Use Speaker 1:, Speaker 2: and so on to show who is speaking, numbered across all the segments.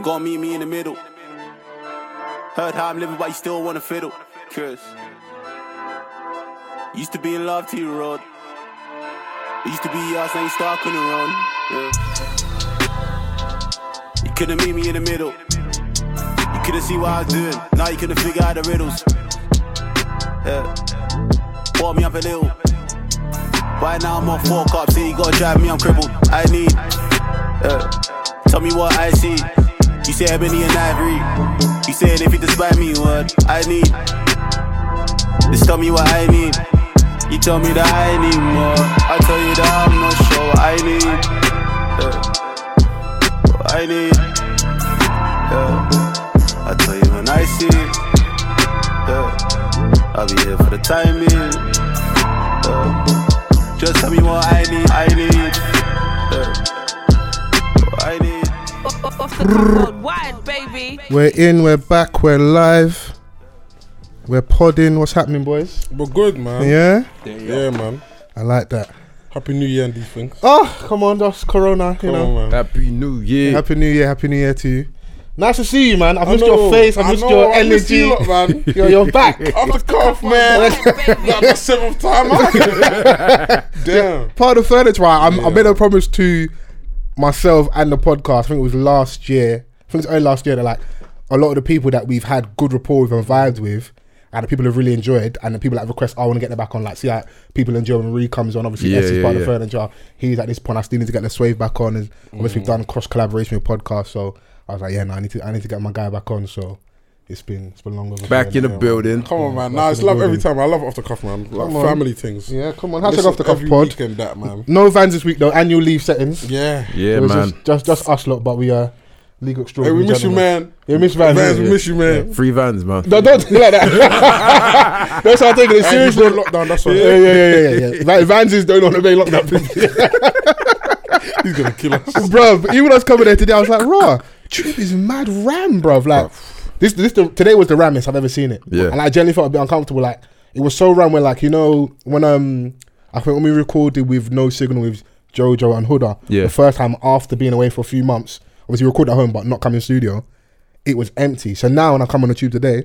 Speaker 1: Gonna meet me in the middle. Heard how I'm living, but you still wanna fiddle. Cause used to be in love, T Rod. Used to be us, now you start couldn't run. Yeah. You couldn't meet me in the middle. You couldn't see what I was doing. Now you couldn't figure out the riddles. Yeah. Bought me up a little. Right now I'm on four cups, see you gotta drive me, I'm crippled. I need. Uh, tell me what I see. You say ebony and ivory. You saying if you despise me, what I need. Just tell me what I need. You tell me that I need more. I tell you that I'm not sure what I need. Yeah. What I need. Yeah. I tell you when I see it. Yeah. I'll be here for the time being. Yeah. Just tell me what I need. I need. Yeah. What I need.
Speaker 2: Off off the cuff worldwide, baby.
Speaker 3: We're in, we're back, we're live. We're podding. What's happening, boys?
Speaker 4: But good, man.
Speaker 3: Yeah?
Speaker 4: Yeah, man.
Speaker 3: I like that.
Speaker 4: Happy New Year and these things.
Speaker 3: Oh, come on, that's Corona, you
Speaker 4: Come
Speaker 3: know.
Speaker 4: on, man.
Speaker 5: Happy New Year.
Speaker 3: Happy New Year, Happy New Year to you. Nice to see you, man. I've
Speaker 4: I
Speaker 3: missed
Speaker 4: know,
Speaker 3: your face, I've
Speaker 4: I
Speaker 3: missed
Speaker 4: know,
Speaker 3: your
Speaker 4: I miss
Speaker 3: energy.
Speaker 4: you lot, man.
Speaker 3: You're, you're back.
Speaker 4: Off the cuff, man.
Speaker 2: Worldwide, baby.
Speaker 4: That's the seventh time. Damn.
Speaker 3: Part of the furniture, right? I'm, I made a promise to myself and the podcast. I think it was last year. I think it was only last year that, like, a lot of the people that we've had good rapport with and vibes with. And the people have really enjoyed, and the people that request, "Oh, I want to get them back on. Like, see, like, people enjoy when Ree comes on. Obviously,
Speaker 5: Yeah,
Speaker 3: S is
Speaker 5: yeah,
Speaker 3: part of
Speaker 5: yeah.
Speaker 3: the furniture. He's at this point. I still need to get the Swave back on. And obviously,
Speaker 5: Mm.
Speaker 3: we've done cross collaboration with podcasts. So I was like, yeah, no, I need to, I need to get my guy back on. So it's been, it's been long.
Speaker 5: Back in the building.
Speaker 4: Come on, man. Nah, it's love every time. I love off the cuff, man. Like
Speaker 3: Come on.
Speaker 4: family things.
Speaker 3: Yeah, come on. Hashtag
Speaker 4: Listen
Speaker 3: off the cuff
Speaker 4: every
Speaker 3: pod.
Speaker 4: Weekend, that man.
Speaker 3: No vans this week though. Annual leave settings.
Speaker 4: Yeah.
Speaker 5: Yeah,
Speaker 3: It was
Speaker 5: man.
Speaker 3: Just, just just us lot, but we are legal
Speaker 4: Hey,
Speaker 3: extraordinary.
Speaker 4: we miss you,
Speaker 3: gentlemen.
Speaker 4: man.
Speaker 3: Yeah, miss Van.
Speaker 4: Vans,
Speaker 3: yeah,
Speaker 4: we
Speaker 3: yeah.
Speaker 4: miss you, man.
Speaker 5: Three vans, man.
Speaker 3: No, don't do like that. That's how I'm taking it
Speaker 4: Hey, we
Speaker 3: seriously.
Speaker 4: got lockdown. That's why.
Speaker 3: Yeah, yeah, yeah, yeah, yeah, yeah. Like, Vans is don't want to make lockdown,
Speaker 4: He's gonna kill us.
Speaker 3: bro. Even when I was coming there today, I was like, "Raw, Truth is mad ram, bro." Like this, this the, today was the rammest I've ever seen it.
Speaker 5: Yeah.
Speaker 3: and I genuinely felt a bit uncomfortable. Like it was so ram where, like you know, when um, I think when we recorded with No Signal with JoJo and Huda,
Speaker 5: Yeah.
Speaker 3: the first time after being away for a few months, obviously record at home but not come in studio, it was empty. So now when I come on the tube today,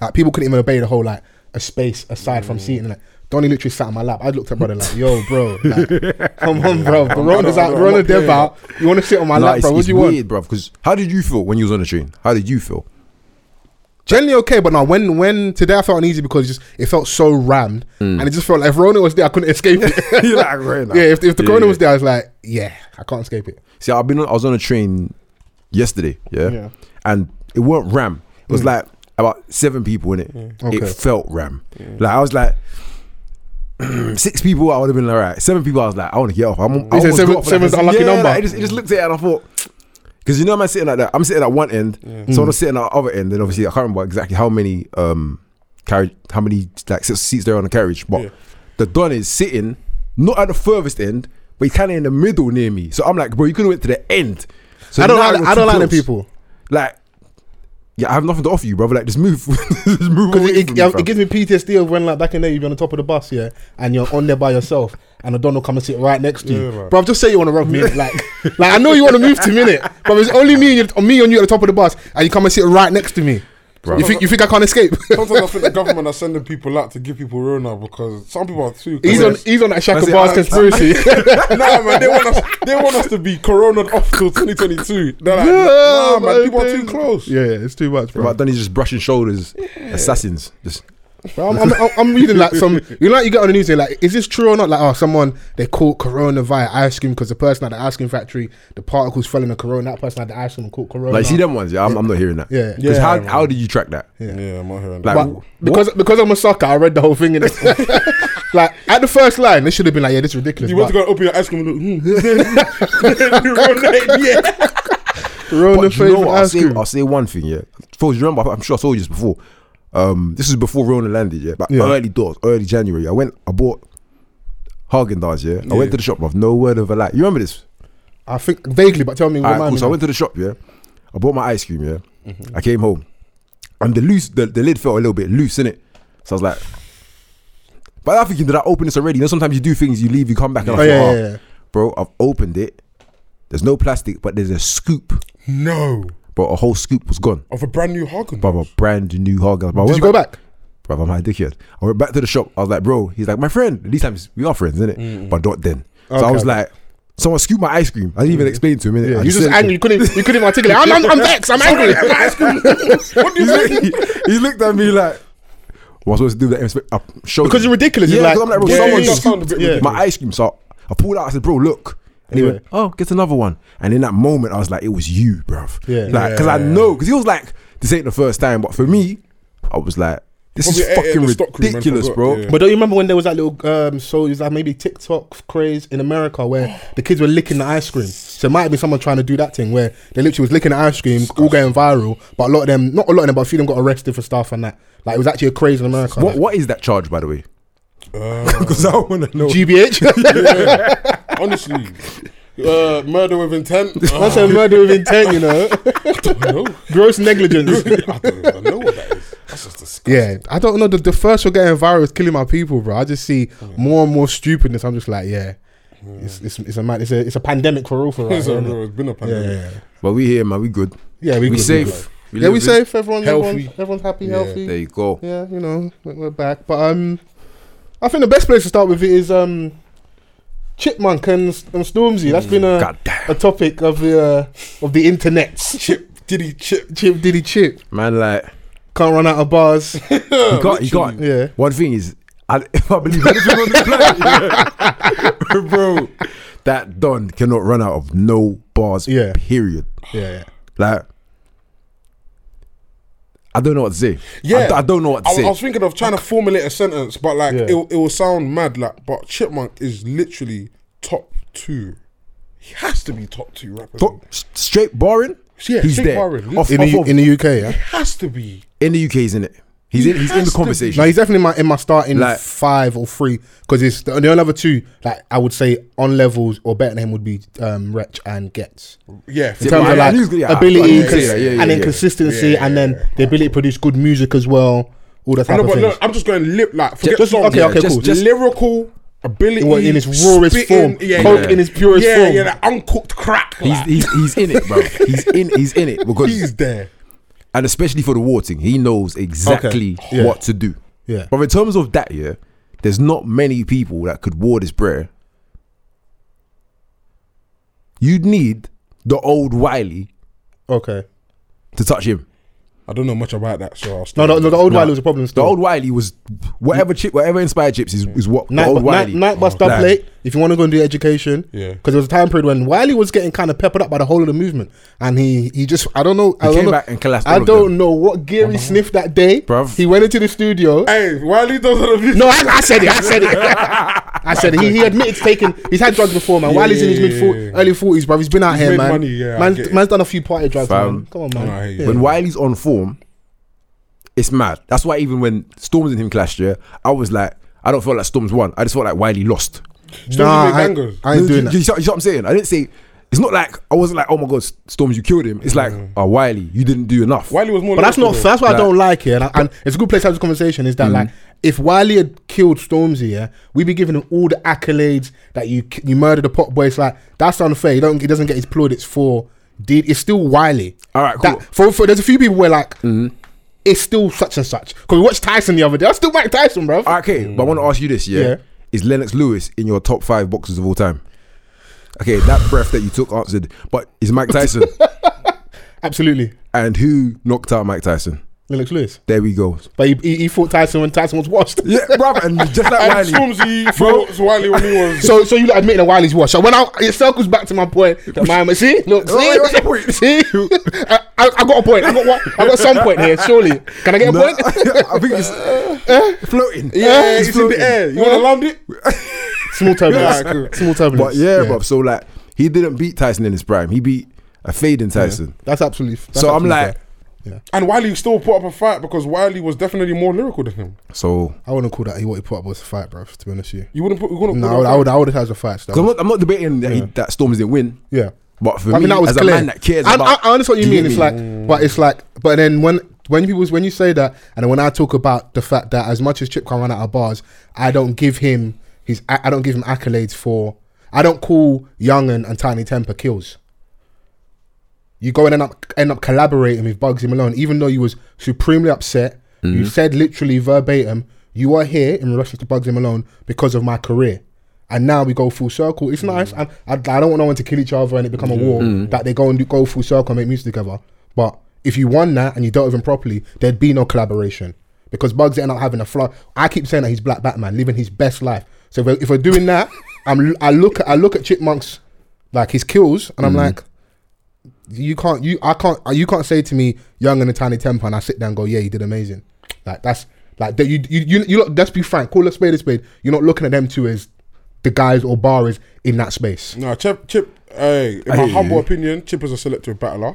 Speaker 3: like people couldn't even obey the whole like a space aside
Speaker 5: Mm.
Speaker 3: from seating. Like Donny literally sat on my lap. I looked at brother like, "Yo, bro, like, come on, bro. Verona's out.
Speaker 4: I'm
Speaker 3: Verona
Speaker 4: not
Speaker 3: dev out. You want to sit on my
Speaker 5: Nah,
Speaker 3: lap,
Speaker 5: it's,
Speaker 3: bro? What
Speaker 5: it's
Speaker 3: do you want?"
Speaker 5: weird, bro. Because how did you feel when you was on the train? How did you feel?
Speaker 3: Generally okay, but now when when today I felt uneasy because it just it felt so rammed, and it just felt like if Verona was there, I couldn't escape it.
Speaker 5: Mm. You're like, right now.
Speaker 3: yeah, if, if the
Speaker 5: Yeah,
Speaker 3: corona
Speaker 5: yeah.
Speaker 3: was there, I was like, yeah, I can't escape it.
Speaker 5: See, I've been. On, I was on a train yesterday. Yeah.
Speaker 3: Yeah. Mm.
Speaker 5: And it weren't ram. It was like about seven people in it.
Speaker 3: Okay.
Speaker 5: It felt ram. Like I was like. Six people, I would have been like, all right. Seven people, I was like, I want to get off. I'm, I
Speaker 3: said
Speaker 5: almost
Speaker 3: seven-
Speaker 5: got off for that
Speaker 3: seven's
Speaker 5: person.
Speaker 3: unlucky
Speaker 5: Yeah,
Speaker 3: number.
Speaker 5: like, I just, I just looked at it and I thought, because you know, I'm sitting at that. I'm sitting at one end,
Speaker 3: Mm.
Speaker 5: someone was sitting at the other end, and obviously I can't remember exactly how many um carriage, how many like se- seats there are on the carriage, but
Speaker 4: Yeah.
Speaker 5: the don is sitting not at the furthest end, but he's kind of in the middle near me. So I'm like, bro, you could have went to the end. So
Speaker 3: I don't
Speaker 5: now
Speaker 3: like
Speaker 5: you're
Speaker 3: I don't
Speaker 5: too
Speaker 3: like them
Speaker 5: close.
Speaker 3: people
Speaker 5: Like, yeah, I have nothing to offer you, brother. Like, just move, just move
Speaker 3: because
Speaker 5: away
Speaker 3: it, it,
Speaker 5: from me,
Speaker 3: it,
Speaker 5: fam.
Speaker 3: gives me PTSD of when like back in there you'd be on the top of the bus, yeah, and you're on there by yourself, and a don will come and sit right next to you,
Speaker 4: Yeah, man.
Speaker 3: bro. Just say you want to rub me, innit? like like I know you want to move to me, innit? But it's only me and you, me and you at the top of the bus, and you come and sit right next to me.
Speaker 5: Bro.
Speaker 3: You think you think I can't escape?
Speaker 4: Sometimes I think the government are sending people out to give people real now because some people are too.
Speaker 3: He's on
Speaker 4: close.
Speaker 3: he's on that Shaka
Speaker 5: That's it,
Speaker 3: Bars
Speaker 5: I-
Speaker 3: conspiracy.
Speaker 4: nah, man. They want us. They want us to be coronaed off till 2022. They're like,
Speaker 3: Yeah,
Speaker 4: nah, man. People are too
Speaker 3: dude.
Speaker 4: close.
Speaker 3: yeah, yeah, it's too much, bro.
Speaker 5: But then he's just brushing shoulders, assassins. Just
Speaker 3: Bro, I'm, I'm, I'm- I'm reading like some, you know, like you get on the news, they're like, is this true or not? Like, oh, someone they caught corona via ice cream because the person at the ice cream factory, the particles fell in the corona. That person at the ice cream caught corona.
Speaker 5: like you see them ones. Yeah, I'm, I'm not hearing that.
Speaker 3: Yeah.
Speaker 5: because
Speaker 4: Yeah,
Speaker 5: how
Speaker 4: man.
Speaker 5: how did you track that?
Speaker 4: Yeah, I'm not hearing
Speaker 5: Like,
Speaker 4: that.
Speaker 3: But Uh,
Speaker 5: Wha-
Speaker 3: because because I'm a sucker, I read the whole thing in it. like at the first line, they should have been like, yeah, this is ridiculous.
Speaker 4: You want to
Speaker 3: but
Speaker 4: go and open your ice cream and look. Hmm. yeah.
Speaker 3: corona
Speaker 5: But you know
Speaker 3: flavored
Speaker 5: what? I'll
Speaker 3: ice
Speaker 5: say,
Speaker 3: cream.
Speaker 5: I'll say one thing, yeah. Folks, you remember, I'm sure I told you this before. Um, this is before Rona landed, yeah. But
Speaker 3: Yeah.
Speaker 5: early doors, early January. I went, I bought Hagen Dazs, yeah? I went to the shop, bruv. No word of a lie. You remember this?
Speaker 3: I think vaguely, but tell me.
Speaker 5: Alright,
Speaker 3: remind
Speaker 5: cool.
Speaker 3: me
Speaker 5: So I went to the shop, yeah. Mm-hmm. I bought my ice cream, yeah. I came home, and the loose, the, the lid felt a little bit loose in it. So I was like, but I'm thinking, did I open this already? You know, sometimes you do things, you leave, you come back, and I
Speaker 3: Oh,
Speaker 5: thought,
Speaker 3: yeah,
Speaker 5: "Ah,
Speaker 3: yeah, yeah.
Speaker 5: bro, I've opened it. There's no plastic, but there's a scoop.
Speaker 4: No.
Speaker 5: But a whole scoop was gone.
Speaker 4: Of a brand new Hagen.
Speaker 5: But a brand new Hagen. But
Speaker 3: Did
Speaker 5: I went
Speaker 3: you go back?
Speaker 5: Bruv, I'm a dickhead. I went back to the shop. I was like, bro, he's like, my friend. These times we are friends, innit? But not then. So I
Speaker 3: Okay. Mm.
Speaker 5: was like, someone scooped my ice cream. I didn't even explain to him, innit?
Speaker 3: Yeah,
Speaker 5: I
Speaker 3: you just
Speaker 5: said it to him.
Speaker 3: angry. You couldn't. You couldn't articulate. I'm, I'm, I'm vexed. I'm angry.
Speaker 4: What do you
Speaker 5: He's
Speaker 4: mean?
Speaker 5: like- he looked at me like, what am I supposed to do with that? Respect, I showed
Speaker 3: Because
Speaker 5: him.
Speaker 3: you're ridiculous.
Speaker 5: Yeah,
Speaker 3: You're like,
Speaker 5: because I'm like, bro,
Speaker 3: yeah,
Speaker 5: someone
Speaker 3: you
Speaker 5: just
Speaker 3: sound a
Speaker 5: scooped
Speaker 3: bit ridiculous.
Speaker 5: my ice cream. So I pulled out. I said, bro, look. And he
Speaker 3: Yeah.
Speaker 5: went, oh, get another one. And in that moment, I was like, it was you, bruv.
Speaker 3: Yeah.
Speaker 5: Like, because I know, because he was like, this ain't the first time. But for me, I was like, this
Speaker 4: Probably ate it
Speaker 5: is
Speaker 4: at
Speaker 5: fucking
Speaker 4: the stock room and
Speaker 5: ridiculous,
Speaker 4: forgot,
Speaker 5: bro.
Speaker 4: yeah.
Speaker 3: But don't you remember when there was that little um, so it was like maybe TikTok craze in America where the kids were licking the ice cream? So it might have been someone trying to do that thing where they literally was licking the ice cream, all going viral. But a lot of them, not a lot of them, but a few of them got arrested for stuff and that. Like it was actually a craze in America.
Speaker 5: What,
Speaker 3: Like,
Speaker 5: what is that charge, by the way?
Speaker 4: Uh,
Speaker 5: Because
Speaker 3: Oh,
Speaker 5: I want to know.
Speaker 3: GBH?
Speaker 4: honestly, uh, murder with intent.
Speaker 3: That's
Speaker 4: Uh,
Speaker 3: a murder with intent, you know.
Speaker 4: I don't know.
Speaker 3: Gross negligence.
Speaker 4: I don't even know what that is. That's just disgusting.
Speaker 3: Yeah, I don't know. The, the first we're getting viral is killing my people, bro. I just see
Speaker 4: Mm.
Speaker 3: more and more stupidness. I'm just like, yeah, it's it's, it's a man, it's a it's a pandemic for all for us.
Speaker 4: It's
Speaker 3: yeah,
Speaker 4: a- it's been a
Speaker 3: yeah,
Speaker 4: pandemic.
Speaker 3: yeah,
Speaker 5: But we here, man. We good.
Speaker 3: yeah. We,
Speaker 5: We,
Speaker 3: good, good.
Speaker 5: safe. We
Speaker 3: yeah, we
Speaker 5: live this-
Speaker 3: safe. Everyone,
Speaker 4: Healthy.
Speaker 3: everyone's, everyone's happy,
Speaker 4: Yeah.
Speaker 3: healthy.
Speaker 5: There you go.
Speaker 3: yeah, you know, we're, we're back. But um, I think the best place to start with it is um, Chipmunk and, and Stormzy. That's been a
Speaker 5: God damn.
Speaker 3: a topic of the uh, of the internet.
Speaker 4: Chip, diddy, chip.
Speaker 3: Chip Diddy Chip
Speaker 5: Man,
Speaker 3: Uh,
Speaker 5: like,
Speaker 3: can't run out of bars.
Speaker 5: you can't, you can't.
Speaker 3: yeah.
Speaker 5: One thing is, I, if I believe anything on this planet, bro, that Don cannot run out of no bars.
Speaker 3: Yeah.
Speaker 5: Period.
Speaker 3: Yeah, yeah.
Speaker 5: Like, I don't know what to say.
Speaker 4: Yeah.
Speaker 5: I, I don't know what to
Speaker 4: I,
Speaker 5: say.
Speaker 4: I was thinking of trying to formulate a sentence, but like
Speaker 3: Yeah.
Speaker 4: it, it will sound mad. Like, but Chipmunk is literally top two. He has to be top two rappers.
Speaker 5: Th- s- straight barring.
Speaker 4: Yeah,
Speaker 5: he's
Speaker 4: straight
Speaker 5: there.
Speaker 4: barring.
Speaker 5: Off,
Speaker 3: In
Speaker 5: off
Speaker 3: the,
Speaker 5: of-
Speaker 3: in the UK, yeah.
Speaker 4: has to be.
Speaker 5: in the UK, isn't it? He's
Speaker 4: He
Speaker 5: in. He's in
Speaker 4: has
Speaker 5: the
Speaker 4: to be.
Speaker 5: conversation.
Speaker 3: No, he's definitely in my in my starting
Speaker 5: Like-
Speaker 3: five or three because it's the, the only other two like I would say on levels or better than him would be um, Wretch and Getz
Speaker 4: Yeah,
Speaker 3: in
Speaker 5: Yeah,
Speaker 3: terms
Speaker 5: well,
Speaker 3: of
Speaker 5: yeah,
Speaker 3: like
Speaker 5: he's- yeah, I- I
Speaker 3: ability
Speaker 5: can see that, yeah, yeah,
Speaker 3: and
Speaker 5: yeah.
Speaker 3: then consistency
Speaker 4: Yeah,
Speaker 3: and
Speaker 4: yeah,
Speaker 3: then
Speaker 4: yeah.
Speaker 3: the ability to produce good music as well. All that type
Speaker 4: I know,
Speaker 3: of
Speaker 4: but
Speaker 3: things.
Speaker 4: look, I'm just going lip like forget
Speaker 3: Just-
Speaker 4: songs.
Speaker 3: okay, okay,
Speaker 5: just-
Speaker 3: cool.
Speaker 5: just-
Speaker 4: lyrical ability
Speaker 3: What, in its rawest
Speaker 4: spitting,
Speaker 3: form. Coke in its purest
Speaker 4: yeah,
Speaker 3: form.
Speaker 4: Yeah, that uncooked crack.
Speaker 5: He's,
Speaker 4: like,
Speaker 5: he's, he's in it, bro. He's in he's in it because
Speaker 4: he's there.
Speaker 5: and especially for the war thing, he knows exactly
Speaker 3: Okay. Yeah.
Speaker 5: what to do.
Speaker 3: Yeah.
Speaker 5: But in terms of that, yeah, there's not many people that could war this prayer. You'd need the old Wiley
Speaker 3: okay.
Speaker 5: to touch him.
Speaker 4: I don't know much about that, so I'll stay.
Speaker 3: No, no, no, the old
Speaker 5: No.
Speaker 3: Wiley was a problem.
Speaker 5: The
Speaker 3: Still.
Speaker 5: old Wiley was whatever chip, whatever inspired chips is, is what
Speaker 3: Mm. night,
Speaker 5: the old
Speaker 3: bu-
Speaker 5: Wiley.
Speaker 3: night, night bus stop
Speaker 5: Like,
Speaker 3: late. If you want to go and do education,
Speaker 4: Oh, Yeah.
Speaker 3: because there was a time period when Wiley was getting kind of peppered up by the whole of the movement, and he he just I don't know. I don't
Speaker 5: came
Speaker 3: know,
Speaker 5: back and collapsed all
Speaker 3: I
Speaker 5: of
Speaker 3: don't
Speaker 5: them.
Speaker 3: know what gear
Speaker 4: Uh-huh.
Speaker 3: he sniffed that day.
Speaker 5: Bruv.
Speaker 3: He went into the studio.
Speaker 4: Hey, while he does all of this,
Speaker 3: No, I, I said it. I said it. I said it. He, he admitted taking. He's had drugs before, man. While he's in his
Speaker 4: yeah,
Speaker 3: mid
Speaker 4: yeah, yeah.
Speaker 3: early forties, bro, he's been out
Speaker 4: He's
Speaker 3: here,
Speaker 4: made
Speaker 3: man.
Speaker 4: money, yeah, I get
Speaker 3: man's,
Speaker 4: it.
Speaker 3: man's done a few party drugs,
Speaker 5: Fam.
Speaker 3: man. Come on,
Speaker 4: No, I
Speaker 3: man.
Speaker 4: hear you.
Speaker 5: When Wiley's on form, it's mad. That's why even when Storms and him clashed, yeah, I was like, I don't feel like Storms won. I just felt like Wiley lost.
Speaker 3: Nah,
Speaker 4: make
Speaker 3: I,
Speaker 4: bangers.
Speaker 3: I ain't
Speaker 5: No,
Speaker 3: doing
Speaker 5: you,
Speaker 3: that.
Speaker 5: You, see- you see what I'm saying? I didn't say. It's not like I wasn't like, oh my god, Storms, you killed him. It's like,
Speaker 3: Mm.
Speaker 5: oh Wiley, you didn't do enough.
Speaker 4: Wiley was more.
Speaker 3: But that's
Speaker 4: lyrical
Speaker 3: not.
Speaker 4: though.
Speaker 3: That's why I
Speaker 5: Like-
Speaker 3: don't like it. And, I, and it's a good place to have this conversation. Is that
Speaker 5: Mm-hmm.
Speaker 3: like if Wiley had killed Stormzy, yeah, we'd be giving him all the accolades that you k- you murdered a pop boy. It's like that's unfair. He don't. He doesn't get his plaudits for. Did it's still Wiley.
Speaker 5: All right, cool. Mm-hmm.
Speaker 3: That, for, for there's a few people where like it's still such and such. Because we watched Tyson the other day. I still Mike Tyson, bro.
Speaker 5: Okay, but I want to ask you this, yeah?
Speaker 3: Mm. Yeah.
Speaker 5: Is Lennox Lewis in your top five boxers of all time? Okay, that breath that you took answered, but is Mike Tyson
Speaker 3: Absolutely.
Speaker 5: and who knocked out Mike Tyson?
Speaker 3: Lennox Lewis.
Speaker 5: There we go.
Speaker 3: But he, he, he fought Tyson when Tyson was washed.
Speaker 5: Yeah, brother, and just like
Speaker 4: And
Speaker 5: Wiley.
Speaker 4: Stormzy, bro, Wiley when he was.
Speaker 3: So, so you like admitting that Wiley's washed. So when I, it circles back to my point. That my, see, look, see,
Speaker 5: Wait, wait, what's your point?
Speaker 3: see, I, I, I got a point. I got one, I got some point here. Surely, can I get a
Speaker 5: No,
Speaker 3: point?
Speaker 5: I think it's
Speaker 3: Eh?
Speaker 5: floating.
Speaker 4: Yeah,
Speaker 5: It's
Speaker 4: it's in the air. You want to land it?
Speaker 3: Small turbulence.
Speaker 4: Yeah, cool.
Speaker 3: Small turbulence.
Speaker 5: But yeah, bruv, So like, he didn't beat Tyson in his prime. He beat a fading Tyson.
Speaker 3: That's absolutely. That's
Speaker 5: So I'm
Speaker 3: absolutely
Speaker 5: like,
Speaker 3: fair.
Speaker 4: And Wiley still put up a fight because Wiley was definitely more lyrical than him.
Speaker 5: so
Speaker 3: I wouldn't call that he what he put up was a fight, bro. To be honest with you.
Speaker 4: You wouldn't put. You wouldn't
Speaker 3: No, I
Speaker 4: put
Speaker 3: would,
Speaker 4: that
Speaker 3: I would, I would have had a fight.
Speaker 5: i I'm
Speaker 3: So.
Speaker 5: not, I'm not debating that, he, that Storms didn't win.
Speaker 3: Yeah.
Speaker 5: But for
Speaker 3: I
Speaker 5: me,
Speaker 3: mean, that was
Speaker 5: as
Speaker 3: clear.
Speaker 5: a man that cares
Speaker 3: I,
Speaker 5: about,
Speaker 3: I, I understand what you
Speaker 5: Do you
Speaker 3: mean. It's
Speaker 5: get
Speaker 3: like, but it's like, but then when when people when you say that, and then when I talk about the fact that as much as Chip can run out of bars, I don't give him his I I don't give him accolades for. I don't call Young and, and Tiny Temper kills. you go and end up end up collaborating with Bugsy Malone, even though you was supremely upset. You said literally verbatim, "You are here in relation to Bugsy Malone because of my career." And now we go full circle. It's nice. I, I, I don't want no one to kill each other and it become a war that they go and do, go full circle and make music together. But if you won that and you dealt with him properly, thered be no collaboration because Bugs ended up having a flaw. I keep saying that he's Black Batman, living his best life. So if we're, if we're doing that, I'm I look at I look at Chipmunk's like his kills, and I'm like, you can't you I can't you can't say to me young and a tiny temper, and I sit down and go, yeah, you did amazing. Like that's like that you you you, you look, let's be frank, call a spade a spade. You're not looking at them two as the guys or barers in that space.
Speaker 4: No, Chip, Chip, hey, in my
Speaker 5: Hey.
Speaker 4: humble opinion, Chip is a selective battler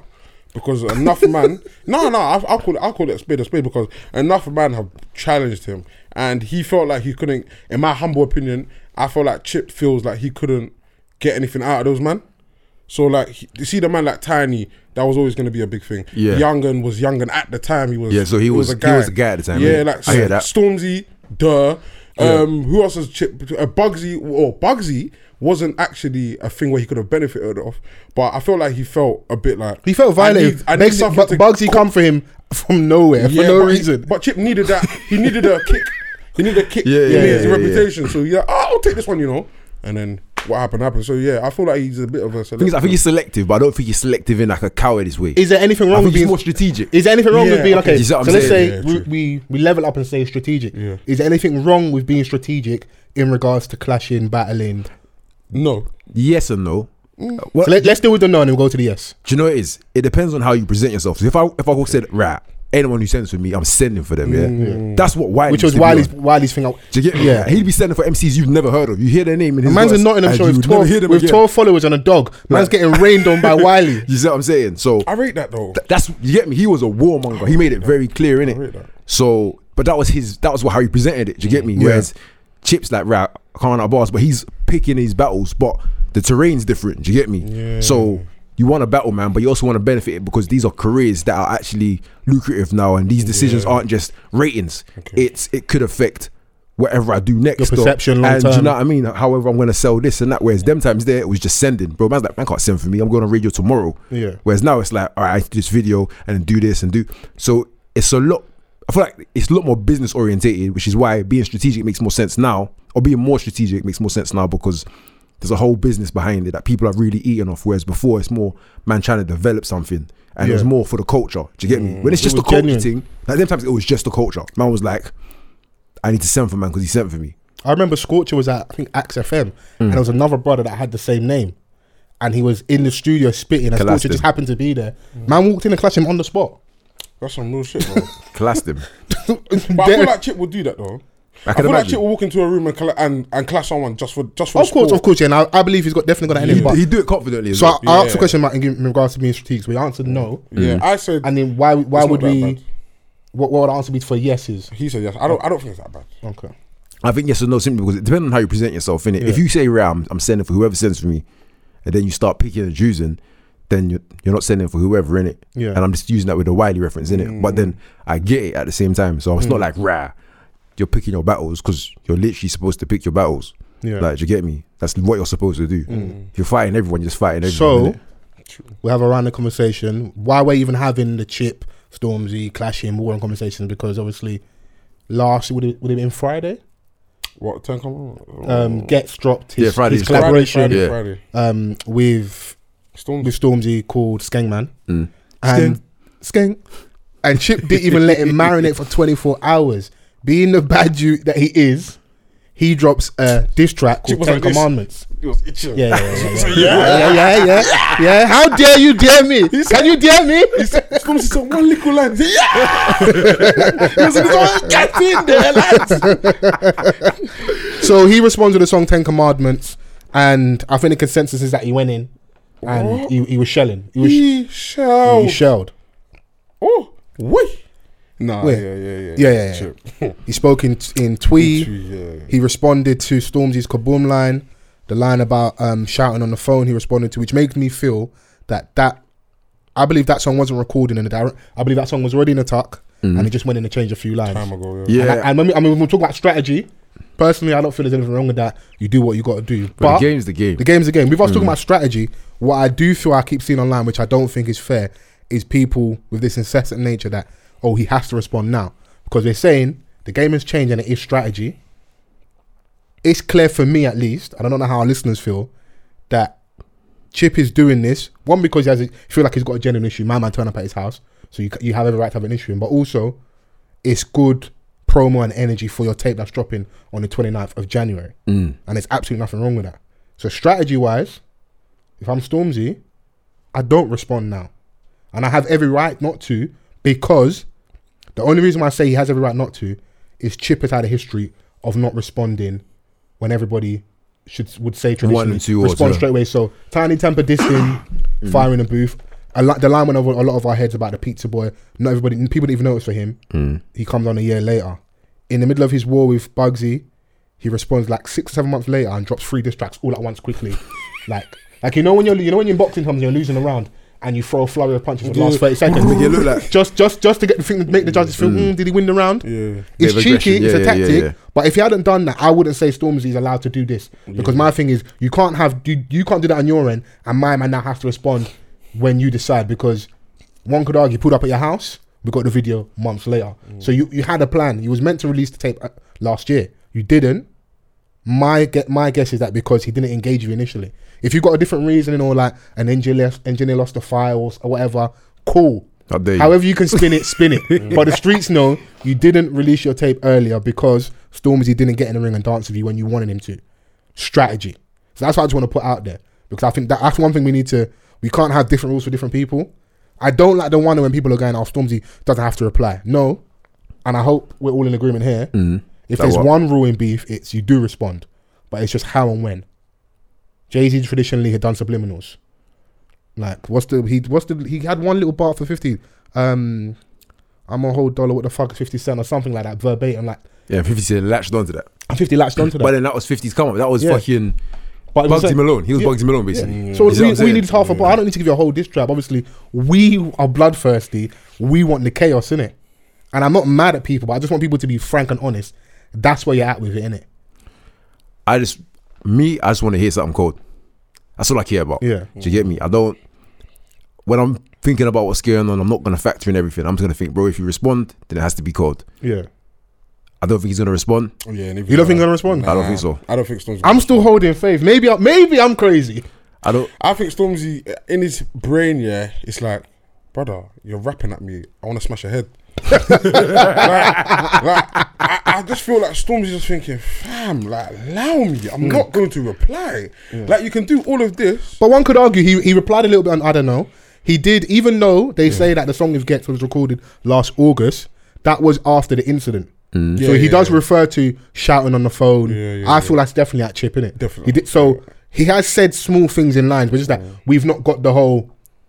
Speaker 4: because enough man. No, no, I, I call it, I call it a spade a spade because enough man have challenged him and he felt like he couldn't. In my humble opinion, I feel like Chip feels like he couldn't get anything out of those man. So like, he, you see the man like Tiny, that was always going to be a big thing.
Speaker 5: Yeah.
Speaker 4: Youngan was Youngan at the time. He was.
Speaker 5: Yeah, so he was- he was a guy at the time,
Speaker 4: Yeah,
Speaker 5: innit?
Speaker 4: like
Speaker 5: I hear that.
Speaker 4: Stormzy, duh. Um, who else has Chip? Uh, Bugsy or Bugsy wasn't actually a thing where he could have benefited off, but I felt like he felt a bit like
Speaker 3: He felt
Speaker 4: I need,
Speaker 3: violated.
Speaker 4: I need
Speaker 3: Basically,
Speaker 4: something to
Speaker 3: Bu- Bugsy
Speaker 4: co-
Speaker 3: come for him from nowhere
Speaker 4: Yeah,
Speaker 3: for no
Speaker 4: but he-
Speaker 3: reason.
Speaker 4: but Chip needed that. He needed a kick. He needed a kick
Speaker 5: Yeah,
Speaker 4: in
Speaker 5: yeah,
Speaker 4: his
Speaker 5: yeah, yeah.
Speaker 4: reputation. So yeah, oh, I'll take this one, you know. And then what happened happened. So yeah, I feel like he's a bit of a.
Speaker 5: Thing is, I
Speaker 4: Select-
Speaker 5: think he's selective, but I don't think he's selective in like a cowardice way.
Speaker 3: is there anything
Speaker 5: I
Speaker 3: wrong
Speaker 5: think
Speaker 3: with
Speaker 5: he's
Speaker 3: being
Speaker 5: more strategic.
Speaker 3: Is there anything wrong
Speaker 4: Yeah,
Speaker 3: with being
Speaker 4: okay,
Speaker 3: okay?
Speaker 5: you see
Speaker 3: so
Speaker 5: what I'm
Speaker 3: let's
Speaker 5: saying?
Speaker 3: say
Speaker 4: Yeah,
Speaker 3: we,
Speaker 4: true.
Speaker 3: we we level up and say strategic.
Speaker 4: Yeah.
Speaker 3: Is there anything wrong with being strategic in regards to clashing, battling?
Speaker 4: no,
Speaker 5: yes and no.
Speaker 3: Mm.
Speaker 5: Uh, Well,
Speaker 3: So let, us deal with the no and we'll go to the yes.
Speaker 5: do you know what it is? It depends on how you present yourself. So if I if I said right, anyone who sends for me, I'm sending for them. Yeah, that's what Wiley.
Speaker 3: Mm. Which
Speaker 5: used
Speaker 3: was
Speaker 5: to be
Speaker 3: Wiley's
Speaker 5: on.
Speaker 3: Wiley's thing.
Speaker 5: Do you get me?
Speaker 3: Yeah.
Speaker 5: he'd be sending for MCs you've never heard of. You hear their name in his
Speaker 3: Man's
Speaker 5: verse,
Speaker 3: in Nottingham
Speaker 5: and
Speaker 3: show with
Speaker 5: you would never
Speaker 3: 12,
Speaker 5: hear them
Speaker 3: with
Speaker 5: again.
Speaker 3: 12 followers and a dog. Man's
Speaker 5: Right.
Speaker 3: getting rained on by Wiley.
Speaker 5: You see what I'm saying? So
Speaker 4: I rate that though.
Speaker 5: that's you get me. He was a warmonger. He made it very clear,
Speaker 4: read that.
Speaker 5: innit? So, but that was his. That was what how he presented it. Do you get me? Whereas Chips like right, I can't out bars, but he's picking his battles. But the terrain's different. Do you get me? So you want to battle, man, but you also want to benefit it because these are careers that are actually lucrative now, and these decisions aren't just ratings. It's it could affect. Whatever I do next, or-
Speaker 3: perception long
Speaker 5: and do you
Speaker 3: term.
Speaker 5: know what I mean. However, I'm gonna sell this and that. Whereas them times there, it was just sending, bro. Man's like, man can't send for me. I'm going on radio tomorrow.
Speaker 3: Yeah.
Speaker 5: Whereas now it's like, all right, I have to do this video and then do this and do. So it's a lot. I feel like it's a lot more business orientated, which is why being strategic makes more sense now, or being more strategic makes more sense now because there's a whole business behind it that people are really eating off. Whereas before, it's more man trying to develop something, and it was
Speaker 3: Yeah. Mm,
Speaker 5: more for the culture. Do you get me? When it's just
Speaker 3: It
Speaker 5: a
Speaker 3: was
Speaker 5: culture
Speaker 3: genuine.
Speaker 5: thing, like them times it was just the culture. Man was like, I need to send for man because he sent for me.
Speaker 3: I remember Scorcher was at I think Axe FM, and there was another brother that had the same name, and he was in the studio spitting, and Scorcher
Speaker 5: Collapsed
Speaker 3: just
Speaker 5: him.
Speaker 3: happened to be there. Man walked in and clashed him on the spot.
Speaker 4: That's some real shit, bro.
Speaker 5: Classed him.
Speaker 4: But I
Speaker 3: There-
Speaker 4: feel like Chip would do that though. I, feel
Speaker 5: I can
Speaker 4: like
Speaker 5: imagine.
Speaker 4: Chip will walk into a room and cla and, and clash someone just for just for
Speaker 3: Of course,
Speaker 4: sport.
Speaker 3: of course, yeah. And I, I believe he's got definitely got that in him.
Speaker 5: He'd,
Speaker 3: But
Speaker 5: he'd do it confidently. As
Speaker 3: so
Speaker 5: well.
Speaker 3: I, I asked
Speaker 4: Yeah.
Speaker 3: a question about in in regards to being strategic. We answered no,
Speaker 4: Yeah, I said.
Speaker 3: Mm-hmm. and then why why
Speaker 4: it's
Speaker 3: would
Speaker 4: not that
Speaker 3: we?
Speaker 4: bad.
Speaker 3: What, what would the answer be for yeses?
Speaker 4: He said yes. I don't. I don't think it's that bad.
Speaker 3: Okay.
Speaker 5: I think yes or no simply because it depends on how you present yourself in it. If
Speaker 3: Yeah.
Speaker 5: you say right, I'm, I'm sending for whoever sends for me, and then you start picking and choosing, then you're, you're not sending for whoever in it.
Speaker 3: Yeah.
Speaker 5: And I'm just using that with a Wiley reference in it, but then I get it at the same time. So it's
Speaker 3: Mm.
Speaker 5: not like rah, you're picking your battles because you're literally supposed to pick your battles.
Speaker 3: Yeah. Mm.
Speaker 5: Like, do you get me? That's what you're supposed to do. If you're fighting everyone, you're just fighting everyone.
Speaker 3: So we have a random conversation. Why we're even having the chip, Stormzy, clashing, warring conversations because obviously last would it would it have been Friday?
Speaker 4: What ten come on?
Speaker 3: Um, Gets dropped his,
Speaker 5: Oh. Yeah, Friday
Speaker 3: his
Speaker 5: is dropped.
Speaker 3: collaboration
Speaker 4: Friday,
Speaker 5: Yeah.
Speaker 4: Friday.
Speaker 3: Um, with
Speaker 4: Storm.
Speaker 3: with Stormzy called Skengman
Speaker 5: Mm.
Speaker 3: and Skeng. and Chip didn't even let him marinate for 24 hours. Being the bad dude that he is, he drops a diss track
Speaker 4: Chip
Speaker 3: called
Speaker 4: was
Speaker 3: Ten
Speaker 4: like this.
Speaker 3: Commandments.
Speaker 4: It was itching.
Speaker 3: Yeah, yeah, yeah, yeah, yeah, yeah, yeah, yeah. How dare you dare me? Can you dare me?
Speaker 4: Storm said one little line. He said, yeah. he was like, "There's one cat in there, lads."
Speaker 3: So he responds with the song Ten Commandments, and I think the consensus is that he went in and he, he was shelling. He was he
Speaker 4: He shall.
Speaker 3: shelled.
Speaker 4: Oh, wait. Nah.
Speaker 3: Wait.
Speaker 4: Yeah, yeah, yeah.
Speaker 3: Yeah, yeah, yeah.
Speaker 4: Chip.
Speaker 3: He spoke in in Twee.
Speaker 4: Yeah.
Speaker 3: He responded to Stormzy's Kaboom line, the line about um, shouting on the phone. He responded to, which makes me feel that that I believe that song wasn't recorded in the direct. I believe that song was already in the tuck, and he just went in to change a few lines.
Speaker 4: Time ago. Oh Yeah.
Speaker 5: Yeah.
Speaker 3: And, I- and when we, I mean, when we talk about strategy, Personally, I don't feel there's anything wrong with that. You do what you got to do. But,
Speaker 5: the game's the game. Mm.
Speaker 3: The game's the game. We've also talking about strategy. What I do feel I keep seeing online, which I don't think is fair, is people with this incessant nature that oh he has to respond now because they're saying the game has changed and it is strategy. It's clear for me at least, and I don't know how our listeners feel, that Chip is doing this one because he has a, feel like he's got a genuine issue. My man turned up at his house, so you c- you have every right to have an issue, with him. but also it's good promo and energy for your tape that's dropping on the 29th of January, and there's absolutely nothing wrong with that. So strategy wise, if I'm Stormzy, I don't respond now, and I have every right not to because the only reason why I say he has every right not to is Chip has had a history of not responding when everybody should would say traditionally
Speaker 5: and two orders,
Speaker 3: respond
Speaker 5: yeah.
Speaker 3: straight away. So tiny temper dissing,
Speaker 5: Mm.
Speaker 3: fire in the booth. A lot, the line went over a lot of our heads about the pizza boy. Not everybody, people didn't even notice for him.
Speaker 5: Mm.
Speaker 3: He comes on a year later. In the middle of his war with Bugsy, he responds like six, seven months later and drops three diss tracks all at once quickly. like, like you know when you're you know when you're in boxing comes you're losing a round and you throw a flurry of punches for the last thirty seconds.
Speaker 5: Make it look like-
Speaker 3: just just just to get the thing to make the judges feel, mm, did he win the round?
Speaker 4: Yeah.
Speaker 3: It's
Speaker 5: Bit of
Speaker 3: cheeky,
Speaker 5: aggression.
Speaker 3: it's a
Speaker 5: Yeah, yeah, yeah,
Speaker 3: tactic.
Speaker 5: yeah.
Speaker 3: But if he hadn't done that, I wouldn't say Stormzy's allowed to do this because my thing is you can't have you, you can't do that on your end, and my man now has to respond when you decide because one could argue pulled up at your house. We got the video months later,
Speaker 5: Mm.
Speaker 3: so you you had a plan. You was meant to release the tape uh, last year. You didn't. My gue- my guess is that because he didn't engage you initially. If you got a different reasoning or like an engineer lost, engineer lost the files or whatever, cool.
Speaker 5: How dare you.
Speaker 3: However you can spin it, spin it. but the streets know you didn't release your tape earlier because Stormzy didn't get in the ring and dance with you when you wanted him to. Strategy. So that's what I just want to put out there because I think that that's one thing we need to. We can't have different rules for different people. I don't like the one when people are going, "Oh, Stormzy doesn't have to reply." No, and I hope we're all in agreement here. If
Speaker 5: Mm. That
Speaker 3: there's
Speaker 5: what?
Speaker 3: one rule in beef, it's you do respond, but it's just how and when. Jay Z traditionally had done subliminals. Like what's the he what's the he had one little bar for fifty. Um, I'm a whole dollar. What the fuck is fifty cent or something like that verbatim? Like
Speaker 5: Yeah, 50 Cent latched onto that.
Speaker 3: and fifty latched onto that.
Speaker 5: But then that was 50's come up. That was
Speaker 3: Yeah.
Speaker 5: fucking
Speaker 3: But it was
Speaker 5: Bugsy
Speaker 3: like-
Speaker 5: Malone. He was
Speaker 3: Yeah.
Speaker 5: Bugsy Malone, basically.
Speaker 3: So
Speaker 5: You see what
Speaker 3: we,
Speaker 5: I'm
Speaker 3: we
Speaker 5: saying?
Speaker 3: need half a bar. I don't need to give you a whole diss trap. Obviously, we are bloodthirsty. We want the chaos in it, and I'm not mad at people, but I just want people to be frank and honest. That's where you're at with it, innit?
Speaker 5: I just, me, I just want to hear something cold. That's all I care about.
Speaker 3: Yeah.
Speaker 5: Do you get me? I don't, when I'm thinking about what's going on, I'm not going to factor in everything. I'm just going to think, bro, if you respond, then it has to be cold.
Speaker 3: Yeah.
Speaker 5: I don't think he's going to respond.
Speaker 4: Yeah, and if
Speaker 3: You don't think he's gonna respond?
Speaker 5: I don't think so.
Speaker 4: I don't think Stormzy.
Speaker 3: I'm still holding faith. Maybe, I, maybe I'm crazy.
Speaker 5: I don't,
Speaker 4: I think Stormzy uh, in his brain, yeah, it's like, brother, you're rapping at me. I want to smash your head. like, like, I, I just feel like Stormzy's just thinking, fam, like, allow me. I'm
Speaker 5: Hmm.
Speaker 4: not going to reply. Like, you can do all of this.
Speaker 3: But one could argue he, he replied a little bit on I don't know. He did, even though they say that the song "If Gets was recorded last August, that was after the incident. So
Speaker 4: Mm. Yeah,
Speaker 3: he
Speaker 4: yeah,
Speaker 3: does
Speaker 4: yeah.
Speaker 3: refer to shouting on the phone.
Speaker 4: Yeah, yeah,
Speaker 3: I feel that's definitely at chip, innit?
Speaker 4: Definitely.
Speaker 3: He did so he has said small things in lines, but just that we've not got the whole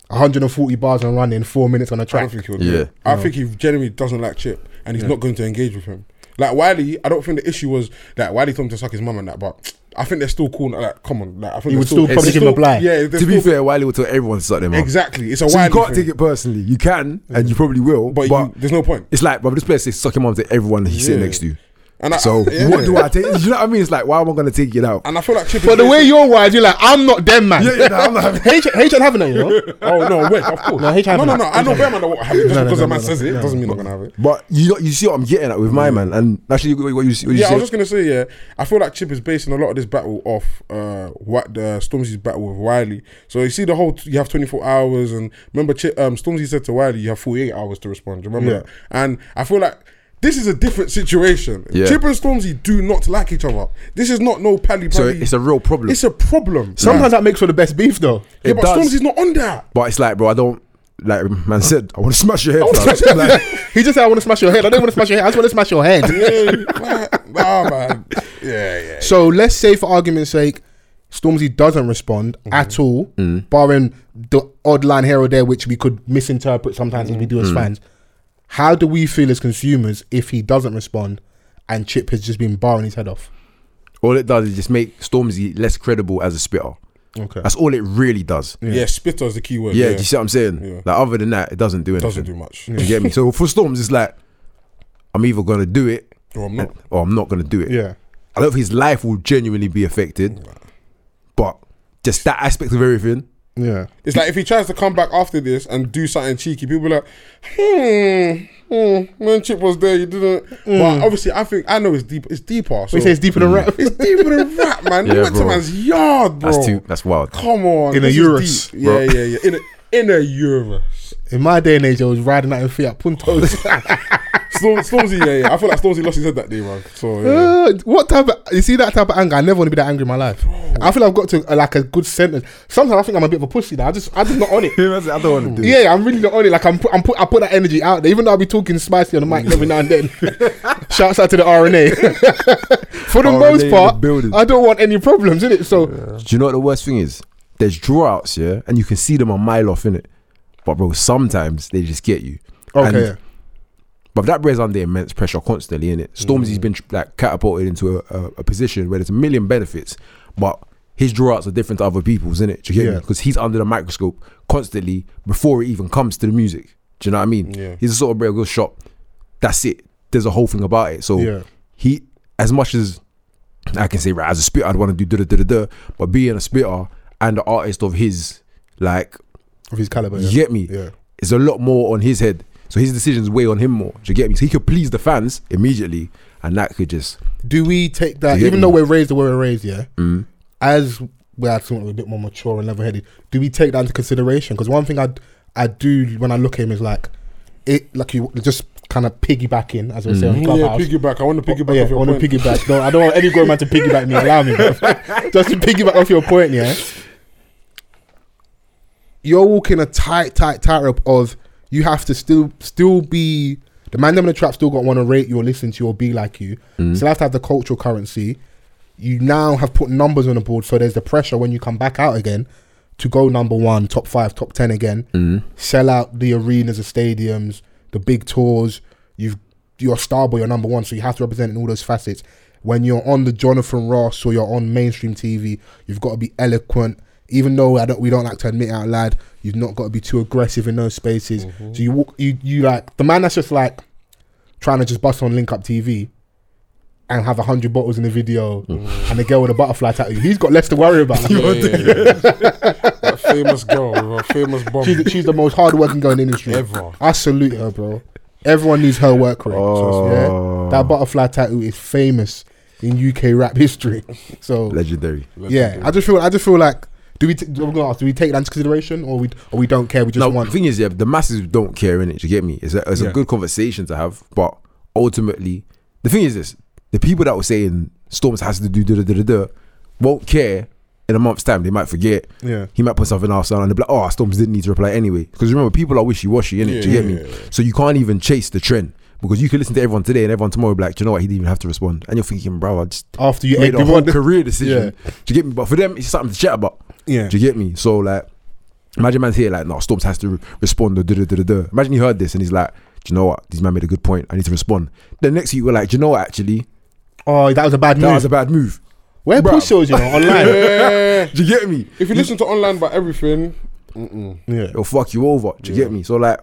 Speaker 3: 140 bars and running, four minutes on a
Speaker 4: I don't
Speaker 3: track.
Speaker 4: think he'll do
Speaker 5: Yeah.
Speaker 4: it. I think he genuinely doesn't like Chip and he's not going to engage with him. Like, Wiley, I don't think the issue was that Wiley told him to suck his mum and that, but I think they're still cool. Like, come on. Like, I think
Speaker 3: He
Speaker 4: they're
Speaker 3: would still probably
Speaker 5: give
Speaker 3: him a
Speaker 4: still-
Speaker 3: blind.
Speaker 4: Yeah,
Speaker 5: to be fair, Wiley will tell everyone to suck them up.
Speaker 4: Exactly. It's a
Speaker 5: So
Speaker 4: Wiley.
Speaker 5: you can't
Speaker 4: thing.
Speaker 5: take it personally. You can, and you probably will,
Speaker 4: But,
Speaker 5: but,
Speaker 4: you- there's no point.
Speaker 5: it's like, bro, this player says suck your mom to everyone he's sitting
Speaker 4: Yeah.
Speaker 5: next to you.
Speaker 4: And I-
Speaker 5: so
Speaker 4: yeah.
Speaker 5: what do I take? You know what I mean? It's like, why am I going to take it out?
Speaker 4: And I feel like Chip.
Speaker 3: But
Speaker 4: is
Speaker 3: the way you're wise, you're like, I'm not them, man.
Speaker 5: Yeah, yeah, no, I'm not having-
Speaker 3: H- H ain't having that, you know?
Speaker 4: Oh no, wait, of course.
Speaker 3: No, he can't
Speaker 4: no, no,
Speaker 3: have
Speaker 4: no.
Speaker 3: it.
Speaker 4: I know Bearman won't have it just
Speaker 3: No, no,
Speaker 4: because
Speaker 3: no,
Speaker 4: a man
Speaker 3: no,
Speaker 4: says it
Speaker 3: no.
Speaker 4: doesn't mean they're gonna have it.
Speaker 5: But you you see what I'm getting at with my man, and actually what you, what you
Speaker 4: Mm. Yeah, I
Speaker 5: said-
Speaker 4: was just gonna say, yeah, I feel like Chip is basing a lot of this battle off uh what the Stormzy's battle with Wiley. So you see the whole you have 24 hours, and remember, Chip, um, Stormzy said to Wiley, you have 48 hours to respond. Do you remember?
Speaker 3: Yeah.
Speaker 4: that? And I feel like. This is a different situation.
Speaker 5: Yeah.
Speaker 4: Chip and Stormzy do not like each other. This is not no pally pally.
Speaker 5: So it's a real problem.
Speaker 4: It's a problem.
Speaker 3: Sometimes that makes for the best beef, though.
Speaker 4: yeah,
Speaker 5: it
Speaker 4: but
Speaker 5: does.
Speaker 4: Stormzy's not on that.
Speaker 5: but it's like, bro, I don't like man said. I want to smash your head.
Speaker 4: wanna
Speaker 5: fam.
Speaker 4: smash your
Speaker 5: Like,
Speaker 3: he just said, I want to smash your head. I don't want to smash your head. I just want to smash your head.
Speaker 4: Yeah, nah, man. Yeah, yeah.
Speaker 3: So let's say, for argument's sake, Stormzy doesn't respond at all, barring the odd line here or there, which we could misinterpret sometimes as we do as fans. How do we feel as consumers if he doesn't respond and Chip has just been barring his head off?
Speaker 5: all it does is just make Stormzy less credible as a spitter.
Speaker 3: Okay.
Speaker 5: That's all it really does. Yeah,
Speaker 4: Yeah, spitter is the key word.
Speaker 5: do you see what I'm saying?
Speaker 4: Yeah.
Speaker 5: Like other than that, it doesn't do anything.
Speaker 4: doesn't do much.
Speaker 5: You get me? So for Storms, it's like I'm either gonna do it
Speaker 4: Or I'm not.
Speaker 5: or I'm not gonna do it.
Speaker 3: Yeah.
Speaker 5: I don't think his life will genuinely be affected, but just that aspect of everything.
Speaker 3: Yeah.
Speaker 4: It's like if he tries to come back after this and do something cheeky, people be like, hmm, hmm, when Chip was there, you didn't. But obviously, I think I know it's deep. It's deeper. So
Speaker 3: Hmm. He says deeper than rap.
Speaker 4: It's deeper than rap, man.
Speaker 5: Yeah,
Speaker 4: you went
Speaker 5: bro.
Speaker 4: to man's yard, bro.
Speaker 5: That's too. That's wild.
Speaker 4: Come on,
Speaker 3: In a
Speaker 4: this is
Speaker 3: Urus,
Speaker 4: deep. Yeah, yeah, yeah. In a in a Urus.
Speaker 3: In my day and age, I was riding out in Fiat Puntos.
Speaker 4: Storm, Stormzy, yeah, yeah. I feel like Stormzy lost his head that day, man. So yeah.
Speaker 3: Uh, what type of you see that type of anger? I never want to be that angry in my life. I feel I've got to uh, like a good sentence. Sometimes I think I'm a bit of a pussy. Now I just I'm just not on it.
Speaker 5: I don't want to do.
Speaker 3: Yeah, I'm really not on it. Like I'm, put, I'm put, I put that energy out there. Even though I'll be talking spicy on the mic every now and then. Shouts out to the RNA. For the
Speaker 5: RNA in
Speaker 3: most
Speaker 5: the
Speaker 3: part,
Speaker 5: building.
Speaker 3: I don't want any problems in it. So
Speaker 5: Do you know what the worst thing is? There's drawouts, yeah, and you can see them a mile off in it. But bro, sometimes they just get you. And-
Speaker 3: okay, yeah.
Speaker 5: But that boy's under immense pressure constantly, in it. Stormzy's
Speaker 3: Mm.
Speaker 5: been tr- like catapulted into a, a, a position where there's a million benefits, but his drawouts are different to other people's, in it. Do you get
Speaker 3: Yeah.
Speaker 5: me? Because he's under the microscope constantly before it even comes to the music. Do you know what I mean?
Speaker 4: Yeah.
Speaker 5: He's the sort of boy who goes shop. That's it. There's a whole thing about it. So
Speaker 3: Yeah.
Speaker 5: he, as much as I can say, right, as a spitter, I'd want to do da da da da, but being a spitter and the artist of his, like,
Speaker 3: of his caliber.
Speaker 5: you
Speaker 3: Yeah.
Speaker 5: get me?
Speaker 3: Yeah.
Speaker 5: It's a lot more on his head. So his decisions weigh on him more. Do you get me? So he could please the fans immediately, and that could just
Speaker 3: Do we take that,
Speaker 5: You get
Speaker 3: even
Speaker 5: me?
Speaker 3: though we're raised the way we're raised, yeah? Mm. As we're at something a bit more mature and level headed, do we take that into consideration? Because one thing I, I do when I look at him is like, it like you just kind of piggybacking, as we say on
Speaker 4: yeah,
Speaker 3: Clubhouse.
Speaker 4: piggyback. I want to piggyback
Speaker 3: Oh, yeah,
Speaker 4: off
Speaker 3: I
Speaker 4: your
Speaker 3: want to
Speaker 4: point.
Speaker 3: piggyback. No, I don't want any grown man to piggyback me. Allow me, bro. just to piggyback off your point. Yeah, you're walking a tight, tight tightrope of you have to still, still be the man down in the trap. Still got want to rate you or listen to you or be like you. Still have to have the cultural currency. You now have put numbers on the board, so there's the pressure when you come back out again to go number one, top five, top ten again. Sell out the arenas, the stadiums, the big tours. You've you're a star boy, you're number one, so you have to represent in all those facets. When you're on the Jonathan Ross or you're on mainstream TV, you've got to be eloquent. Even though I don't, we don't like to admit out loud, you've not got to be too aggressive in those spaces.
Speaker 4: Mm-hmm.
Speaker 3: So you walk, you you like the man that's just like trying to just bust on Link Up TV and have a hundred bottles in the video, and the girl with a butterfly tattoo. He's got less to worry about.
Speaker 4: Mm. Yeah, yeah, yeah. that famous girl with a famous bomb.
Speaker 3: She's, she's the most hardworking girl in the industry.
Speaker 4: Ever.
Speaker 3: I salute her, bro. Everyone needs her work rate.
Speaker 5: Oh.
Speaker 3: Yeah? That butterfly tattoo is famous in UK rap history. So
Speaker 5: legendary.
Speaker 3: yeah, I just feel I just feel like do we t- I'm gonna ask, do we take that into consideration or we or we don't care? We just
Speaker 5: Now the
Speaker 3: want
Speaker 5: thing is, yeah, the masses don't care in it. You get me? It's a, it's
Speaker 4: Yeah.
Speaker 5: a good conversation to have, but ultimately, the thing is this: the people that were saying Storms has to do da da da da da won't care in a month's time. They might forget.
Speaker 3: Yeah.
Speaker 5: He might put something else on, and they'll be like, "Oh, Storms didn't need to reply anyway." Because remember, people are wishy washy in it. Do you
Speaker 4: Yeah,
Speaker 5: get me?
Speaker 4: yeah, yeah.
Speaker 5: So you can't even chase the trend. Because you can listen to everyone today and everyone tomorrow, will be like, do you know what? He didn't even have to respond. And you're thinking, bro, I just
Speaker 3: after you egg
Speaker 5: made a
Speaker 3: them
Speaker 5: whole
Speaker 3: on.
Speaker 5: career decision.
Speaker 3: Yeah.
Speaker 5: Do you get me? But for them, it's something to chat about.
Speaker 3: Yeah.
Speaker 5: Do you get me? So like, imagine man's here like, no, Storms has to re- respond. Or da, da, da, da, da. Imagine he heard this and he's like, do you know what? These man made a good point. I need to respond. Then next week we're like, do you know what? Actually,
Speaker 3: Oh, that was a bad
Speaker 5: that was
Speaker 3: move.
Speaker 5: a bad move.
Speaker 3: Where
Speaker 5: Bruh.
Speaker 3: push you know online?
Speaker 4: Yeah.
Speaker 5: Do you get me?
Speaker 4: If you listen to online about everything,
Speaker 3: yeah,
Speaker 5: It'll fuck you over. Do you get me? So like,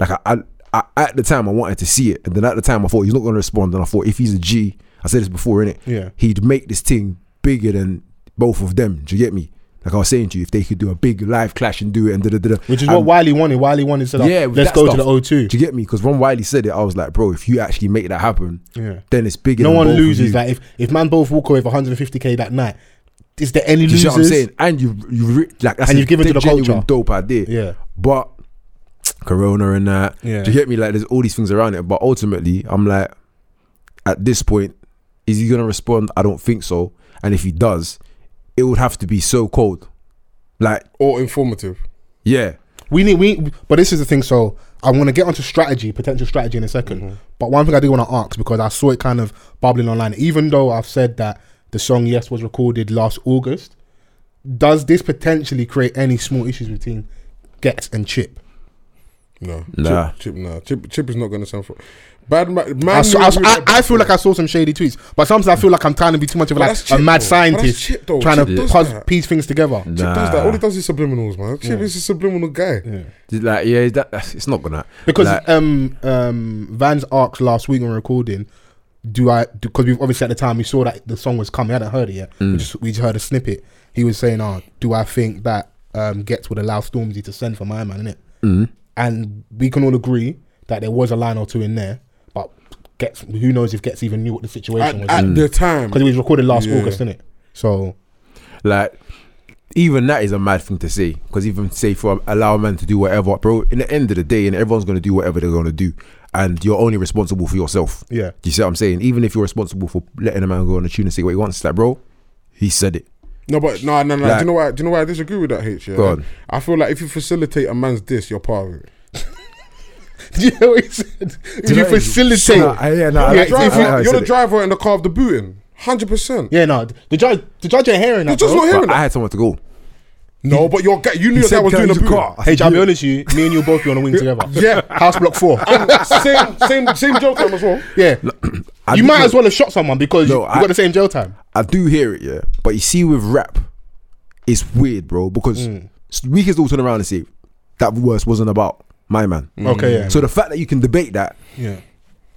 Speaker 5: like I, I, I at the time I wanted to see it, and then at the time I thought he's not going to respond, and I thought if he's a G, I said this before, innit?
Speaker 3: Yeah.
Speaker 5: He'd make this thing bigger than both of them. Do you get me? Like I was saying to you, if they could do a big live clash and do it and da da da. da.
Speaker 3: which is
Speaker 5: And-
Speaker 3: what Wiley wanted. Wiley wanted to like,
Speaker 5: yeah, with
Speaker 3: let's
Speaker 5: that
Speaker 3: go
Speaker 5: stuff.
Speaker 3: to the O2.
Speaker 5: Do you get me? Because when Wiley said it, I was like, bro, if you actually make that happen,
Speaker 3: Yeah.
Speaker 5: then it's bigger.
Speaker 3: no
Speaker 5: than
Speaker 3: one
Speaker 5: both of
Speaker 3: loses.
Speaker 5: you.
Speaker 3: Like if if man both walk away with 150k that night, is there any
Speaker 5: Do
Speaker 3: losers?
Speaker 5: you see what I'm saying? And you, you re- like, that's
Speaker 3: And
Speaker 5: a
Speaker 3: you've given to
Speaker 5: dead
Speaker 3: the culture.
Speaker 5: genuine dope idea.
Speaker 3: Yeah.
Speaker 5: but Corona and that.
Speaker 3: Yeah.
Speaker 5: Do you get me? Like, there's all these things around it. But ultimately, I'm like, at this point, is he gonna respond? I don't think so. And if he does, it would have to be so cold. Like,
Speaker 4: or informative.
Speaker 5: yeah,
Speaker 3: We need we, but this is the thing. So I want to get onto strategy, potential strategy in a 2nd
Speaker 4: Mm-hmm.
Speaker 3: But one thing I do want to ask because I saw it kind of bubbling online. Even though I've said that the song Yes was recorded last August, does this potentially create any small issues between Gets and Chip?
Speaker 4: No,
Speaker 5: Nah.
Speaker 4: Chip, chip nah. Chip, chip is not gonna sound for. Bad man. man
Speaker 3: I, saw, I,
Speaker 4: knows
Speaker 3: saw-
Speaker 4: who
Speaker 3: I,
Speaker 4: that-
Speaker 3: I feel like I saw some shady tweets, but sometimes I feel like I'm trying to be too much of
Speaker 4: But
Speaker 3: like
Speaker 4: that's
Speaker 3: a
Speaker 4: Chip,
Speaker 3: mad
Speaker 4: though. But that's
Speaker 3: scientist
Speaker 4: Chip, though.
Speaker 3: trying
Speaker 4: Chip
Speaker 3: to
Speaker 4: does
Speaker 3: puz-
Speaker 4: that.
Speaker 3: piece things together.
Speaker 5: Mm.
Speaker 4: Chip does that.
Speaker 5: Nah.
Speaker 4: All he does is subliminals, man. Chip is a subliminal guy.
Speaker 5: Did, like yeah, that, that's- it's not gonna
Speaker 3: Because
Speaker 5: like,
Speaker 3: um um Van's arcs last week when recording, do I because we've obviously at the time we saw that the song was coming, I hadn't heard it yet.
Speaker 4: Mm.
Speaker 3: We just we just heard a snippet. He was saying, "Oh, do I think that um, Gets would allow Stormzy to send for my man?" Innit?
Speaker 4: Mm-hmm.
Speaker 3: Mm. And we can all agree that there was a line or two in there, but Gets, who knows if Gets even knew what the
Speaker 4: At,
Speaker 3: situation was
Speaker 4: at
Speaker 5: Mm.
Speaker 4: the time,
Speaker 3: because it was recorded last
Speaker 4: Yeah.
Speaker 3: August, innit? So
Speaker 5: Like, even that is a mad thing to say. Because even say for allow a man to do whatever, bro. In the end of the day, and everyone's gonna do whatever they're gonna do, and you're only responsible for yourself.
Speaker 3: Yeah.
Speaker 5: Do you see what I'm saying? Even if you're responsible for letting a man go on a tune and say what he wants, it's like, bro, he said it.
Speaker 4: No, but no, no, no. do
Speaker 5: Like-
Speaker 4: you know why? Do you know why I disagree with that? H. Yeah?
Speaker 5: Go on.
Speaker 4: I feel like if you facilitate a man's diss, you're part of it.
Speaker 3: did you hear what he said? Did you
Speaker 5: know what it is?
Speaker 3: facilitate?
Speaker 5: Nah, I- yeah, nah, I
Speaker 3: Yeah, if
Speaker 5: like- I
Speaker 4: Driver,
Speaker 5: like how he
Speaker 4: you're
Speaker 5: said
Speaker 4: the
Speaker 5: it.
Speaker 4: driver in the car of the booting, hundred percent.
Speaker 3: Yeah, no, the judge, the judge ain't hearing that.
Speaker 4: just
Speaker 3: bro.
Speaker 4: not hearing
Speaker 5: But I
Speaker 4: that.
Speaker 5: had someone to go.
Speaker 4: No, but your guy, you knew your guy was doing a
Speaker 5: "Guys, you
Speaker 4: booting.
Speaker 5: can't." I
Speaker 3: Hey,
Speaker 5: said,
Speaker 3: I'll be honest with you. Me and you both be on a wing together.
Speaker 4: Yeah.
Speaker 3: house block four.
Speaker 4: same, same, same joke time as well.
Speaker 3: Yeah,
Speaker 5: I
Speaker 3: you
Speaker 5: do
Speaker 3: might
Speaker 5: know-
Speaker 3: as well have shot someone because
Speaker 5: No,
Speaker 3: you, you
Speaker 5: I-
Speaker 3: got the same jail time.
Speaker 5: I do hear it, yeah. But you see, with rap, it's weird, bro, because
Speaker 3: Mm.
Speaker 5: we can all turn around and say that verse wasn't about my man.
Speaker 3: Mm. Okay, yeah.
Speaker 5: So the fact that you can debate that,
Speaker 3: yeah,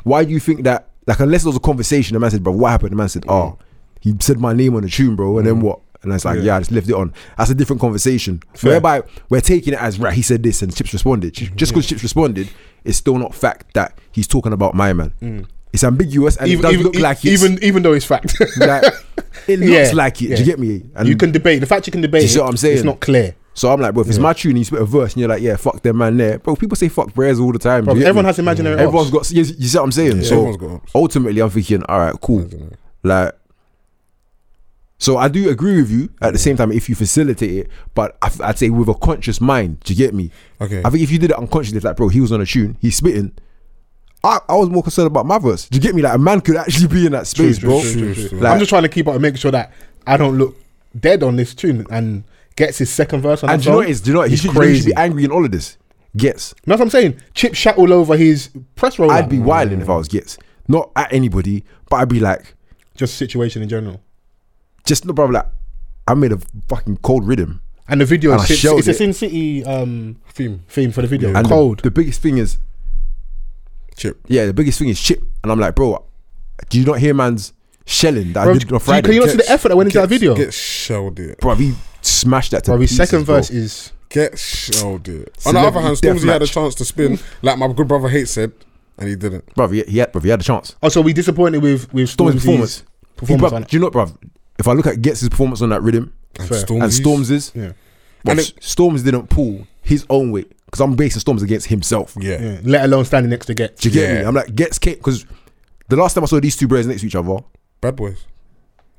Speaker 5: why do you think that? Like, unless there was a conversation, the man said, "Bro, what happened?" The man said, "Oh, he said my name on the tune, bro."
Speaker 3: Mm.
Speaker 5: And then what? And it's like, yeah. I just left it on. That's a different conversation. Whereby we're taking it as right. He said this, and Chips responded.
Speaker 3: Mm-hmm.
Speaker 5: Just because Chips responded, it's still not fact that he's talking about my man. It's ambiguous, and
Speaker 3: Mm.
Speaker 5: it
Speaker 3: even
Speaker 5: does
Speaker 3: even, e-
Speaker 5: look like it's,
Speaker 3: even even though it's fact,
Speaker 5: like, it looks
Speaker 3: Yeah,
Speaker 5: like it. Do
Speaker 3: yeah.
Speaker 5: you get me?
Speaker 3: you can debate. The fact you can debate,
Speaker 5: Do you see
Speaker 3: it,
Speaker 5: what I'm saying?
Speaker 3: It's not clear.
Speaker 5: So I'm like, bro, if it's my tune, and you spit a verse, and you're like, yeah, fuck them man there, bro. People say fuck prayers all the time.
Speaker 3: Bro,
Speaker 5: do you get
Speaker 3: everyone
Speaker 5: me?
Speaker 3: has imaginary. Yeah.
Speaker 5: Everyone's got. You, you see what I'm saying? so
Speaker 4: everyone's got ups.
Speaker 5: ultimately, I'm thinking, all right, cool. Like, so I do agree with you. At the same time, if you facilitate it, but I, would say with a conscious mind, do you get me?
Speaker 4: Okay.
Speaker 5: I think if you did it unconsciously, it's like, bro, he was on a tune, he's spitting. I, I was more concerned about my verse. Do you get me? Like a man could actually be in that space,
Speaker 3: true,
Speaker 5: bro.
Speaker 3: true,
Speaker 4: true, true, true.
Speaker 5: Like,
Speaker 3: I'm just trying to keep up and make sure that I don't look dead on this tune and gets his second verse on
Speaker 5: and
Speaker 3: that
Speaker 5: do you know
Speaker 3: song.
Speaker 5: what it is? Do you know what? He
Speaker 3: It's
Speaker 5: should, you know he should
Speaker 3: crazy.
Speaker 5: be angry in all of this. Gets.
Speaker 3: That's what I'm saying. Chip shat all over his press roll.
Speaker 5: I'd be wilding if I was Gets. Not at anybody, but I'd be like,
Speaker 3: just situation in general.
Speaker 5: just no, bro. Like, I made a fucking cold rhythm.
Speaker 3: And the video,
Speaker 5: And I
Speaker 3: is Sin-
Speaker 5: showed
Speaker 3: it's a
Speaker 5: it.
Speaker 3: Sin City um,
Speaker 4: Theme,
Speaker 3: theme for the video.
Speaker 5: And the-
Speaker 3: Cold.
Speaker 5: The, biggest thing is,
Speaker 4: chip.
Speaker 5: yeah, the biggest thing is Chip. And I'm like, bro, do you not hear man's shelling that
Speaker 3: Bro,
Speaker 5: I did
Speaker 3: do you-
Speaker 5: on Friday?
Speaker 3: can you not see the effort that went into that video?
Speaker 4: Get shelled it.
Speaker 5: bro, he smashed that to
Speaker 3: Bro, his
Speaker 5: pieces,
Speaker 3: second
Speaker 5: bro.
Speaker 3: verse is
Speaker 4: Get shelled it. On the other hand,
Speaker 5: Celebrity
Speaker 4: Stormzy had a
Speaker 5: deathmatch.
Speaker 4: chance to spin, like my good brother Hate said, and he didn't.
Speaker 5: bro. He, he had, bro, he had a chance.
Speaker 3: Oh, so we disappointed with with
Speaker 5: Storm's
Speaker 3: Stormzy's
Speaker 5: performance. He,
Speaker 3: Performance
Speaker 5: bruv,
Speaker 3: on it.
Speaker 5: do you know, bro? If I look at Gets' performance on that rhythm
Speaker 4: And
Speaker 3: Fair.
Speaker 5: and
Speaker 4: Stormzy's-
Speaker 5: Storms's,
Speaker 3: Yeah.
Speaker 5: bruv,
Speaker 4: And it-
Speaker 5: Storms didn't pull his own weight because I'm basing Storms against himself.
Speaker 4: Yeah.
Speaker 3: Yeah. Let alone standing next to Get.
Speaker 5: Do you get
Speaker 4: Yeah.
Speaker 5: me? I'm like, Gets came because the last time I saw these two brothers next to each other,
Speaker 4: Bad Boys.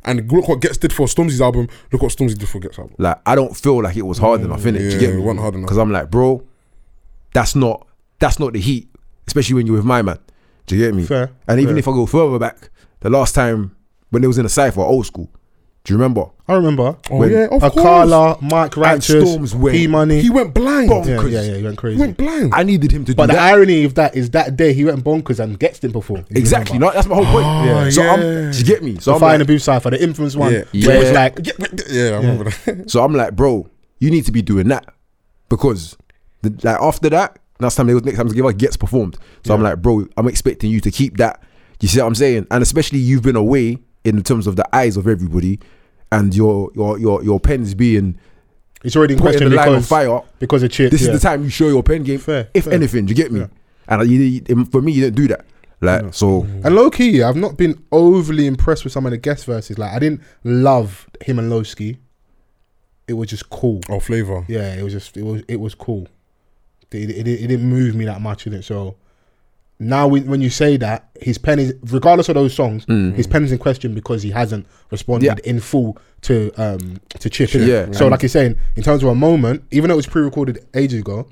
Speaker 4: And look what Gets did for Stormzy's album. Look what Stormzy did for Gets album.
Speaker 5: like I don't feel like it was hard enough in it.
Speaker 4: yeah,
Speaker 5: you get me?
Speaker 4: it wasn't hard enough.
Speaker 5: Because I'm like, bro, that's not that's not the heat, especially when you're with my man. Do you get me?
Speaker 3: Fair,
Speaker 5: And even
Speaker 3: fair.
Speaker 5: if I go further back, the last time when they was in a cipher, old school. Do you remember?
Speaker 3: I remember.
Speaker 4: Oh
Speaker 5: When-
Speaker 4: yeah, of course.
Speaker 3: Akala, Mike Righteous,
Speaker 5: Storm's way.
Speaker 3: P Money.
Speaker 4: He went blind.
Speaker 5: Bonkers.
Speaker 3: Yeah, yeah, yeah, he went
Speaker 4: He
Speaker 3: crazy.
Speaker 4: went blind.
Speaker 5: I needed him to do
Speaker 3: but the
Speaker 5: that.
Speaker 3: irony of that is that day he went bonkers and Gets didn't perform. You
Speaker 5: exactly.
Speaker 3: remember?
Speaker 5: No, that's my whole point.
Speaker 4: Yeah.
Speaker 5: So
Speaker 4: yeah.
Speaker 5: I'm, do you get me? So
Speaker 3: The
Speaker 5: I'm
Speaker 3: Fire in
Speaker 5: like,
Speaker 3: the Booth Cypher, the infamous one.
Speaker 4: Yeah.
Speaker 5: Yeah.
Speaker 3: Where it was like,
Speaker 4: Yeah, yeah, I remember that.
Speaker 5: so I'm like, bro, you need to be doing that because the, like after that, last time they was next time together gets performed. So I'm like, bro, I'm expecting you to keep that. You see what I'm saying? And especially you've been away in terms of the eyes of everybody, and your your your your pen's being.
Speaker 3: it's already in
Speaker 5: Putting
Speaker 3: question
Speaker 5: the line on
Speaker 3: because,
Speaker 5: fire.
Speaker 3: because of Chip.
Speaker 5: This
Speaker 3: yeah.
Speaker 5: is the time you show your pen game,
Speaker 3: Fair,
Speaker 5: if
Speaker 3: fair.
Speaker 5: anything. Do you get me? And you, you- for me, you didn't do that. Like so,
Speaker 3: And low key, I've not been overly impressed with some of the guest verses. Like, I didn't love him and Lowski. It was just cool.
Speaker 4: Oh, flavor.
Speaker 3: yeah, it was just it was it was cool. It, it, it didn't move me that much in it. So now when, when you say that his pen is regardless of those songs, his pen is in question because he hasn't responded
Speaker 5: Hmm. Yeah.
Speaker 3: in full to um to Chip. innit?
Speaker 5: Yeah.
Speaker 3: So like you're saying, in terms of a moment, even though it was pre-recorded ages ago,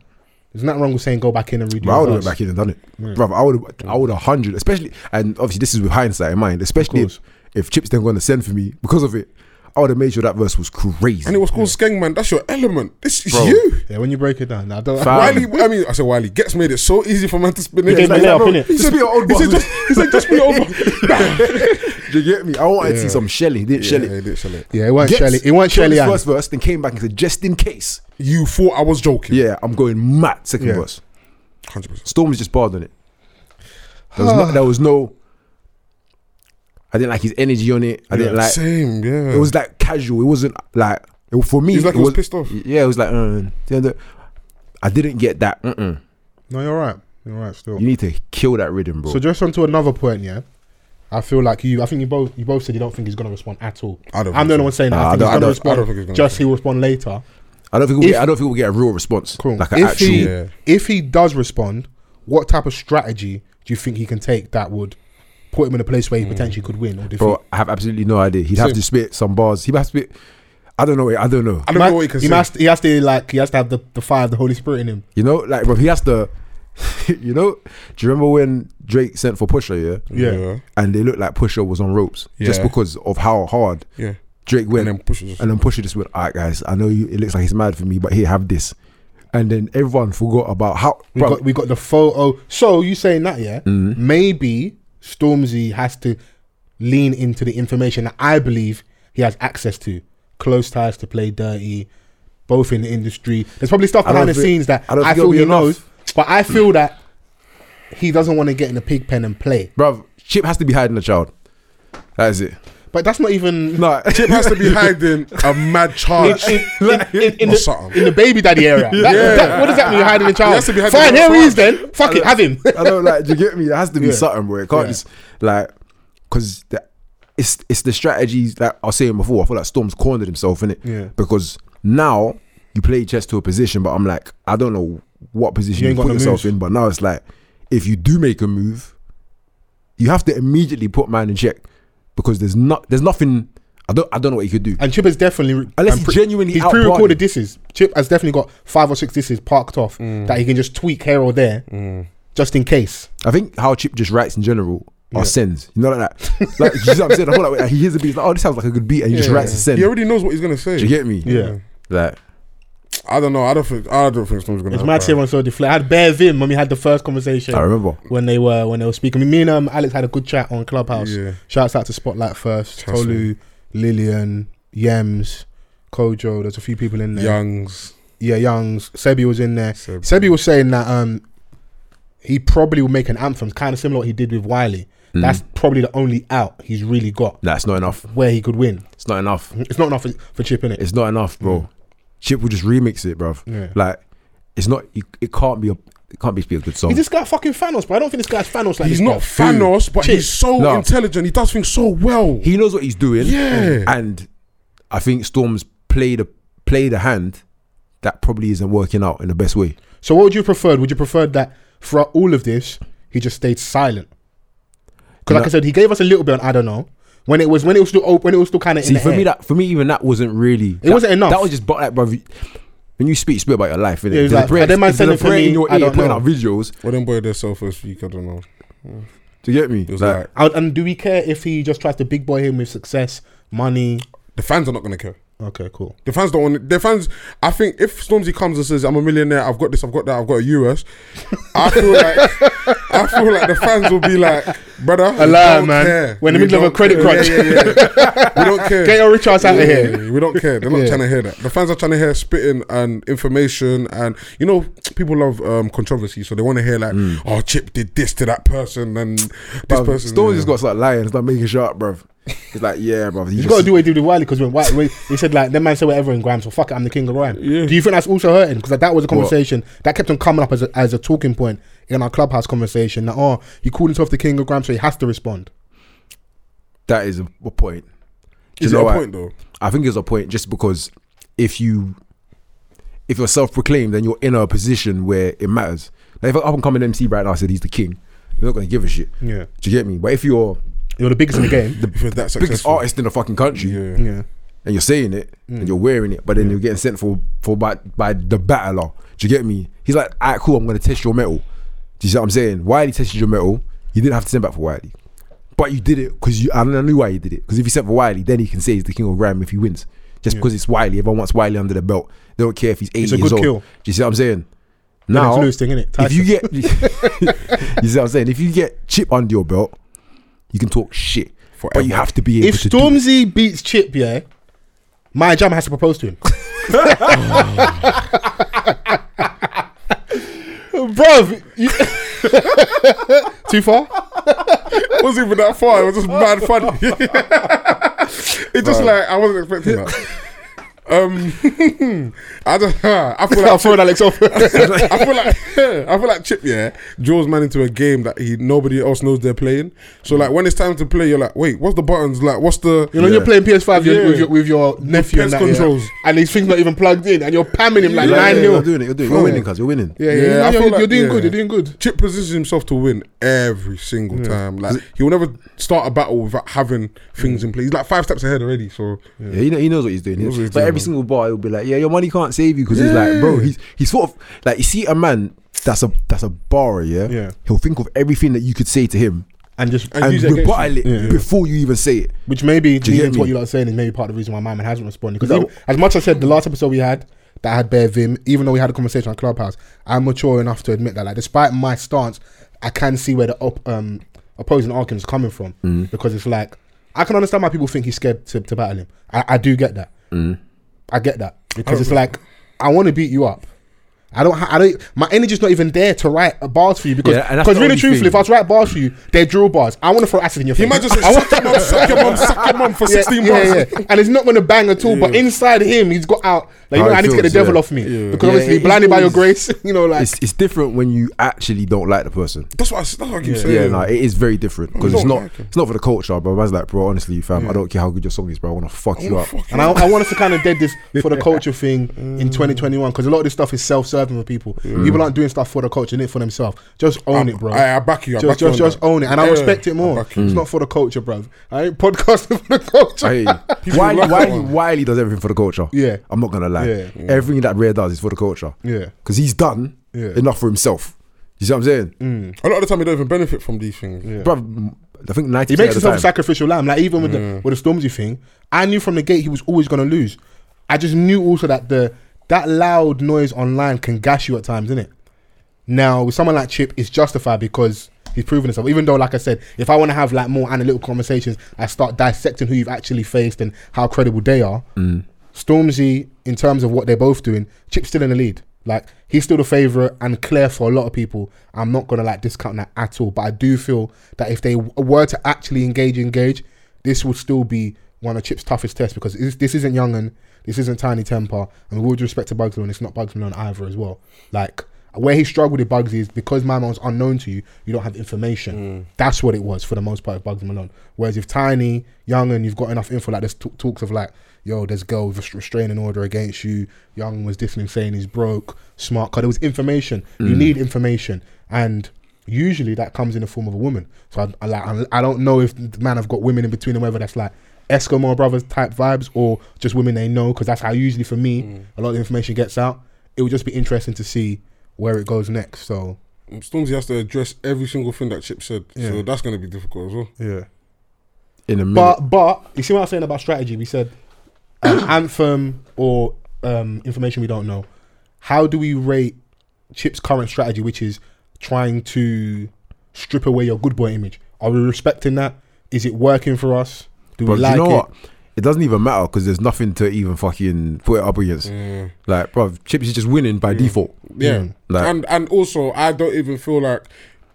Speaker 3: there's nothing wrong with saying go back in and redo.
Speaker 5: Bro, I would
Speaker 3: the
Speaker 5: have went
Speaker 3: verse.
Speaker 5: back in and done it, bro. I would, I would a hundred, especially, and obviously this is with hindsight in mind. Especially if, if Chips then going to send for me because of it, I would have made sure that verse was crazy.
Speaker 4: And it was called Skeng Man. That's your element. This is
Speaker 5: Bro. Um,
Speaker 4: you.
Speaker 3: Yeah, when you break it down, I don't.
Speaker 5: Fam.
Speaker 4: Wiley, I mean, I said Wiley gets made it so easy for man to spin it.
Speaker 3: gave
Speaker 4: He's
Speaker 3: me
Speaker 4: like,
Speaker 3: lay up,
Speaker 4: bro,
Speaker 3: innit?
Speaker 4: he
Speaker 5: Just
Speaker 4: said-
Speaker 5: be an old
Speaker 4: he said,
Speaker 5: boy.
Speaker 4: just- He said, just be old.
Speaker 5: Do you get me? I wanted to see some Shelly. He didn't Shelly.
Speaker 4: Yeah, he did shell it.
Speaker 3: yeah, it weren't
Speaker 5: Gets
Speaker 3: Shelly. It weren't
Speaker 5: killed
Speaker 3: Shelly.
Speaker 5: his
Speaker 3: Ann.
Speaker 5: First verse, then came back and said, just in case.
Speaker 4: You thought I was joking.
Speaker 5: Yeah, I'm going mad. Second
Speaker 3: Yeah.
Speaker 5: verse.
Speaker 4: 100%.
Speaker 5: Storm was just barred on it. There was, no, there was no. I didn't like his energy on it. I didn't like.
Speaker 4: same, yeah.
Speaker 5: It was like casual. It wasn't like it, for me.
Speaker 4: He's like
Speaker 5: it
Speaker 4: he was pissed off.
Speaker 5: Yeah, it was like. Uh, the other- I didn't get that. Mm-mm.
Speaker 3: No, you're right. You're right. Still.
Speaker 5: You need to kill that rhythm, bro.
Speaker 3: So just onto another point, yeah. I feel like you. I think you both. You both said you don't think he's gonna respond at all.
Speaker 4: I don't
Speaker 3: I'm
Speaker 4: think
Speaker 3: the only
Speaker 4: so.
Speaker 3: one saying that.
Speaker 5: Nah,
Speaker 3: I
Speaker 5: I
Speaker 3: think
Speaker 5: don't-
Speaker 3: he's
Speaker 5: I
Speaker 3: gonna
Speaker 5: don't-
Speaker 3: respond.
Speaker 4: I don't think he's gonna
Speaker 3: just he'll respond later.
Speaker 5: I don't think we'll
Speaker 3: If-
Speaker 5: get, I don't think we'll get a real response.
Speaker 3: Cool.
Speaker 5: Like an
Speaker 3: if
Speaker 5: actual.
Speaker 3: he
Speaker 4: Yeah.
Speaker 3: if he does respond, what type of strategy do you think he can take that would put him in a place
Speaker 4: Hmm.
Speaker 3: where he potentially could win or defeat?
Speaker 5: Bro, I have absolutely no idea. He'd have
Speaker 4: Same.
Speaker 5: to spit some bars. He'd have to spit. I don't know. I don't know.
Speaker 4: I don't know what he can say.
Speaker 3: must. He has to like. He has to have the, the fire of the Holy Spirit in him.
Speaker 5: You know, like, bro, he has to. you know, do you remember when Drake sent for Pusher, yeah?
Speaker 3: Yeah.
Speaker 5: And they looked like Pusher was on ropes just
Speaker 4: Yeah.
Speaker 5: because of how hard
Speaker 4: yeah.
Speaker 5: Drake went.
Speaker 4: And then push it.
Speaker 5: And then Pusha just went, all right, guys, I know you, it looks like he's mad for me, but here, have this. And then everyone forgot about how.
Speaker 3: We
Speaker 5: Bro, Mm-hmm.
Speaker 3: got we got the photo. So you saying that? Yeah. Maybe Stormzy has to lean into the information that I believe he has access to. Close ties to play dirty, both in the industry. There's probably stuff
Speaker 5: I don't
Speaker 3: behind the
Speaker 5: think-
Speaker 3: scenes that
Speaker 5: I don't
Speaker 3: I,
Speaker 5: think
Speaker 3: feel
Speaker 5: it'll be
Speaker 3: he
Speaker 5: enough.
Speaker 3: knows, but I feel that he doesn't want to get in the pig pen and play.
Speaker 5: bruv, Chip has to be hiding a child. That is it.
Speaker 3: But that's not even
Speaker 5: No,
Speaker 4: Chip has to be hiding a mad
Speaker 3: in,
Speaker 4: charge.
Speaker 3: in- in- in- in
Speaker 4: Or
Speaker 3: the,
Speaker 4: something.
Speaker 3: in the baby daddy area. That-
Speaker 4: Yeah.
Speaker 3: that- what does that mean? Hiding the child?
Speaker 4: has to be hiding
Speaker 3: Fine,
Speaker 4: the
Speaker 3: here he is
Speaker 4: child.
Speaker 3: then. Fuck it, have him.
Speaker 5: I don't like. Do you get me? There has to be
Speaker 3: Yeah.
Speaker 5: something, bro. It can't
Speaker 3: Yeah.
Speaker 5: just like because it's it's the strategies that I was saying before. I feel like Storm's cornered himself in it.
Speaker 3: Yeah.
Speaker 5: Because now you play chess to a position, but I'm like, I don't know what position
Speaker 3: You
Speaker 5: you,
Speaker 3: ain't got
Speaker 5: put
Speaker 3: no
Speaker 5: yourself
Speaker 3: move.
Speaker 5: in. But now it's like, if you do make a move, you have to immediately put man in check because there's not there's nothing. I don't I don't know what you could do.
Speaker 3: And Chip has definitely
Speaker 5: Unless
Speaker 3: and
Speaker 5: he genuinely
Speaker 3: he's
Speaker 5: outbarred
Speaker 3: pre-recorded disses. Chip has definitely got five or six disses parked off that he can just tweak here or there, just in case.
Speaker 5: I think how Chip just writes in general are sends. You know like that. Like you know what I'm saying. I feel like, like he hears a beat. He's like, oh, this sounds like a good beat, and he just
Speaker 3: Yeah.
Speaker 5: writes a send.
Speaker 4: He already knows what he's gonna say.
Speaker 5: Do you get me?
Speaker 3: Yeah.
Speaker 5: Like,
Speaker 4: I don't know. I don't think. I don't think Storm's gonna.
Speaker 3: It's
Speaker 4: have
Speaker 3: mad
Speaker 4: that.
Speaker 3: to everyone so deflate. I had Bear Vim when we had the first conversation
Speaker 5: I remember.
Speaker 3: when they were when they were speaking. Me and um, Alex had a good chat on Clubhouse.
Speaker 4: Yeah.
Speaker 3: Shouts out to Spotlight First,
Speaker 4: Trust me.
Speaker 3: Tolu, Lillian, Yems, Kojo. There's a few people in there.
Speaker 4: Youngs.
Speaker 3: Yeah, Youngs. Sebi was in there.
Speaker 4: Sebi.
Speaker 3: Sebi was saying that um, he probably will make an anthem, kind of similar to what he did with Wiley. That's probably the only out he's really got
Speaker 5: Nah, it's not enough.
Speaker 3: where he could win.
Speaker 5: It's not enough.
Speaker 3: It's not enough for, for Chip in it.
Speaker 5: It's not enough, bro. Chip will just remix it, bruv.
Speaker 3: Mm. Yeah.
Speaker 5: Like, it's not. It, it can't be a. It can't be, be a good song.
Speaker 3: Is this guy fucking Thanos? But I don't think this guy's Thanos. Like
Speaker 4: He's
Speaker 3: this
Speaker 4: not
Speaker 3: guy.
Speaker 4: Thanos, but
Speaker 3: Chip.
Speaker 4: he's so
Speaker 5: No.
Speaker 4: intelligent. He does things so well.
Speaker 5: he knows what he's doing.
Speaker 4: Yeah.
Speaker 5: And I think Storms played a played a hand that probably isn't working out in the best way.
Speaker 3: So what would you prefer? Would you prefer that throughout all of this he just stayed silent? Because like
Speaker 5: No.
Speaker 3: I said, he gave us a little bit on I don't know when it was when it was still open, when it was still kind of in
Speaker 5: See,
Speaker 3: the
Speaker 5: for
Speaker 3: air.
Speaker 5: me, that for me, even that wasn't really. It
Speaker 3: wasn't enough.
Speaker 5: That was just, but like, bruv, you- when you speak, you speak about your life, innit?
Speaker 3: Yeah, it was
Speaker 5: There's a
Speaker 3: like,
Speaker 5: prayer-
Speaker 3: and then man
Speaker 5: there's
Speaker 3: said
Speaker 5: a
Speaker 3: it for
Speaker 5: prayer in
Speaker 3: me,
Speaker 5: your
Speaker 3: I
Speaker 5: ear,
Speaker 3: don't
Speaker 5: putting
Speaker 3: know.
Speaker 5: out visuals.
Speaker 4: Well, them boy, they're so first week. I don't know.
Speaker 5: Do you get me?
Speaker 4: It was
Speaker 5: Like,
Speaker 4: like
Speaker 3: And, and do we care if he just tries to big boy him with success, money?
Speaker 4: the fans are not gonna care.
Speaker 3: Okay, cool.
Speaker 4: The fans don't want the fans. I think if Stormzy comes and says, "I'm a millionaire, I've got this, I've got that, I've got a US," I feel like I feel like the fans will be like, "Brother,
Speaker 3: A
Speaker 4: we
Speaker 3: lie,
Speaker 4: don't
Speaker 3: man.
Speaker 4: care.
Speaker 3: We're in the
Speaker 4: We
Speaker 3: middle of a
Speaker 4: don't
Speaker 3: credit
Speaker 4: care."
Speaker 3: crunch.
Speaker 4: Yeah, yeah, yeah. we don't care.
Speaker 3: Get your rich ass out
Speaker 4: yeah,
Speaker 3: of
Speaker 4: yeah,
Speaker 3: here.
Speaker 4: yeah. We don't care. They're not
Speaker 3: Yeah.
Speaker 4: trying to hear that. The fans are trying to hear spitting and information, and you know, people love um, controversy, so they want to hear like,
Speaker 5: Mm.
Speaker 4: "Oh, Chip did this to that person, and this
Speaker 5: Bruv,
Speaker 4: person."
Speaker 5: Storms
Speaker 4: yeah.
Speaker 5: just got to start lying, start making sharp, bruv. It's like, yeah, bruv.
Speaker 3: You
Speaker 5: just-
Speaker 3: gotta do what he did with Wiley because when Wiley he said like that man said whatever in Grime, so fuck it, I'm the king of Grime. Do you think that's also hurting? Because that was a conversation that kept on coming up as a, as a talking point in our clubhouse conversation. That oh, he called himself the king of Grime, so he has to respond.
Speaker 5: That is a, a point. Do
Speaker 4: Is
Speaker 5: you
Speaker 4: it a
Speaker 5: know why?
Speaker 4: point though?
Speaker 5: I think it's a point just because if you if you're self-proclaimed, then you're in a position where it matters. Like if an up-and-coming MC right now said he's the king, they're not gonna give a shit.
Speaker 3: Yeah.
Speaker 5: Do you get me? But if you're
Speaker 3: You're the biggest in the game.
Speaker 5: the
Speaker 4: If you're that
Speaker 5: biggest
Speaker 4: successful,
Speaker 5: artist in the fucking country,
Speaker 4: yeah.
Speaker 3: yeah.
Speaker 5: and you're saying it
Speaker 3: Mm.
Speaker 5: and you're wearing it, but then you're getting sent for for by by the battler. Do you get me? He's like, alright, cool. I'm gonna test your metal. Do you see what I'm saying? Wiley tested your metal. You didn't have to send back for Wiley, but you did it because you. And I knew why you did it because if you sent for Wiley, then he can say he's the king of grime if he wins. Just because it's Wiley, everyone wants Wiley under the belt. They don't care if he's 80
Speaker 3: a
Speaker 5: years
Speaker 3: good
Speaker 5: old.
Speaker 3: kill.
Speaker 5: Do you see what I'm saying?
Speaker 3: Now,
Speaker 5: Now,
Speaker 3: lose thing, innit?
Speaker 5: if you
Speaker 3: Tyson.
Speaker 5: get, you see what I'm saying? If you get Chip under your belt, you can talk shit, but you
Speaker 4: Forever.
Speaker 5: have to be able
Speaker 3: if
Speaker 5: to. do it.
Speaker 3: Stormzy beats Chip, yeah, my jam has to propose to him. Bruv, you- too far?
Speaker 4: It wasn't even that far. It was just mad funny. it's just like I wasn't expecting that. Um, I just I feel like
Speaker 3: I'll throw Alex off.
Speaker 4: I feel like I feel like Chip, yeah, draws man into a game that he nobody else knows they're playing. So like when it's time to play, you're like, wait, what's the buttons? Like, what's the
Speaker 3: You know, you're playing PS5 you're-
Speaker 4: Yeah.
Speaker 3: with, your, with your nephew and
Speaker 4: PES
Speaker 3: that, yeah.
Speaker 4: controls.
Speaker 3: and these things not even plugged in, and you're pamming him like
Speaker 5: Yeah,
Speaker 3: nine
Speaker 5: yeah,
Speaker 3: nil.
Speaker 5: You're doing it. You're doing it. You're winning, cuz. You're winning.
Speaker 3: Yeah, yeah,
Speaker 4: Yeah, I
Speaker 3: yeah.
Speaker 4: feel
Speaker 3: You're,
Speaker 4: like-
Speaker 3: you're doing
Speaker 4: yeah.
Speaker 3: good. You're doing good.
Speaker 4: Chip positions himself to win every single time. Like he will never start a battle without having things in place. He's like five steps ahead already. So
Speaker 5: Yeah, he, know, he knows what he's doing.
Speaker 4: knows what he's
Speaker 5: but
Speaker 4: doing,
Speaker 5: every
Speaker 4: man.
Speaker 5: single bar, he'll be like, "Yeah, your money can't save you," because he's like, "Bro, he's he's sort of like you see a man that's a that's a bar, yeah.
Speaker 3: Yeah.
Speaker 5: He'll think of everything that you could say to him
Speaker 3: And just
Speaker 5: and,
Speaker 3: use it against you.
Speaker 5: rebuttal it before you even say it.
Speaker 3: Which maybe
Speaker 5: Do you
Speaker 3: leading
Speaker 5: get
Speaker 3: to what
Speaker 5: me?
Speaker 3: you lot are saying is maybe part of the reason why my man hasn't responded. Because
Speaker 5: No.
Speaker 3: as much as I said the last episode we had that I had bare vim, even though we had a conversation on Clubhouse, I'm mature enough to admit that. Like, despite my stance, I can see where the op- um, opposing argument is coming from
Speaker 5: Mm.
Speaker 3: because it's like I can understand why people think he's scared to, to battle him. I, I do get that.
Speaker 5: Mm.
Speaker 3: I get that because it's like I want to beat you up. I don't. Ha- I don't. My energy's not even there to write a bars for you because
Speaker 5: Yeah, and that's
Speaker 3: because
Speaker 5: the
Speaker 3: really
Speaker 5: only
Speaker 3: truthmill,
Speaker 5: thing.
Speaker 3: if I was to write bars for you, they're drill bars. I want to throw acid in your face.
Speaker 4: he might just say, suck your mum, suck your mum, suck your mum for
Speaker 3: Yeah,
Speaker 4: sixteen
Speaker 3: yeah,
Speaker 4: bars.
Speaker 3: yeah. And it's not going to bang at all, but inside him, he's got out. Like, you
Speaker 5: How
Speaker 3: know,
Speaker 5: it
Speaker 3: I need to get the
Speaker 5: feels,
Speaker 3: devil
Speaker 5: yeah.
Speaker 3: off me. Because
Speaker 5: Yeah,
Speaker 3: obviously,
Speaker 5: it's
Speaker 3: blinded by your
Speaker 5: always-
Speaker 3: grace, you know, like.
Speaker 5: It's it's different when you actually don't like the person.
Speaker 4: That's what I, that's what I keep saying.
Speaker 5: Yeah, no, it is very different because
Speaker 4: No,
Speaker 5: it's not
Speaker 4: okay.
Speaker 5: it's not for the culture, bro. Man's like, bro, honestly, fam, I don't care how good your song is, bro. I want to fuck you up.
Speaker 3: and I, I want us to kind of dead this for the culture thing
Speaker 5: Mm.
Speaker 3: in 2021 because a lot of this stuff is self-serving for people. People aren't doing stuff for the culture, and it for themselves. Just own
Speaker 4: I-
Speaker 3: it, bro.
Speaker 4: I- I back you, I
Speaker 3: Just,
Speaker 4: back you
Speaker 3: just,
Speaker 4: on
Speaker 3: just
Speaker 4: that.
Speaker 3: own it, and I
Speaker 4: Yeah,
Speaker 3: respect it
Speaker 4: I
Speaker 3: more.
Speaker 5: Mm.
Speaker 4: back you.
Speaker 3: It's not for the culture, bro. I ain't podcasting for the culture.
Speaker 5: Hey,
Speaker 4: People
Speaker 5: Wiley,
Speaker 4: like that
Speaker 5: Wiley,
Speaker 4: one.
Speaker 5: Wiley does everything for the culture.
Speaker 3: Yeah.
Speaker 5: I'm not gonna lie.
Speaker 3: Yeah.
Speaker 5: Everything that Rare does is for the culture.
Speaker 3: Yeah.
Speaker 5: because he's done
Speaker 3: Yeah. Mm.
Speaker 5: enough for himself. You see what I'm saying,
Speaker 4: A lot of the time, you don't even benefit from these things.
Speaker 5: bro? I think ninety.
Speaker 3: He makes
Speaker 5: of
Speaker 3: himself
Speaker 5: the
Speaker 3: a
Speaker 5: time- Mm.
Speaker 3: sacrificial lamb. Like even with the with the Stormzy thing, I knew from the gate he was always gonna lose. I just knew also that the that loud noise online can gash you at times, innit? Now with someone like Chip, it's justified because he's proven himself. Even though, like I said, if I want to have like more analytical conversations, I start dissecting who you've actually faced and how credible they are. Stormzy, in terms of what they're both doing, Chip's still in the lead. Like he's still the favorite and clear for a lot of people. I'm not gonna like discount that at all. But I do feel that if they w- were to actually engage, engage, this would still be one of Chip's toughest tests because this, this isn't Young'un, this isn't Tiny Temper, and with all due respect to Bugsy Malone, it's not Bugsy Malone either as well. Like where he struggled with Bugsy is because my man's unknown to you, you don't have information. That's what it was for the most part of Bugsy Malone. Whereas if Tiny, Young, and you've got enough info, like there's t- talks of like, yo, there's girl with a st- restraining order against you. Young was dissing, him, saying he's broke, smart. Cause there was information. You need information, and usually that comes in the form of a woman. So I, I like, I, I don't know if the man have got women in between them, whether that's like Eskimo brothers type vibes or just women they know, because that's how usually for me a lot of the information gets out. It would just be interesting to see where it goes next. So
Speaker 4: Stormzy has to address every single thing that Chip said, so that's going to be difficult as well.
Speaker 3: yeah.
Speaker 5: in a minute.
Speaker 3: But but you see what I'm saying about strategy. We said um, anthem or um, information we don't know. How do we rate Chip's current strategy, which is trying to strip away your good boy image? Are we respecting that? Is it working for us? Do we
Speaker 5: But
Speaker 3: like
Speaker 5: you know
Speaker 3: it?
Speaker 5: what? It doesn't even matter because there's nothing to even fucking put it up against. Like, bro, Chips is just winning by default. Mm.
Speaker 4: Yeah,
Speaker 3: Mm.
Speaker 5: Like-
Speaker 4: and and also I don't even feel like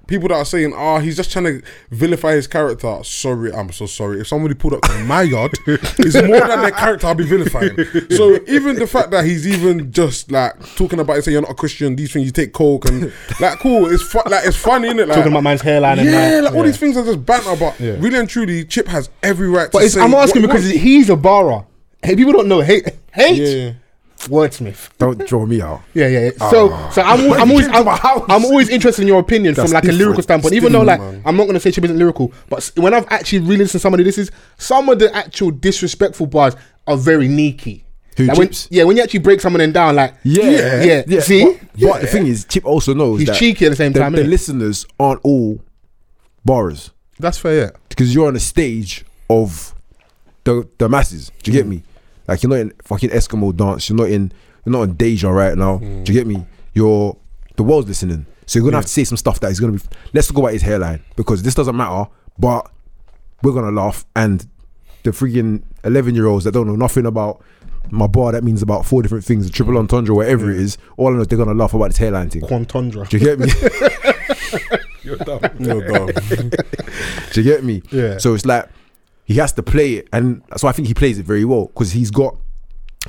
Speaker 4: people that are saying, "Ah, he's just trying to vilify his character." Sorry, I'm so sorry. If somebody pulled up to my yard, it's more than their character I'll be vilifying. So even the fact that he's even just like talking about it, saying you're not a Christian, these things you take coke and like cool, it's fu- like it's funny, is it? Like,
Speaker 3: Talking about man's hairline and
Speaker 4: yeah,
Speaker 3: that,
Speaker 4: like all
Speaker 3: yeah.
Speaker 4: these things are just banter, but
Speaker 3: Yeah.
Speaker 4: really and truly, Chip has every right.
Speaker 3: But
Speaker 4: to
Speaker 3: it's,
Speaker 4: say
Speaker 3: I'm
Speaker 4: what
Speaker 3: asking
Speaker 4: he
Speaker 3: because
Speaker 4: wants.
Speaker 3: he's a borrower. Hey, people don't know hate hate
Speaker 4: Yeah.
Speaker 3: wordsmith.
Speaker 5: Don't draw me out.
Speaker 3: Yeah, yeah. yeah. So, so I'm, al- I'm always,
Speaker 5: came to
Speaker 3: I'm,
Speaker 5: my house.
Speaker 3: I'm always interested in your opinion
Speaker 5: Oh. That's
Speaker 3: from like a lyrical
Speaker 5: different. Mm.
Speaker 3: standpoint.
Speaker 5: It's
Speaker 3: Even though, like,
Speaker 5: different, man.
Speaker 3: I'm not gonna say Chip isn't lyrical, but s- when I've actually re-listened to somebody, this is some of the actual disrespectful bars are very neaky.
Speaker 5: Who,
Speaker 3: like when,
Speaker 5: Chips?
Speaker 3: yeah, when you actually break someone down, like,
Speaker 5: Yeah,
Speaker 3: yeah, yeah. See,
Speaker 5: But, but the thing is, Chip also knows
Speaker 3: He's
Speaker 5: that
Speaker 3: cheeky at the same time,
Speaker 5: The
Speaker 3: innit?
Speaker 5: listeners aren't all borrowers
Speaker 3: that's fair. Yeah.
Speaker 5: because you're on a stage of the the masses. Do you get me? Like you're not in fucking Eskimo dance. You're not in you're not in Deja right now. Do you get me? You're the world's listening, so you're gonna have to say some stuff that is gonna be. Let's talk about his hairline because this doesn't matter. But we're gonna laugh and the freaking eleven year olds that don't know nothing about. My bar that means about four different things, a triple entendre, whatever it is. All I know is they're gonna laugh about this hairline thing.
Speaker 3: Quantondra.
Speaker 5: Do you get me? You're dumb.
Speaker 4: No, dog.
Speaker 5: Do you get me?
Speaker 3: Yeah.
Speaker 5: So it's like he has to play it, and so I think he plays it very well because he's got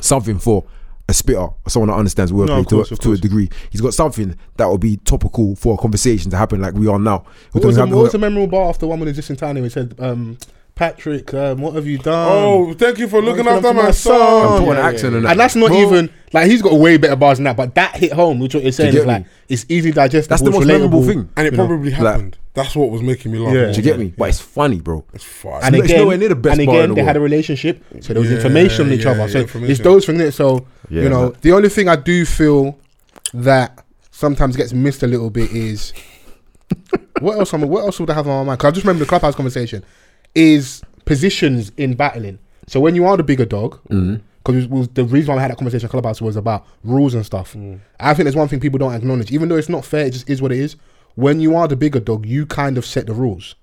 Speaker 5: something for a spitter or someone that understands
Speaker 4: No,
Speaker 5: wordplay
Speaker 4: of course,
Speaker 5: to, a,
Speaker 4: of
Speaker 5: to a
Speaker 4: course.
Speaker 5: degree. He's got something that will be topical for a conversation to happen like we are now.
Speaker 3: What
Speaker 5: We don't
Speaker 3: was, the,
Speaker 5: have-
Speaker 3: what was the memorable bar after one with the Justin Tiny? We said, um, Patrick, um, what have you done?
Speaker 4: Oh, thank you for looking
Speaker 3: Looking
Speaker 4: after
Speaker 3: after
Speaker 4: my
Speaker 3: my
Speaker 4: son.
Speaker 3: son.
Speaker 5: and put an
Speaker 3: Yeah,
Speaker 5: accent on that.
Speaker 3: And that's not
Speaker 5: Bro,
Speaker 3: even like he's got way better bars than that, but that hit home, which what you're saying
Speaker 5: get
Speaker 3: is like
Speaker 5: me?
Speaker 3: it's easy digestible.
Speaker 5: That's the
Speaker 3: it's
Speaker 5: most memorable
Speaker 3: relatable,
Speaker 5: thing.
Speaker 4: And it
Speaker 3: you know.
Speaker 4: probably
Speaker 5: like-
Speaker 4: happened. That's what was making me laugh.
Speaker 3: Yeah.
Speaker 5: Do you get me? But it's funny, bro.
Speaker 4: It's fire.
Speaker 3: And
Speaker 5: It's
Speaker 3: again,
Speaker 5: nowhere near the best
Speaker 3: and
Speaker 5: bar in
Speaker 3: again
Speaker 5: the
Speaker 3: they had a
Speaker 5: world.
Speaker 3: relationship, so there was
Speaker 4: Yeah,
Speaker 3: information on each
Speaker 4: yeah,
Speaker 3: other. So
Speaker 4: yeah,
Speaker 3: it's
Speaker 4: information.
Speaker 3: those things. innit? So
Speaker 5: Yeah,
Speaker 3: you know,
Speaker 5: man.
Speaker 3: the only thing I do feel that sometimes gets missed a little bit is what else? Am, I- what else would I have on my mind? 'Cause I just remember the clubhouse conversation is positions in battling. So when you are the bigger dog,
Speaker 5: Mm.
Speaker 3: because the reason why I had that conversation at clubhouse was about rules and stuff.
Speaker 5: Mm.
Speaker 3: I think there's one thing people don't acknowledge, even though it's not fair. It just is what it is. When you are the bigger dog, you kind of set the rules.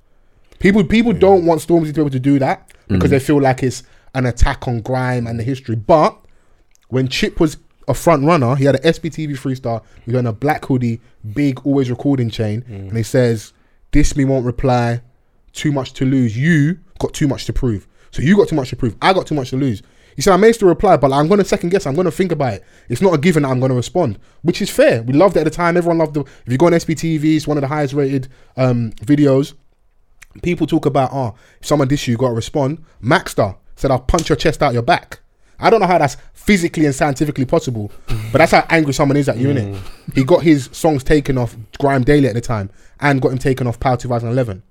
Speaker 3: People people don't want Stormzy to be able to do that because they feel like it's an attack on grime and the history. But when Chip was a front runner, he had an SBTV freestyle. He was in a black hoodie, big, always recording chain, and he says, "This me won't reply. Too much to lose. You got too much to prove. So you got too much to prove. I got too much to lose." He said, "I may still reply, but I'm going to second guess. I'm going to think about it. It's not a given that I'm going to respond, which is fair. We loved it at the time. Everyone loved it. If you go on SBTV, it's one of the highest rated um, videos." People talk about, oh, if someone diss you, you gotta respond. Maxstar said, I'll punch your chest out your back. I don't know how that's physically and scientifically possible, but that's how angry someone is at you, innit? He got his songs taken off Grime Daily at the time and got him taken off Power 2011.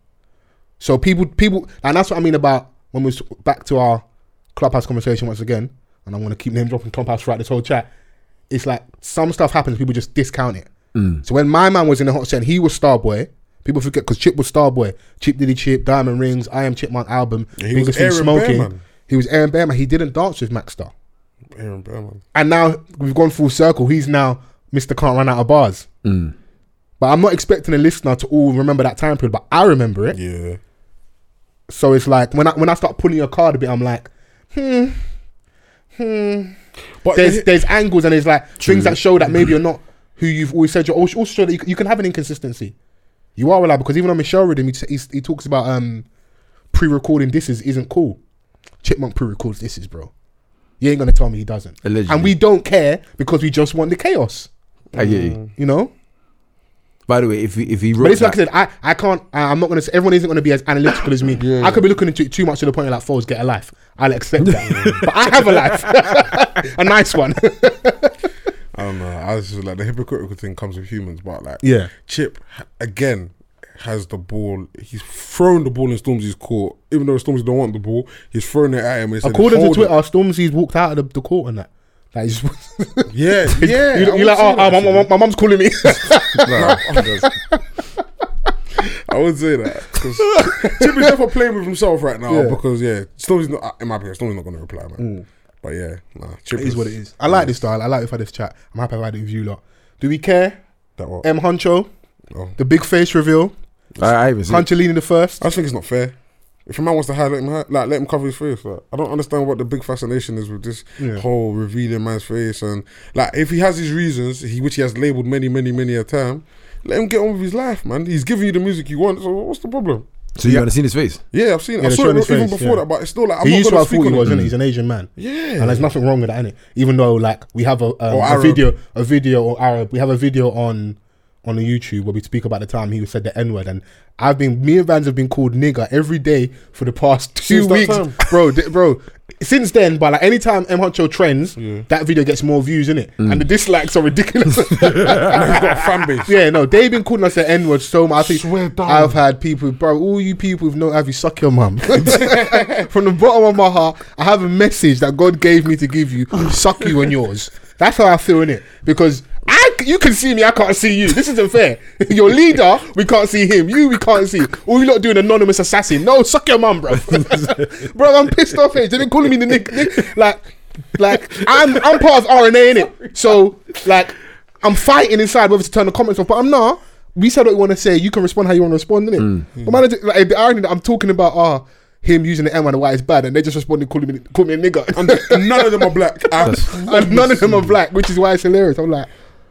Speaker 3: So people, people, and that's what I mean about when we are back to our clubhouse conversation once again. And I'm gonna keep name dropping clubhouse throughout this whole chat. It's like some stuff happens, people just discount it.
Speaker 4: Mm.
Speaker 3: So when my man was in the hot seat, and he was Starboy. People forget because Chip was Starboy. Chip Diddy Chip, Diamond Rings, I Am Chipmunk album,
Speaker 4: he
Speaker 3: Biggest
Speaker 4: was
Speaker 3: Thing
Speaker 4: Aaron
Speaker 3: Smoking.
Speaker 4: Behrman.
Speaker 3: He was Aaron Behrman. He didn't dance with Max Star.
Speaker 4: Aaron Berman.
Speaker 3: And now we've gone full circle. He's now Mr. Can't Run Out of Bars.
Speaker 4: Mm.
Speaker 3: But I'm not expecting a listener to all remember that time period, but I remember it.
Speaker 4: Yeah.
Speaker 3: So it's like when I when I start pulling your card a bit, I'm like,
Speaker 4: But
Speaker 3: there's
Speaker 4: it-
Speaker 3: there's angles and there's like
Speaker 5: True. Mm-hmm.
Speaker 3: things that show that maybe you're not who you've always said you're. Also also show that you, you can have an inconsistency. You are allowed because even on Michelle rhythm, he, t- he, he talks about um pre-recording disses isn't cool. Chipmunk pre-records disses, bro. You ain't gonna tell me he doesn't.
Speaker 5: Allegedly.
Speaker 3: And we don't care because we just want the chaos.
Speaker 5: I get you.
Speaker 3: You know.
Speaker 5: By the way, if he, if he
Speaker 3: Mm.
Speaker 5: wrote
Speaker 3: But it's like I
Speaker 5: that,
Speaker 3: said, I, I can't, I, I'm not going to, everyone isn't going to be as analytical as me. I could be looking into it too much to the point of like, Foles, get a life. I'll accept that. but I have a life. a nice one.
Speaker 4: I don't know. I was just like the hypocritical thing comes with humans, but like
Speaker 3: Yeah.
Speaker 4: Chip again has the ball. He's thrown the ball in Stormzy's court, even though Stormzy don't want the ball. He's thrown it at him. He said,
Speaker 3: According to
Speaker 4: "Hold it."
Speaker 3: Twitter, Stormzy's walked out of the, the court and that. Like, he's,
Speaker 4: yeah, yeah.
Speaker 3: you,
Speaker 4: I
Speaker 3: you're
Speaker 4: would
Speaker 3: like,
Speaker 4: say
Speaker 3: oh,
Speaker 4: that,
Speaker 3: ah, my,
Speaker 4: actually.
Speaker 3: my, my mum's calling me.
Speaker 4: No, I would say that because Chip is definitely playing with himself right now
Speaker 3: Yeah. Mm.
Speaker 4: because yeah, Stormzy's not in my opinion. Stormzy's not going to reply, man. But yeah, nah, Chip
Speaker 3: it is what it is. I like this style. I like we've had this chat. I'm happy I had it with you lot. Do we care?
Speaker 4: That what?
Speaker 3: M. Honcho,
Speaker 4: Oh.
Speaker 3: the big face reveal,
Speaker 5: I, I haven't seen.
Speaker 3: Hunter leading the first.
Speaker 4: I just think it's not fair. If a man wants to hide, let him hide, like let him cover his face. Like, I don't understand what the big fascination is with this
Speaker 3: Yeah.
Speaker 4: whole revealing man's face and like if he has his reasons, he which he has labelled many, many, many a time, let him get on with his life, man. He's giving you the music you want, so what's the problem?
Speaker 5: So you haven't seen his face.
Speaker 4: Yeah, I've seen. it.
Speaker 3: Yeah,
Speaker 4: I
Speaker 3: the
Speaker 4: saw
Speaker 3: show
Speaker 4: it
Speaker 3: on his
Speaker 4: even
Speaker 3: face,
Speaker 4: before
Speaker 3: yeah.
Speaker 4: that, but it's still like I'm
Speaker 3: he
Speaker 4: not
Speaker 3: used to
Speaker 4: gonna
Speaker 3: I
Speaker 4: speak
Speaker 3: thought
Speaker 4: on
Speaker 3: he was,
Speaker 4: it. Mm.
Speaker 3: isn't he? He's an Asian man.
Speaker 4: Yeah.
Speaker 3: And there's nothing wrong with that, innit? Even though like we have a, um,
Speaker 4: Or
Speaker 3: a
Speaker 4: Arab.
Speaker 3: video, a video or Arab, we have a video on on the YouTube where we speak about the time he said the N word, and I've been me and Vans have been called nigger every day for the past two
Speaker 4: Since that
Speaker 3: weeks,
Speaker 4: time.
Speaker 3: bro, th- bro. Since then, but like anytime M Honcho trends, that video gets more views, innit? And the dislikes are ridiculous.
Speaker 4: And he's got a fan base.
Speaker 3: yeah, no, they've been calling us the N word so much. I think
Speaker 4: Swear down.
Speaker 3: I've had people, bro, all you people with no have you suck your mum. From the bottom of my heart, I have a message that God gave me to give you. Suck you and yours. That's how I feel in it because I, c- you can see me, I can't see you. This isn't fair. Your leader, we can't see him. You, we can't see. All you lot doing anonymous assassin. No, suck your mum, bro. bro, I'm pissed off here. They've been calling me the nick, nick like, like I'm, I'm part of RNA in it. So like, I'm fighting inside whether to turn the comments off, but I'm not. We said what we want to say. You can respond how you want to respond, innit? But man, I ju- like, the irony that I'm talking about are him using the M and the Y is bad, and they just responded calling me call me a nigger,
Speaker 4: And none of them are black. I-
Speaker 3: and none of them are black, which is why it's hilarious. I'm like,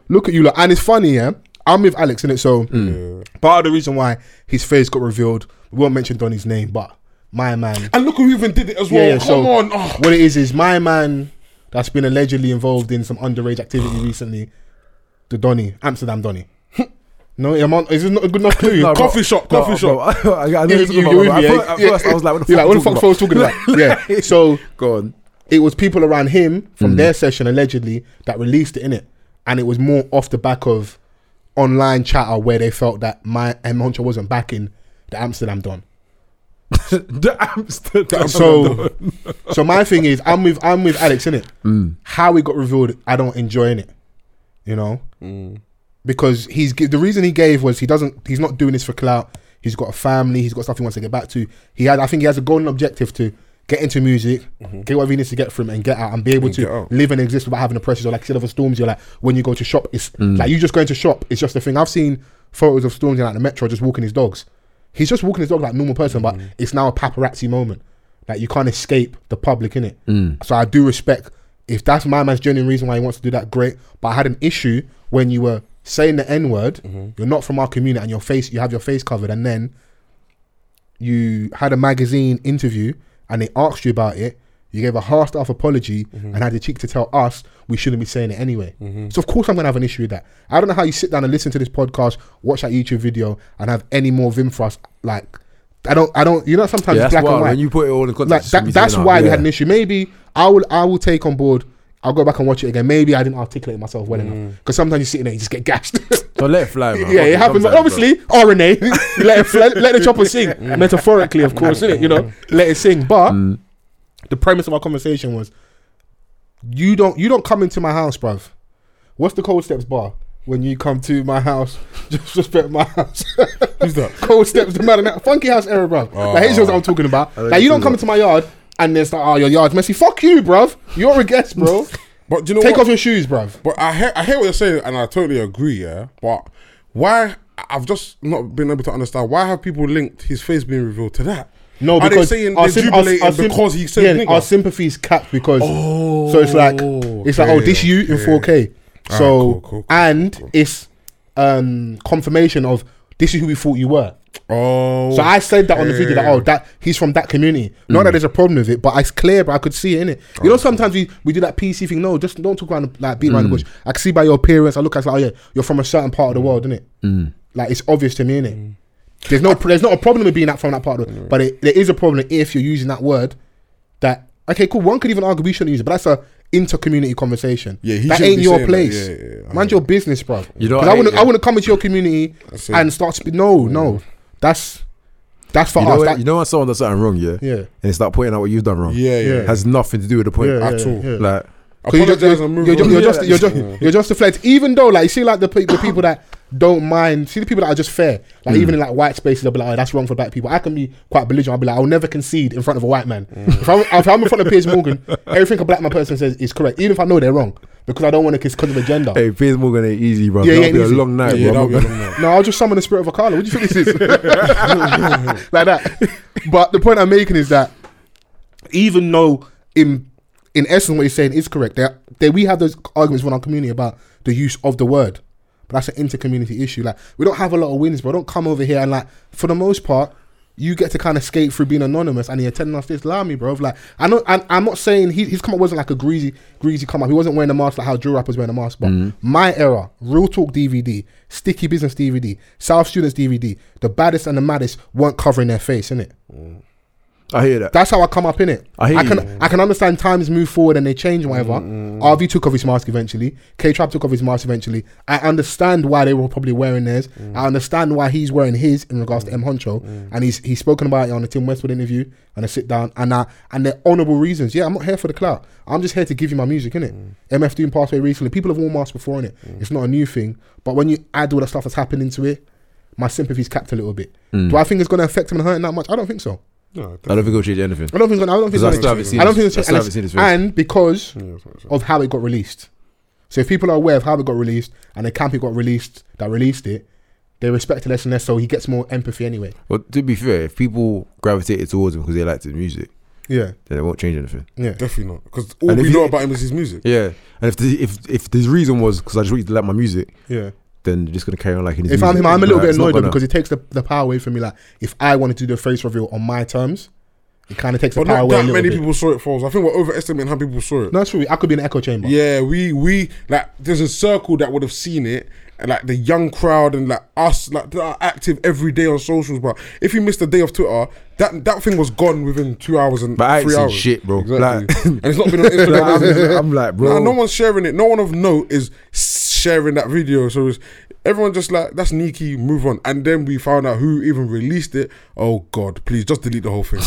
Speaker 3: look at you, look, and it's funny, yeah. I'm with Alex in it, so
Speaker 4: Mm.
Speaker 3: part of the reason why his face got revealed, we won't mention Donny's name, but my man.
Speaker 4: And look who even did it as well.
Speaker 3: Yeah, yeah,
Speaker 4: Come
Speaker 3: so
Speaker 4: on. Oh.
Speaker 3: what it is is my man that's been allegedly involved in some underage activity recently. The Donny, Amsterdam Donny. no, I'm on, is this not a good enough clue?
Speaker 5: No, bro.
Speaker 4: Coffee shop, coffee
Speaker 5: Bro,
Speaker 4: shop.
Speaker 5: bro, I, I know
Speaker 3: You-
Speaker 5: you're talking
Speaker 3: you- you
Speaker 5: about, bro,
Speaker 3: with
Speaker 5: but
Speaker 3: me,
Speaker 5: at
Speaker 3: yeah?
Speaker 5: fir- at first I was like, what the
Speaker 3: You're
Speaker 5: fuck
Speaker 3: like, what the
Speaker 5: you
Speaker 3: fuck was talking about? yeah. So
Speaker 5: Go on. Hmm.
Speaker 3: it was people around him from their session allegedly that released it in it, and it was more off the back of online chatter where they felt that my M Honcho wasn't backing the Amsterdam Don.
Speaker 5: The Amsterdam.
Speaker 3: So, so my thing is, I'm with I'm with Alex in it. How it got revealed, I don't enjoy in it. You know,
Speaker 4: Mm.
Speaker 3: because he's gi- the reason he gave was he doesn't he's not doing this for clout. He's got a family. He's got stuff he wants to get back to. He had I think he has a golden objective to get into music, get whatever he needs to get from, it and get out and be able
Speaker 4: Mm-hmm. get
Speaker 3: to
Speaker 4: out.
Speaker 3: live and exist without having the pressures. Or like Silver Storms, you're like when you go to shop, it's like you just going to shop. It's just a thing. I've seen photos of Storms in like the metro just walking his dogs. He's just walking his dog like a normal person, but it's now a paparazzi moment. Like you can't escape the public in it. So I do respect if that's my man's genuine reason why he wants to do that, great. But I had an issue when you were saying the N word. You're not from our community, and your face you have your face covered, and then you had a magazine interview and they asked you about it. You gave a half-staff apology
Speaker 5: Mm-hmm.
Speaker 3: and had the cheek to tell us we shouldn't be saying it anyway. So of course I'm gonna have an issue with that. I don't know how you sit down and listen to this podcast, watch that YouTube video, and have any more vim for us. Like I don't, I don't. You know, sometimes
Speaker 5: Yeah,
Speaker 3: it's
Speaker 5: that's
Speaker 3: black
Speaker 5: wild.
Speaker 3: and white
Speaker 5: When you put it all in
Speaker 3: like
Speaker 5: context,
Speaker 3: that,
Speaker 5: it's
Speaker 3: that's
Speaker 5: something
Speaker 3: why
Speaker 5: like,
Speaker 3: we had an
Speaker 5: oh, yeah.
Speaker 3: issue. Maybe I will I will take on board. I'll go back and watch it again. Maybe I didn't articulate myself well
Speaker 5: Mm.
Speaker 3: enough because sometimes you sit in there, you just get gashed.
Speaker 5: So let it fly, man.
Speaker 3: yeah, it happens. Obviously, RNA, you let it fly, let the chopper sing metaphorically, of course, innit? You know, let it sing. But the premise of our conversation was, you don't you don't come into my house, bruv. What's the cold steps bar? When you come to my house, just respect my house.
Speaker 4: Who's that? Oh.
Speaker 3: Cold steps, the man. Funky house era, bruv. like, here's what I'm talking about. Like, you don't come into my yard and then start, oh, your yard's messy. Fuck you, bruv. You're a guest, bro.
Speaker 4: But do you know
Speaker 3: Take
Speaker 4: what?
Speaker 3: off your shoes, bruv.
Speaker 4: But I hear, I hear what you're saying, and I totally agree. Yeah, but why? I've just not been able to understand why have people linked his face being revealed to that?
Speaker 3: No,
Speaker 4: Are
Speaker 3: because
Speaker 4: they saying
Speaker 3: our
Speaker 4: they're
Speaker 3: sym- our-
Speaker 4: jubilating
Speaker 3: our sym-
Speaker 4: because he said
Speaker 3: yeah,
Speaker 4: nigga?
Speaker 3: our sympathy's capped because so it's like it's like oh
Speaker 4: okay,
Speaker 3: this you in
Speaker 4: okay.
Speaker 3: 4K so
Speaker 4: cool, cool, cool,
Speaker 3: and it's um confirmation of this is who we thought you were
Speaker 4: oh, Mm.
Speaker 3: so I said that on the video that
Speaker 4: okay.
Speaker 3: oh that he's from that community not that there's a problem with it but it's clear but I could see it in it you
Speaker 4: Oh.
Speaker 3: know sometimes we, we do that PC thing no just don't talk around the, like beat around
Speaker 4: Mm.
Speaker 3: the bush I can see by your appearance I look at it like oh yeah you're from a certain part of the world innit?
Speaker 4: Mm.
Speaker 3: like it's obvious to me innit? There's no there's not a problem with being that from that part of the
Speaker 4: Mm.
Speaker 3: but it, there is a problem if you're using that word. That okay, cool. One could even argue we shouldn't use it, but that's a inter-community conversation.
Speaker 4: Yeah, he
Speaker 3: that
Speaker 4: shouldn't
Speaker 3: ain't
Speaker 4: be
Speaker 3: your
Speaker 4: saying that.
Speaker 3: place.
Speaker 4: Yeah, yeah, yeah. I
Speaker 3: Mind your business, bro.
Speaker 5: You know what
Speaker 3: I
Speaker 5: I-
Speaker 3: wouldn't I
Speaker 5: yeah.
Speaker 3: wouldn't come into your community
Speaker 4: it. Mm.
Speaker 3: and start. Sp- no, no, that's that's for
Speaker 5: You know,
Speaker 3: us.
Speaker 5: when,
Speaker 3: that,
Speaker 5: you know when someone does something wrong, yeah,
Speaker 3: Yeah.
Speaker 5: and they start pointing out what you've done wrong,
Speaker 4: Yeah, yeah.
Speaker 5: It has nothing to do with the point
Speaker 3: Yeah,
Speaker 5: at
Speaker 3: yeah,
Speaker 5: all.
Speaker 3: yeah.
Speaker 5: Like,
Speaker 3: 'Cause you're
Speaker 4: Apologise
Speaker 3: just-
Speaker 4: and move
Speaker 3: you're just-
Speaker 4: on.
Speaker 3: you're
Speaker 5: Yeah,
Speaker 3: just you're just you're just deflecting. Even though, like, you see, like the pe- the people that don't mind, see the people that are just fair. Like
Speaker 5: Mm.
Speaker 3: even in like white spaces, they'll be like, "Oh, that's wrong for black people." I can be quite belligerent. I'll be like, "I'll never concede in front of a white man."
Speaker 5: Mm.
Speaker 3: If, I'm, if I'm in front of Piers Morgan, everything a black man person says is correct, even if I know they're wrong, because I don't want to because of agenda.
Speaker 5: hey, Piers Morgan ain't easy, bro.
Speaker 3: Yeah, he
Speaker 5: That'll
Speaker 3: ain't
Speaker 5: be
Speaker 3: easy.
Speaker 5: a long night,
Speaker 4: Yeah,
Speaker 5: bro.
Speaker 4: that'll be a long night.
Speaker 3: No, I'll just summon the spirit of Akala. What do you think this is? like that. But the point I'm making is that even though in in essence what he's saying is correct, that that we have those arguments within our community about the use of the word. But that's an inter-community issue. Like we don't have a lot of wins, bro. Don't come over here and like for the most part, you get to kind of skate through being anonymous and you're telling us this. Allow me, bro. Like I know I, I'm not saying he, his come up wasn't like a greasy, greasy come up. He wasn't wearing a mask like how drill rappers wearing a mask. But my era, Real Talk DVD, Sticky Business DVD, South Students DVD, the baddest and the maddest weren't covering their face, innit?
Speaker 5: I hear that.
Speaker 3: That's how I come up in it.
Speaker 5: I hear
Speaker 3: can
Speaker 5: you. Mm.
Speaker 3: I can understand times move forward and they change and whatever. RV took off his mask eventually. K Trap took off his mask eventually. I understand why they were probably wearing theirs.
Speaker 5: Mm.
Speaker 3: I understand why he's wearing his in regards to M Honcho, and he's he's spoken about it on the Tim Westwood interview and a sit down and I, and they're honourable reasons. Yeah, I'm not here for the clout. I'm just here to give you my music, innit?
Speaker 5: Mm.
Speaker 3: MF Doom passed away recently. People have worn masks before, innit? It's not a new thing. But when you add all the stuff that's happened into it, my sympathy's capped a little bit.
Speaker 5: Mm.
Speaker 3: Do I think it's going to affect him and hurt him that much? I don't think so.
Speaker 4: No,
Speaker 5: I don't think it'll change anything.
Speaker 3: I don't think it's gonna. I don't think it's
Speaker 5: 'Cause I
Speaker 3: gonna.
Speaker 5: still haven't seen
Speaker 3: I don't
Speaker 5: his-
Speaker 3: think it's
Speaker 5: I still
Speaker 3: and,
Speaker 5: haven't seen his
Speaker 3: it's-
Speaker 5: face.
Speaker 3: and because
Speaker 4: that's what I'm saying.
Speaker 3: of how it got released. So if people are aware of how it got released and the camp it got released that released it, they respect it less and less. So he gets more empathy anyway.
Speaker 5: Well, to be fair, if people gravitated towards him because they liked his music,
Speaker 3: Yeah,
Speaker 5: then it won't change anything.
Speaker 3: yeah.
Speaker 4: definitely not. Because all
Speaker 5: And if
Speaker 4: we
Speaker 5: you-
Speaker 4: know about him is his music.
Speaker 5: Yeah, and if the, if if the reason was because I just really like my music,
Speaker 3: Yeah.
Speaker 5: then you're just gonna carry on like in his
Speaker 3: If I'm
Speaker 5: music.
Speaker 3: him, I'm a little
Speaker 5: Like,
Speaker 3: bit
Speaker 5: it's not
Speaker 3: annoyed though
Speaker 5: gonna-
Speaker 3: because it takes the, the power away from me. Like, if I wanted to do the face reveal on my terms, it kind of takes the
Speaker 4: But
Speaker 3: power
Speaker 4: not
Speaker 3: away. a
Speaker 4: that
Speaker 3: little
Speaker 4: many
Speaker 3: bit.
Speaker 4: people saw it falls. I think we're overestimating how people saw it.
Speaker 3: No, it's true. I could be in an echo chamber.
Speaker 4: Yeah, we we like there's a circle that would have seen it, and like the young crowd and like us like that are active every day on socials. But if you missed a day of Twitter, that that thing was gone within two hours and
Speaker 5: But I ain't
Speaker 4: three
Speaker 5: seen
Speaker 4: hours.
Speaker 5: shit, bro.
Speaker 4: Exactly.
Speaker 5: Like-
Speaker 4: and it's not been on Instagram.
Speaker 5: Like, I'm- I'm like, bro.
Speaker 4: Nah, no one's sharing it. No one of note is sharing that video. So it's, everyone just like that's Nikki. Move on. And then we found out who even released it. Oh God, please just delete the whole thing.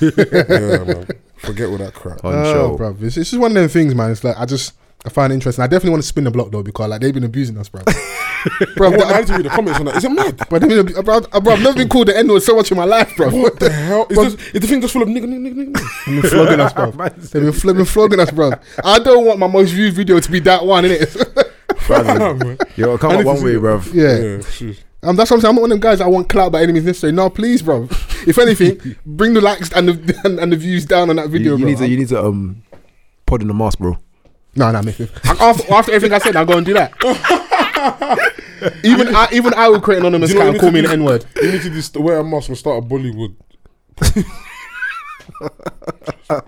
Speaker 4: yeah, man. Forget all that crap.
Speaker 5: on
Speaker 3: Oh,
Speaker 5: show.
Speaker 3: bro, it's, it's just one of them things, man. It's like I just I find it interesting. I definitely want to spin the block though because like they've been abusing us, bro. bro,
Speaker 4: I
Speaker 3: I,
Speaker 4: had to read the comments on that. Is it mad?
Speaker 3: bro, they've been, abu- bro, I- bro, I've never been called the N word so much in my life, bro.
Speaker 4: What the hell? Is,
Speaker 3: Bro,
Speaker 4: this, is the thing just full of nigga, nigga, nigga, nigga?
Speaker 3: They've been flogging us, bro. They've been, fl- been flogging us, bro. I don't want my most viewed video to be that one, innit?
Speaker 4: Fam.
Speaker 5: Yo, come
Speaker 4: need
Speaker 5: on
Speaker 4: to
Speaker 5: one
Speaker 4: see
Speaker 5: way,
Speaker 4: it.
Speaker 5: bro.
Speaker 3: yeah.
Speaker 4: Yeah, shoot.
Speaker 3: Um, that's what I'm saying. I'm not one of them guys that want clout by any means necessary. No, please, bro. If anything, bring the likes and the and, and the views down on that video,
Speaker 5: You, you
Speaker 3: bro.
Speaker 5: need to, you need to um, pod in the mask, bro.
Speaker 3: No, no, make it. After, after everything I said, I'll go and do that. even I, even I will create an anonymous
Speaker 4: Do you know
Speaker 3: account
Speaker 4: what
Speaker 3: and call me
Speaker 4: you
Speaker 3: an N word.
Speaker 4: You need to just wear a mask and start a Bollywood.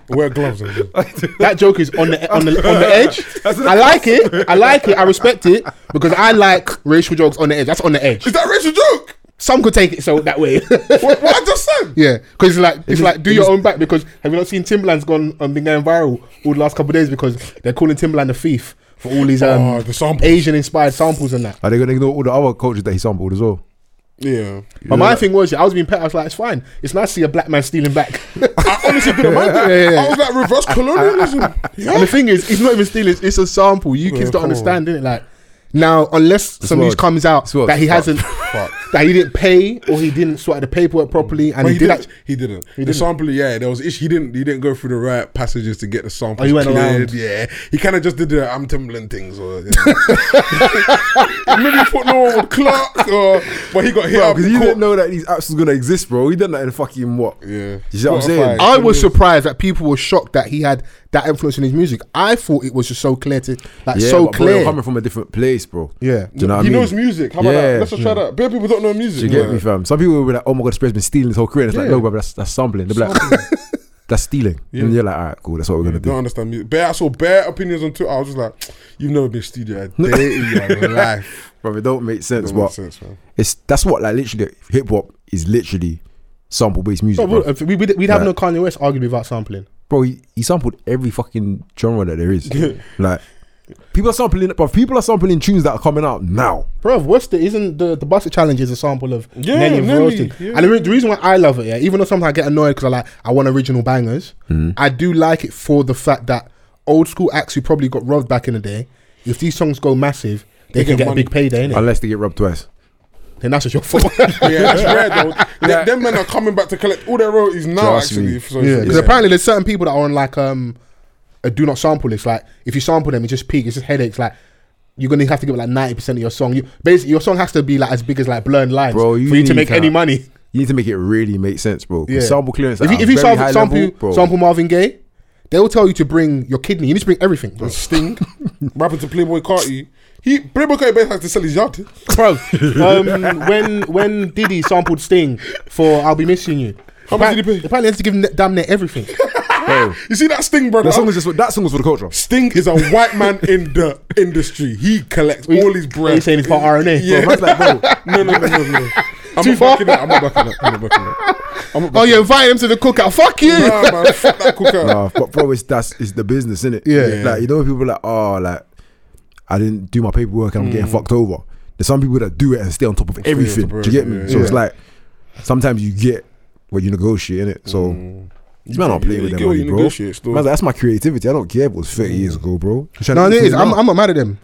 Speaker 4: wear gloves. And
Speaker 3: That joke is on the on the on the edge. I like it. I like it. I respect it because I like racial jokes on the edge. That's on the edge.
Speaker 4: is that a racial joke?
Speaker 3: Some could take it so that way.
Speaker 4: What, what I just said?
Speaker 3: yeah, because it's like it's
Speaker 5: just-
Speaker 3: like do
Speaker 5: it
Speaker 3: your
Speaker 5: just-
Speaker 3: own back because have you not seen Timbaland's gone um, been going viral all the last couple of days because they're calling Timbaland a thief for all these um,
Speaker 4: Oh, the samples.
Speaker 3: Asian inspired samples and that.
Speaker 5: Are they gonna ignore all the other cultures that he sampled as well?
Speaker 4: Yeah.
Speaker 3: But my thing was, yeah, I was being pet. I was like, it's fine. It's nice to see a black man stealing back.
Speaker 4: I honestly didn't mind that.
Speaker 3: Yeah, yeah.
Speaker 4: I was like reverse colonialism.
Speaker 3: And the
Speaker 4: Yeah.
Speaker 3: thing is, it's not even stealing. It's a sample. You kids
Speaker 4: Yeah,
Speaker 3: don't
Speaker 4: come
Speaker 3: understand, it? Like now, unless some news
Speaker 5: world-
Speaker 3: comes out
Speaker 5: this world
Speaker 3: that he
Speaker 5: is fucked.
Speaker 3: hasn't, that he didn't pay or he didn't sort out the paperwork properly, and
Speaker 4: But
Speaker 3: he,
Speaker 4: he,
Speaker 3: did.
Speaker 4: didn't,
Speaker 3: act-
Speaker 4: he didn't. The
Speaker 3: didn't.
Speaker 4: sample, yeah, there was issue. He didn't. He didn't go through the right passages to get the sample.
Speaker 3: Oh, he went around.
Speaker 4: Yeah, he kind of just did the I'm tumbling things, or yeah. maybe he put no one with Clark, or but he got hit
Speaker 3: Oh,
Speaker 4: up.
Speaker 5: Because
Speaker 4: in
Speaker 5: you
Speaker 4: court.
Speaker 5: didn't know that these apps was gonna exist, bro. He done that in fucking what?
Speaker 4: Yeah.
Speaker 5: You see what I'm
Speaker 4: Spotify.
Speaker 5: saying?
Speaker 3: I was surprised that people were shocked that he had that influence in his music. I thought it was just so clear to, like,
Speaker 5: yeah,
Speaker 3: so
Speaker 5: but bro, you're
Speaker 3: clear.
Speaker 5: coming from a different place, bro.
Speaker 3: Yeah.
Speaker 5: Do you know what
Speaker 4: he
Speaker 5: I mean?
Speaker 4: knows music. How about
Speaker 5: Yeah.
Speaker 4: that? Let's just try that. Bare people don't know
Speaker 5: Do
Speaker 4: music.
Speaker 5: you get
Speaker 4: Yeah.
Speaker 5: me, fam? Some people will be like, "Oh my god, Spread's been stealing his whole career." And it's
Speaker 3: Yeah.
Speaker 5: like, no, bro, that's that's sampling. They're like, that's stealing. And you're like, all right, cool. That's what we're gonna
Speaker 4: Don't
Speaker 5: do.
Speaker 4: understand music. Bare, I saw bare opinions on Twitter. I was just like, you've never been studio a day in your life.
Speaker 5: Bro, it don't make sense.
Speaker 4: Doesn't
Speaker 5: but
Speaker 4: make sense, man.
Speaker 5: it's that's what like literally hip hop is literally sample based music,
Speaker 3: So,
Speaker 5: bro.
Speaker 3: bro, if we, we'd, we'd have
Speaker 5: Right.
Speaker 3: no Kanye West arguably without sampling.
Speaker 5: bro, he, he sampled every fucking genre that there is. like people are sampling, bro. People are sampling tunes that are coming out now.
Speaker 3: Bro, what's the isn't the the Buster Challenge is a sample of
Speaker 4: Yeah,
Speaker 3: Nelly and
Speaker 4: Nelly,
Speaker 3: Roasted.
Speaker 4: yeah.
Speaker 3: And the, re- the reason why I love it, yeah, even though sometimes I get annoyed because I like I want original bangers,
Speaker 5: Hmm.
Speaker 3: I do like it for the fact that old school acts who probably got robbed back in the day, if these songs go massive, they, can
Speaker 4: get
Speaker 3: get
Speaker 4: money.
Speaker 3: a big payday, innit?
Speaker 5: Unless they get rubbed twice.
Speaker 3: then that's just your fault.
Speaker 4: Yeah, it's rare though. Them- Them men are coming back to collect all their royalties now.
Speaker 5: Trust
Speaker 4: Actually,
Speaker 5: me.
Speaker 4: So
Speaker 3: yeah,
Speaker 4: it's-
Speaker 3: because apparently there's certain people that are on like um a do not sample list. Like if you sample them, it's just peak, it's just headaches. Like you're gonna have to give like ninety percent of your song. You basically your song has to be like as big as like blurred lines
Speaker 5: Bro, you
Speaker 3: for you to
Speaker 5: need
Speaker 3: make any
Speaker 5: that.
Speaker 3: money.
Speaker 5: You need to make it really make sense, bro. 'Cause
Speaker 3: Yeah.
Speaker 5: Sample clearance.
Speaker 3: If
Speaker 5: at
Speaker 3: you,
Speaker 5: a
Speaker 3: if you
Speaker 5: very high
Speaker 3: sample, sample,
Speaker 5: level, bro.
Speaker 3: sample Marvin Gaye, they will tell you to bring your kidney. You need to bring everything, bro.
Speaker 4: Sting, rapper to Playboy Carti. He Playboy Carti basically has to sell his yard.
Speaker 3: bro um, when when Diddy sampled Sting for "I'll Be Missing You,"
Speaker 4: How much did he pay?
Speaker 3: Apparently, he had to give ne- damn near everything.
Speaker 5: Bro,
Speaker 4: You see that Sting, brother?
Speaker 5: That song was just for, that song was for the culture.
Speaker 4: Sting is a white man in the industry. He collects all his bread.
Speaker 3: Are you saying it's part RNA?
Speaker 4: Yeah.
Speaker 5: Bro, man's like, bro,
Speaker 4: no, no, no, no, no. I'm
Speaker 3: Too
Speaker 4: not
Speaker 3: far?
Speaker 4: backing that. I'm not backing that. I'm not backing that. I'm not
Speaker 3: Oh,
Speaker 4: backing
Speaker 3: you invite him to the cookout? Fuck you!
Speaker 4: that. Nah, man, fuck that cooker.
Speaker 5: Nah, but bro, it's that's it's the business, innit?
Speaker 3: Yeah.
Speaker 5: Like you know, when people are like, oh, like I didn't do my paperwork and I'm getting fucked over. There's some people that do it and stay on top of everything.
Speaker 4: top of
Speaker 5: do you get me?
Speaker 4: Mm. everything,
Speaker 5: So
Speaker 4: yeah.
Speaker 5: it's
Speaker 4: Yeah.
Speaker 5: like sometimes you get what you negotiate, innit? So you man not play
Speaker 4: yeah, Mm.
Speaker 5: with
Speaker 4: you
Speaker 5: them
Speaker 4: get what
Speaker 5: money,
Speaker 4: you
Speaker 5: bro.
Speaker 4: negotiate still. Mm.
Speaker 5: Man's like, that's my creativity. I don't care if it was 30 years ago, bro.
Speaker 3: No, it is. I'm, I'm not mad at them.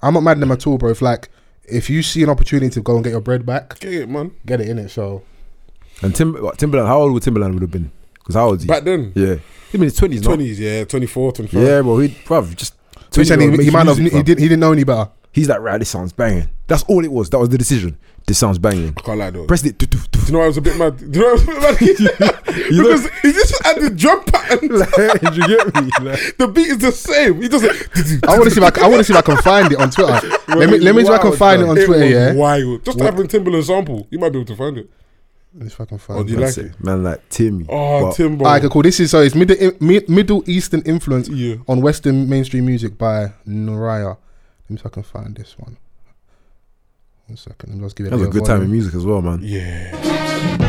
Speaker 3: I'm not mad at them at all, bro. If like, if you see an opportunity to go and get your bread back,
Speaker 4: Get it, man.
Speaker 3: get it in it. So
Speaker 5: and Tim, what, Timberland, how old would Timberland would have been? Because how old is he?
Speaker 4: Back then,
Speaker 5: yeah, he been in his twenties now.
Speaker 4: 20s, yeah, 24, 25.
Speaker 5: Yeah, bro, he bruv just.
Speaker 3: so you're saying he,
Speaker 5: 20 -year-old
Speaker 3: he
Speaker 5: making
Speaker 3: might not.
Speaker 5: music,
Speaker 3: He
Speaker 5: bruv.
Speaker 3: did. He didn't know any better.
Speaker 5: He's like, right, this sounds banging. That's all it was. That was the decision. this sounds banging.
Speaker 4: I can't lie though.
Speaker 5: Press it.
Speaker 4: Do you know I was a bit mad? Do you know I was a bit mad?
Speaker 5: You know-
Speaker 4: because he just added drum pattern.
Speaker 5: Did you get me? Like,
Speaker 4: the beat is the same. He doesn't.
Speaker 3: I want to see if I, can- I want to see if I can find it on Twitter. let me let me see if I can
Speaker 5: wild,
Speaker 3: find it
Speaker 5: bro.
Speaker 3: on
Speaker 4: it
Speaker 3: Twitter.
Speaker 4: was
Speaker 3: Yeah,
Speaker 4: wild. Just having Timberland sample, you might be able to find it.
Speaker 3: let me see if I can
Speaker 4: Oh,
Speaker 3: find.
Speaker 4: do
Speaker 3: it.
Speaker 4: you
Speaker 5: that's
Speaker 4: like it?
Speaker 5: it. Man, like Timmy.
Speaker 4: Oh,
Speaker 5: But
Speaker 4: Timbo.
Speaker 3: All right, okay, cool. This is so it's middle I- Mi- Middle Eastern influence
Speaker 4: Yeah.
Speaker 3: on Western mainstream music by Noraya. Let me see if I can find this one. One second. Let me just give it.
Speaker 5: That was a
Speaker 3: bit of
Speaker 5: good time in
Speaker 3: volume.
Speaker 5: music as well, man.
Speaker 4: Yeah.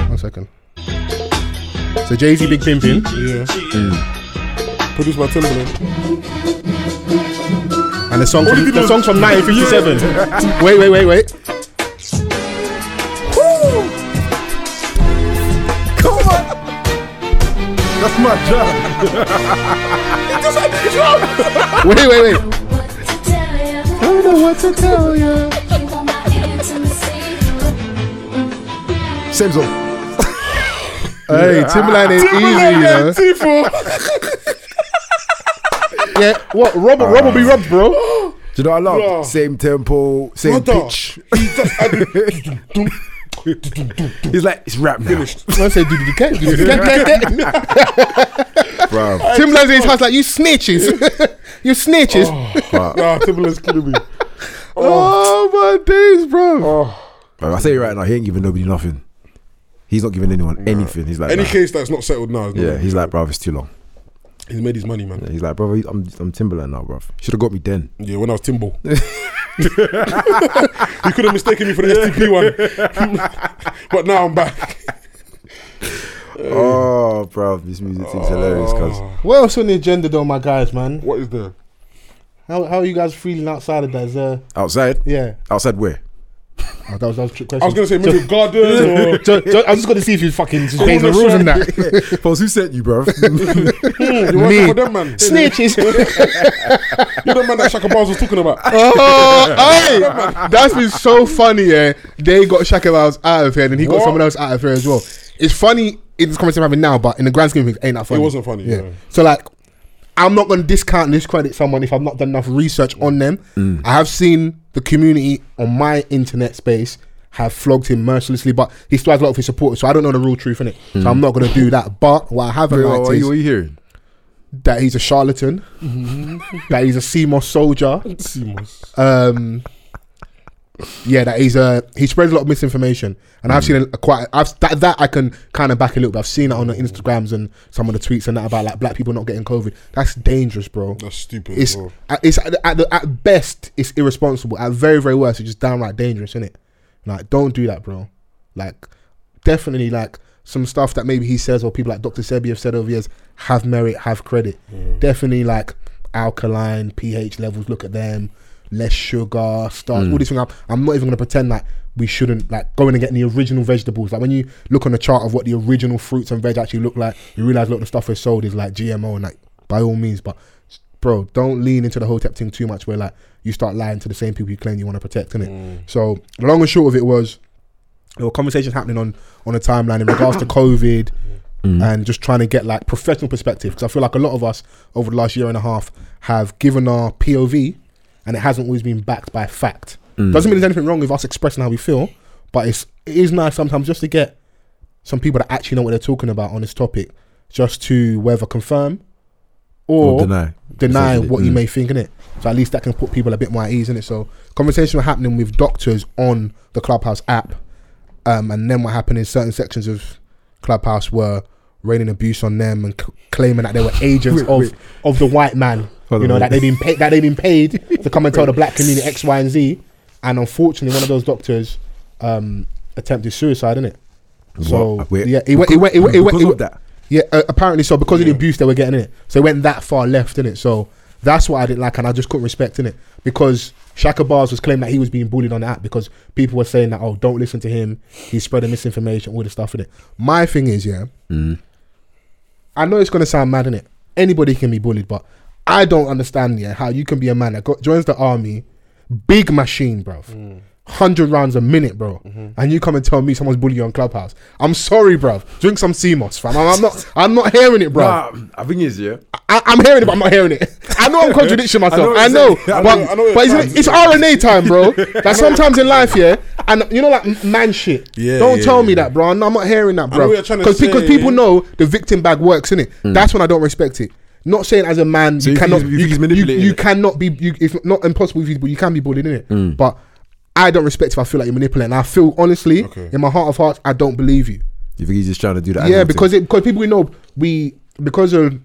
Speaker 3: One second. So Jay Z, Big Pimpin.
Speaker 4: Yeah.
Speaker 3: Mm.
Speaker 4: Produced by Timberland.
Speaker 3: And the song
Speaker 4: All
Speaker 3: from,
Speaker 4: you did
Speaker 3: the
Speaker 4: was-
Speaker 3: song from 1957. wait, wait, wait, wait.
Speaker 5: Come on. That's my job.
Speaker 3: Wait, wait, wait.
Speaker 6: Tell
Speaker 3: don't know what to tell you.
Speaker 6: you, you want my intimacy.
Speaker 5: Same song.
Speaker 3: Hey, Timberland ain't easy, you know.
Speaker 4: T4.
Speaker 3: Yeah, what? Rob, Rob will be robbed, bro.
Speaker 5: Do you know what I love?
Speaker 4: Bro.
Speaker 5: Same tempo, same pitch.
Speaker 4: He just added.
Speaker 5: It's like it's rap now,
Speaker 3: I said, dude, you can't do this.
Speaker 5: bro.
Speaker 3: Timberland's in his house like, you snitches. you snitches. Oh,
Speaker 4: Nah, Ah, Timberland's killing me.
Speaker 5: Oh,
Speaker 3: my days, bro.
Speaker 5: bro. I tell you right now, he ain't giving nobody nothing. He's not giving anyone anything. He's like,
Speaker 4: Any
Speaker 5: nah.
Speaker 4: case that's not settled now. is not-
Speaker 5: yeah, he's like, bro, it's too long.
Speaker 4: he's made his money, man.
Speaker 5: He's like, bro, I'm, I'm Timberland now, bro. Should have got me then.
Speaker 4: Yeah, when I was Timbo. you could have mistaken me for the STP one. but now I'm back.
Speaker 5: Oh, bro, this music thing's hilarious, cuz.
Speaker 3: What else on the agenda, though, my guys, man?
Speaker 4: Oh, What is there?
Speaker 3: How, how are you guys feeling outside of that? Is there,
Speaker 5: Outside?
Speaker 3: yeah.
Speaker 5: Outside where?
Speaker 3: Oh, that was that was a trick question.
Speaker 4: I was going to say maybe garden or.
Speaker 3: Ju- ju- I was just going to see if you fucking just
Speaker 4: Corner
Speaker 3: based the rules and that. Hmm,
Speaker 5: Folks, who sent you, bro?
Speaker 4: You want that for them, man?
Speaker 3: Snitches.
Speaker 4: You're the man that Shaka Barnes was talking about.
Speaker 3: oh, hey, that's been so funny. Yeah, they got Shaka Barnes out of here, and then he got
Speaker 4: What?
Speaker 3: someone else out of here as well. It's funny in this conversation I'm having now, but in the grand scheme of things, ain't that funny?
Speaker 4: wasn't funny, yeah.
Speaker 3: So like, I'm not going to discount discredit someone if I've not done enough research on them.
Speaker 5: Mm.
Speaker 3: I have seen the community on my internet space have flogged him mercilessly, but he still has a lot of his supporters, so I don't know the real truth in it. So I'm not going to do that. But what I have
Speaker 5: Mm. Wait,
Speaker 3: liked
Speaker 5: what, what
Speaker 3: is
Speaker 5: you, what you hearing?
Speaker 3: that he's a charlatan, that he's a CMOS soldier.
Speaker 4: Seamus.
Speaker 3: um yeah that he's uh he spreads a lot of misinformation and i've seen a, quite i've that, that i can kind of back a little bit i've seen it on the instagrams and some of the tweets and that about like black people not getting covid that's dangerous bro
Speaker 4: That's stupid.
Speaker 3: it's
Speaker 4: bro.
Speaker 3: at- it's at, the- at, the, at best it's irresponsible at very very worst it's just downright dangerous isn't it like don't do that bro like definitely like some stuff that maybe he says or people like dr sebi have said over years have merit have credit definitely like alkaline ph levels look at them less sugar starch all this thing up i'm not even going to pretend that we shouldn't like go in and get the original vegetables like when you look on a chart of what the original fruits and veg actually look like you realize a lot of the stuff that's sold is like gmo and like by all means but bro, don't lean into the whole tech thing too much where like you start lying to the same people you claim you want to protect, innit? So the long and short of it was there were conversations happening on on the timeline in regards to COVID and just trying to get like professional perspective. Because I feel like a lot of us over the last year and a half have given our POV and it hasn't always been backed by fact. Doesn't mean there's anything wrong with us expressing how we feel, but it's it is nice sometimes just to get some people that actually know what they're talking about on this topic just to whether confirm or,
Speaker 5: Or deny.
Speaker 3: deny
Speaker 5: Essentially,
Speaker 3: what you
Speaker 5: mm.
Speaker 3: may think in it. So at least that can put people a bit more at ease in it. So conversation were happening with doctors on the Clubhouse app, um, and then what happened is certain sections of Clubhouse were raining abuse on them and c- claiming that they were agents of of the white man.
Speaker 5: Hold
Speaker 3: you
Speaker 5: on,
Speaker 3: know
Speaker 5: wait.
Speaker 3: that they've been paid that they've been paid to come and tell the black community X, Y, and Z. And unfortunately, one of those doctors um, attempted suicide in it. So
Speaker 5: What? Wait,
Speaker 3: yeah, it went. It went. It went. It went.
Speaker 5: because
Speaker 3: It
Speaker 5: of
Speaker 3: went
Speaker 5: that.
Speaker 3: yeah, uh, apparently so because of the abuse they were getting in it, so it went that far left in it. So that's what I didn't like, and I just couldn't respect in it because Shaka Bars was claiming that he was being bullied on the app because people were saying that oh don't listen to him, he's spreading misinformation, all this stuff in it. My thing is yeah, I know it's gonna sound mad in it. Anybody can be bullied, but I don't understand yeah how you can be a man that got, joins the army, big machine, bruv. 100 rounds a minute, bro. And you come and tell me someone's bullying you on Clubhouse. I'm sorry, bruv. Drink some CMOS, fam. I'm, I'm not I'm not hearing it, bro.
Speaker 5: Nah, Ah, I think is yeah.
Speaker 3: I, I'm hearing it, but I'm not hearing it. I know I'm contradicting myself. I
Speaker 5: I know
Speaker 3: know,
Speaker 5: what you're
Speaker 3: but
Speaker 5: saying.
Speaker 4: I know- I know what
Speaker 3: but
Speaker 4: you're
Speaker 3: it's, it's
Speaker 4: trying
Speaker 3: RNA time, bro. Like sometimes in life, yeah, and you know, like m- man shit.
Speaker 4: Yeah,
Speaker 3: Don't
Speaker 4: yeah,
Speaker 3: tell me
Speaker 4: yeah.
Speaker 3: that, bro. No, I'm not hearing that, bro.
Speaker 4: what you're trying to
Speaker 3: Because because
Speaker 4: say.
Speaker 3: people know the victim bag works, innit? That's when I don't respect it. Not saying as a man you,
Speaker 5: you think
Speaker 3: cannot
Speaker 5: he's-
Speaker 3: you,
Speaker 5: you think he's
Speaker 3: you,
Speaker 5: manipulating
Speaker 3: you
Speaker 5: it?
Speaker 3: cannot be you, if not impossible if you, but you can be bullied in it. But I don't respect if I feel like you're manipulating. I feel honestly
Speaker 4: Okay.
Speaker 3: in my heart of hearts, I don't believe you.
Speaker 5: You think he's just trying to do that?
Speaker 3: Yeah,
Speaker 5: angle
Speaker 3: because
Speaker 5: thing?
Speaker 3: it because people we know we because of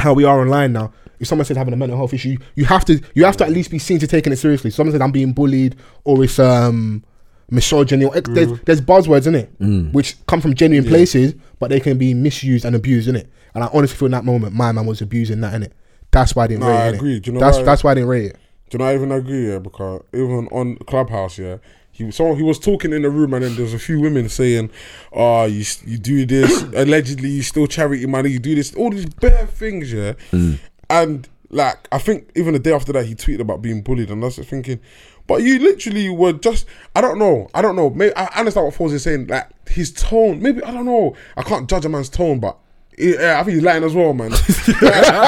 Speaker 3: how we are online now. If someone says having a mental health issue, you have to you have to at least be seen to taking it seriously. Someone said I'm being bullied or it's um misogyny or there's,
Speaker 4: Mm.
Speaker 3: there's buzzwords in it which come from genuine places, but they can be misused and abused in it. And I honestly feel in that moment my man was abusing that in it. That's why I didn't
Speaker 4: Nah,
Speaker 3: rate
Speaker 4: I
Speaker 3: it. innit?
Speaker 4: agree. Do you know
Speaker 3: that's
Speaker 4: why?
Speaker 3: that's why I didn't rate it.
Speaker 4: Do you not even agree? Yeah, because even on Clubhouse, yeah, he so he was talking in the room, and then there's a few women saying, "Ah, you s- you do this allegedly, you still charity money, you do this, all these bare things, yeah." And like, I think even the day after that, he tweeted about being bullied, and I was just thinking, but you literally were just, I don't know, I don't know. Maybe I understand what Foz is saying, like his tone. Maybe I don't know. I can't judge a man's tone, but. Yeah, I think he's lying as well, man.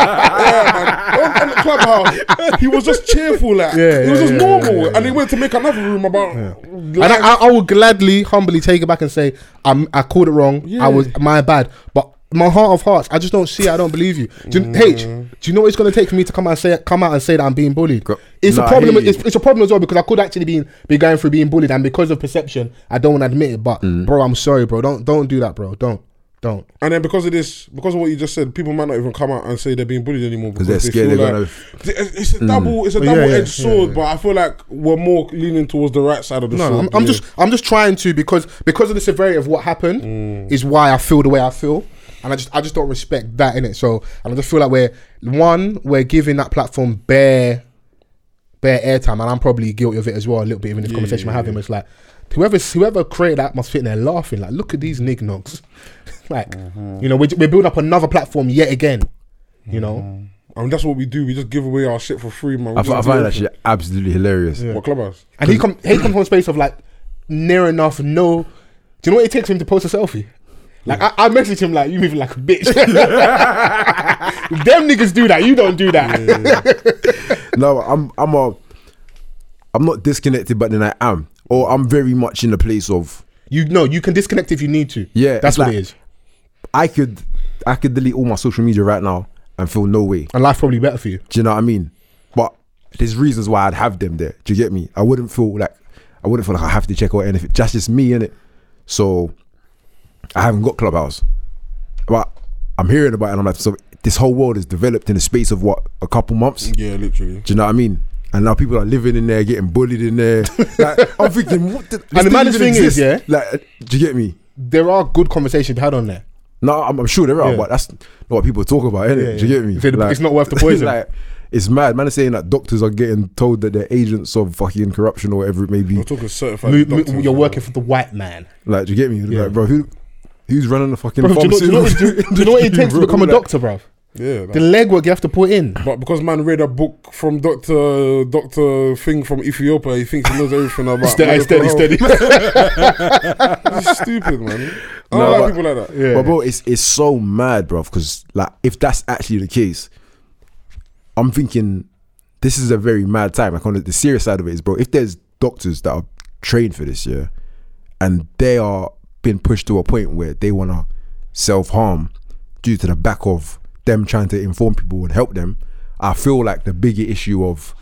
Speaker 4: yeah, man. On, on the clubhouse, he was just cheerful, like
Speaker 3: Yeah,
Speaker 4: it was
Speaker 3: yeah,
Speaker 4: just
Speaker 3: yeah,
Speaker 4: normal.
Speaker 3: yeah, yeah,
Speaker 4: And he went to make another room about.
Speaker 3: And
Speaker 4: like,
Speaker 3: I, I, I will gladly, humbly take it back and say I'm, I called it wrong. I was my bad. But my heart of hearts, I just don't see. it. I don't believe you. Do you H, do you know what it's going to take for me to come out and say come out and say that I'm being bullied?
Speaker 5: Go-
Speaker 3: It's
Speaker 5: Nah,
Speaker 3: a
Speaker 5: I
Speaker 3: problem.
Speaker 5: hear you.
Speaker 3: It's, it's a problem as well because I could actually be be going through being bullied, and because of perception, I don't want to admit it. But bro, I'm sorry, bro. Don't don't do that, bro. Don't don't.
Speaker 4: and then because of this, because of what you just said, people might not even come out and say they're being bullied anymore because
Speaker 5: they're
Speaker 4: they
Speaker 5: scared
Speaker 4: feel
Speaker 5: they're
Speaker 4: like- It's- It's a double. It's a
Speaker 3: Hmm. Well, yeah,
Speaker 4: double-edged
Speaker 3: yeah, yeah,
Speaker 4: sword. But I feel like we're more leaning towards the right side of the
Speaker 3: No,
Speaker 4: sword.
Speaker 3: I'm, I'm
Speaker 4: yeah.
Speaker 3: just I'm just trying to because because of the severity of what happened is why I feel the way I feel, and I just I just don't respect that in it. So and I just feel like we're one we're giving that platform bare bare airtime, and I'm probably guilty of it as well a little bit. Even this conversation we're having, it's like whoever whoever created that must sit there laughing like, look at these nignogs, like you know we're, we're building up another platform yet again, you know.
Speaker 4: And um, that's what we do. We just give away our shit for free, man.
Speaker 5: I, fi- I find that shit absolutely hilarious.
Speaker 4: What clubhouse?
Speaker 3: And he come he comes from a space of like near enough no. Do you know what it takes him to post a selfie? Like I, I messaged him like you moving like a bitch. Them niggas do that. You don't do that.
Speaker 5: No, I'm I'm a I'm not disconnected, but then I am, or I'm very much in the place of
Speaker 3: you know you can disconnect if you need to.
Speaker 5: Yeah,
Speaker 3: that's
Speaker 5: it's
Speaker 3: what
Speaker 5: like-
Speaker 3: it is.
Speaker 5: I could I could delete all my social media right now and feel no way.
Speaker 3: And life's probably better for you.
Speaker 5: Do you know what I mean? But there's reasons why I'd have them there. Do you get me? I wouldn't feel like I wouldn't feel like I have to check out anything. That's just me, innit? So I haven't got Clubhouse. But I'm hearing about it and I'm like, so this whole world is developed in the space of what, a couple months?
Speaker 4: Yeah, literally.
Speaker 5: Do you know what I mean? And now people are living in there, getting bullied in there. Like, I'm thinking, what the,
Speaker 3: the maddest thing is, yeah?
Speaker 5: Like, uh, do you get me?
Speaker 3: There are good conversations had on there.
Speaker 5: No, I'm, I'm sure there are,
Speaker 3: Yeah.
Speaker 5: but that's not what people talk about, innit?
Speaker 3: Yeah,
Speaker 5: Do you
Speaker 3: yeah.
Speaker 5: get me?
Speaker 3: They- it's not worth the poison.
Speaker 5: like, it's mad. Man is saying that doctors are getting told that they're agents of fucking corruption or whatever it may be.
Speaker 4: We're talking certified.
Speaker 3: Mo- mo-
Speaker 4: doctors,
Speaker 3: you're
Speaker 4: man.
Speaker 3: working for the white man.
Speaker 5: Like, do you get me? Like, bro, who, who's running the fucking
Speaker 3: Bro, do, you know, do you know what- do-
Speaker 5: pharmaceutical
Speaker 3: do you know what it
Speaker 5: industry,
Speaker 3: takes to
Speaker 5: bro?
Speaker 3: become a
Speaker 5: Like,
Speaker 3: doctor, bruv?
Speaker 4: Yeah. like-
Speaker 3: The legwork you have to put in.
Speaker 4: But because man read a book from Doctor Doctor Thing from Ethiopia, he thinks he knows everything about.
Speaker 3: Steady, steady,
Speaker 4: medical
Speaker 3: steady.
Speaker 4: health. He's stupid, man. I
Speaker 5: No,
Speaker 4: don't
Speaker 5: but-
Speaker 4: like people like that.
Speaker 5: But bro, it's it's so mad, bro. Because like, if that's actually the case, I'm thinking this is a very mad time. Like on the, the serious side of it is, bro. If there's doctors that are trained for this, yeah, and they are being pushed to a point where they wanna self harm due to the back of them trying to inform people and help them, I feel like the bigger issue of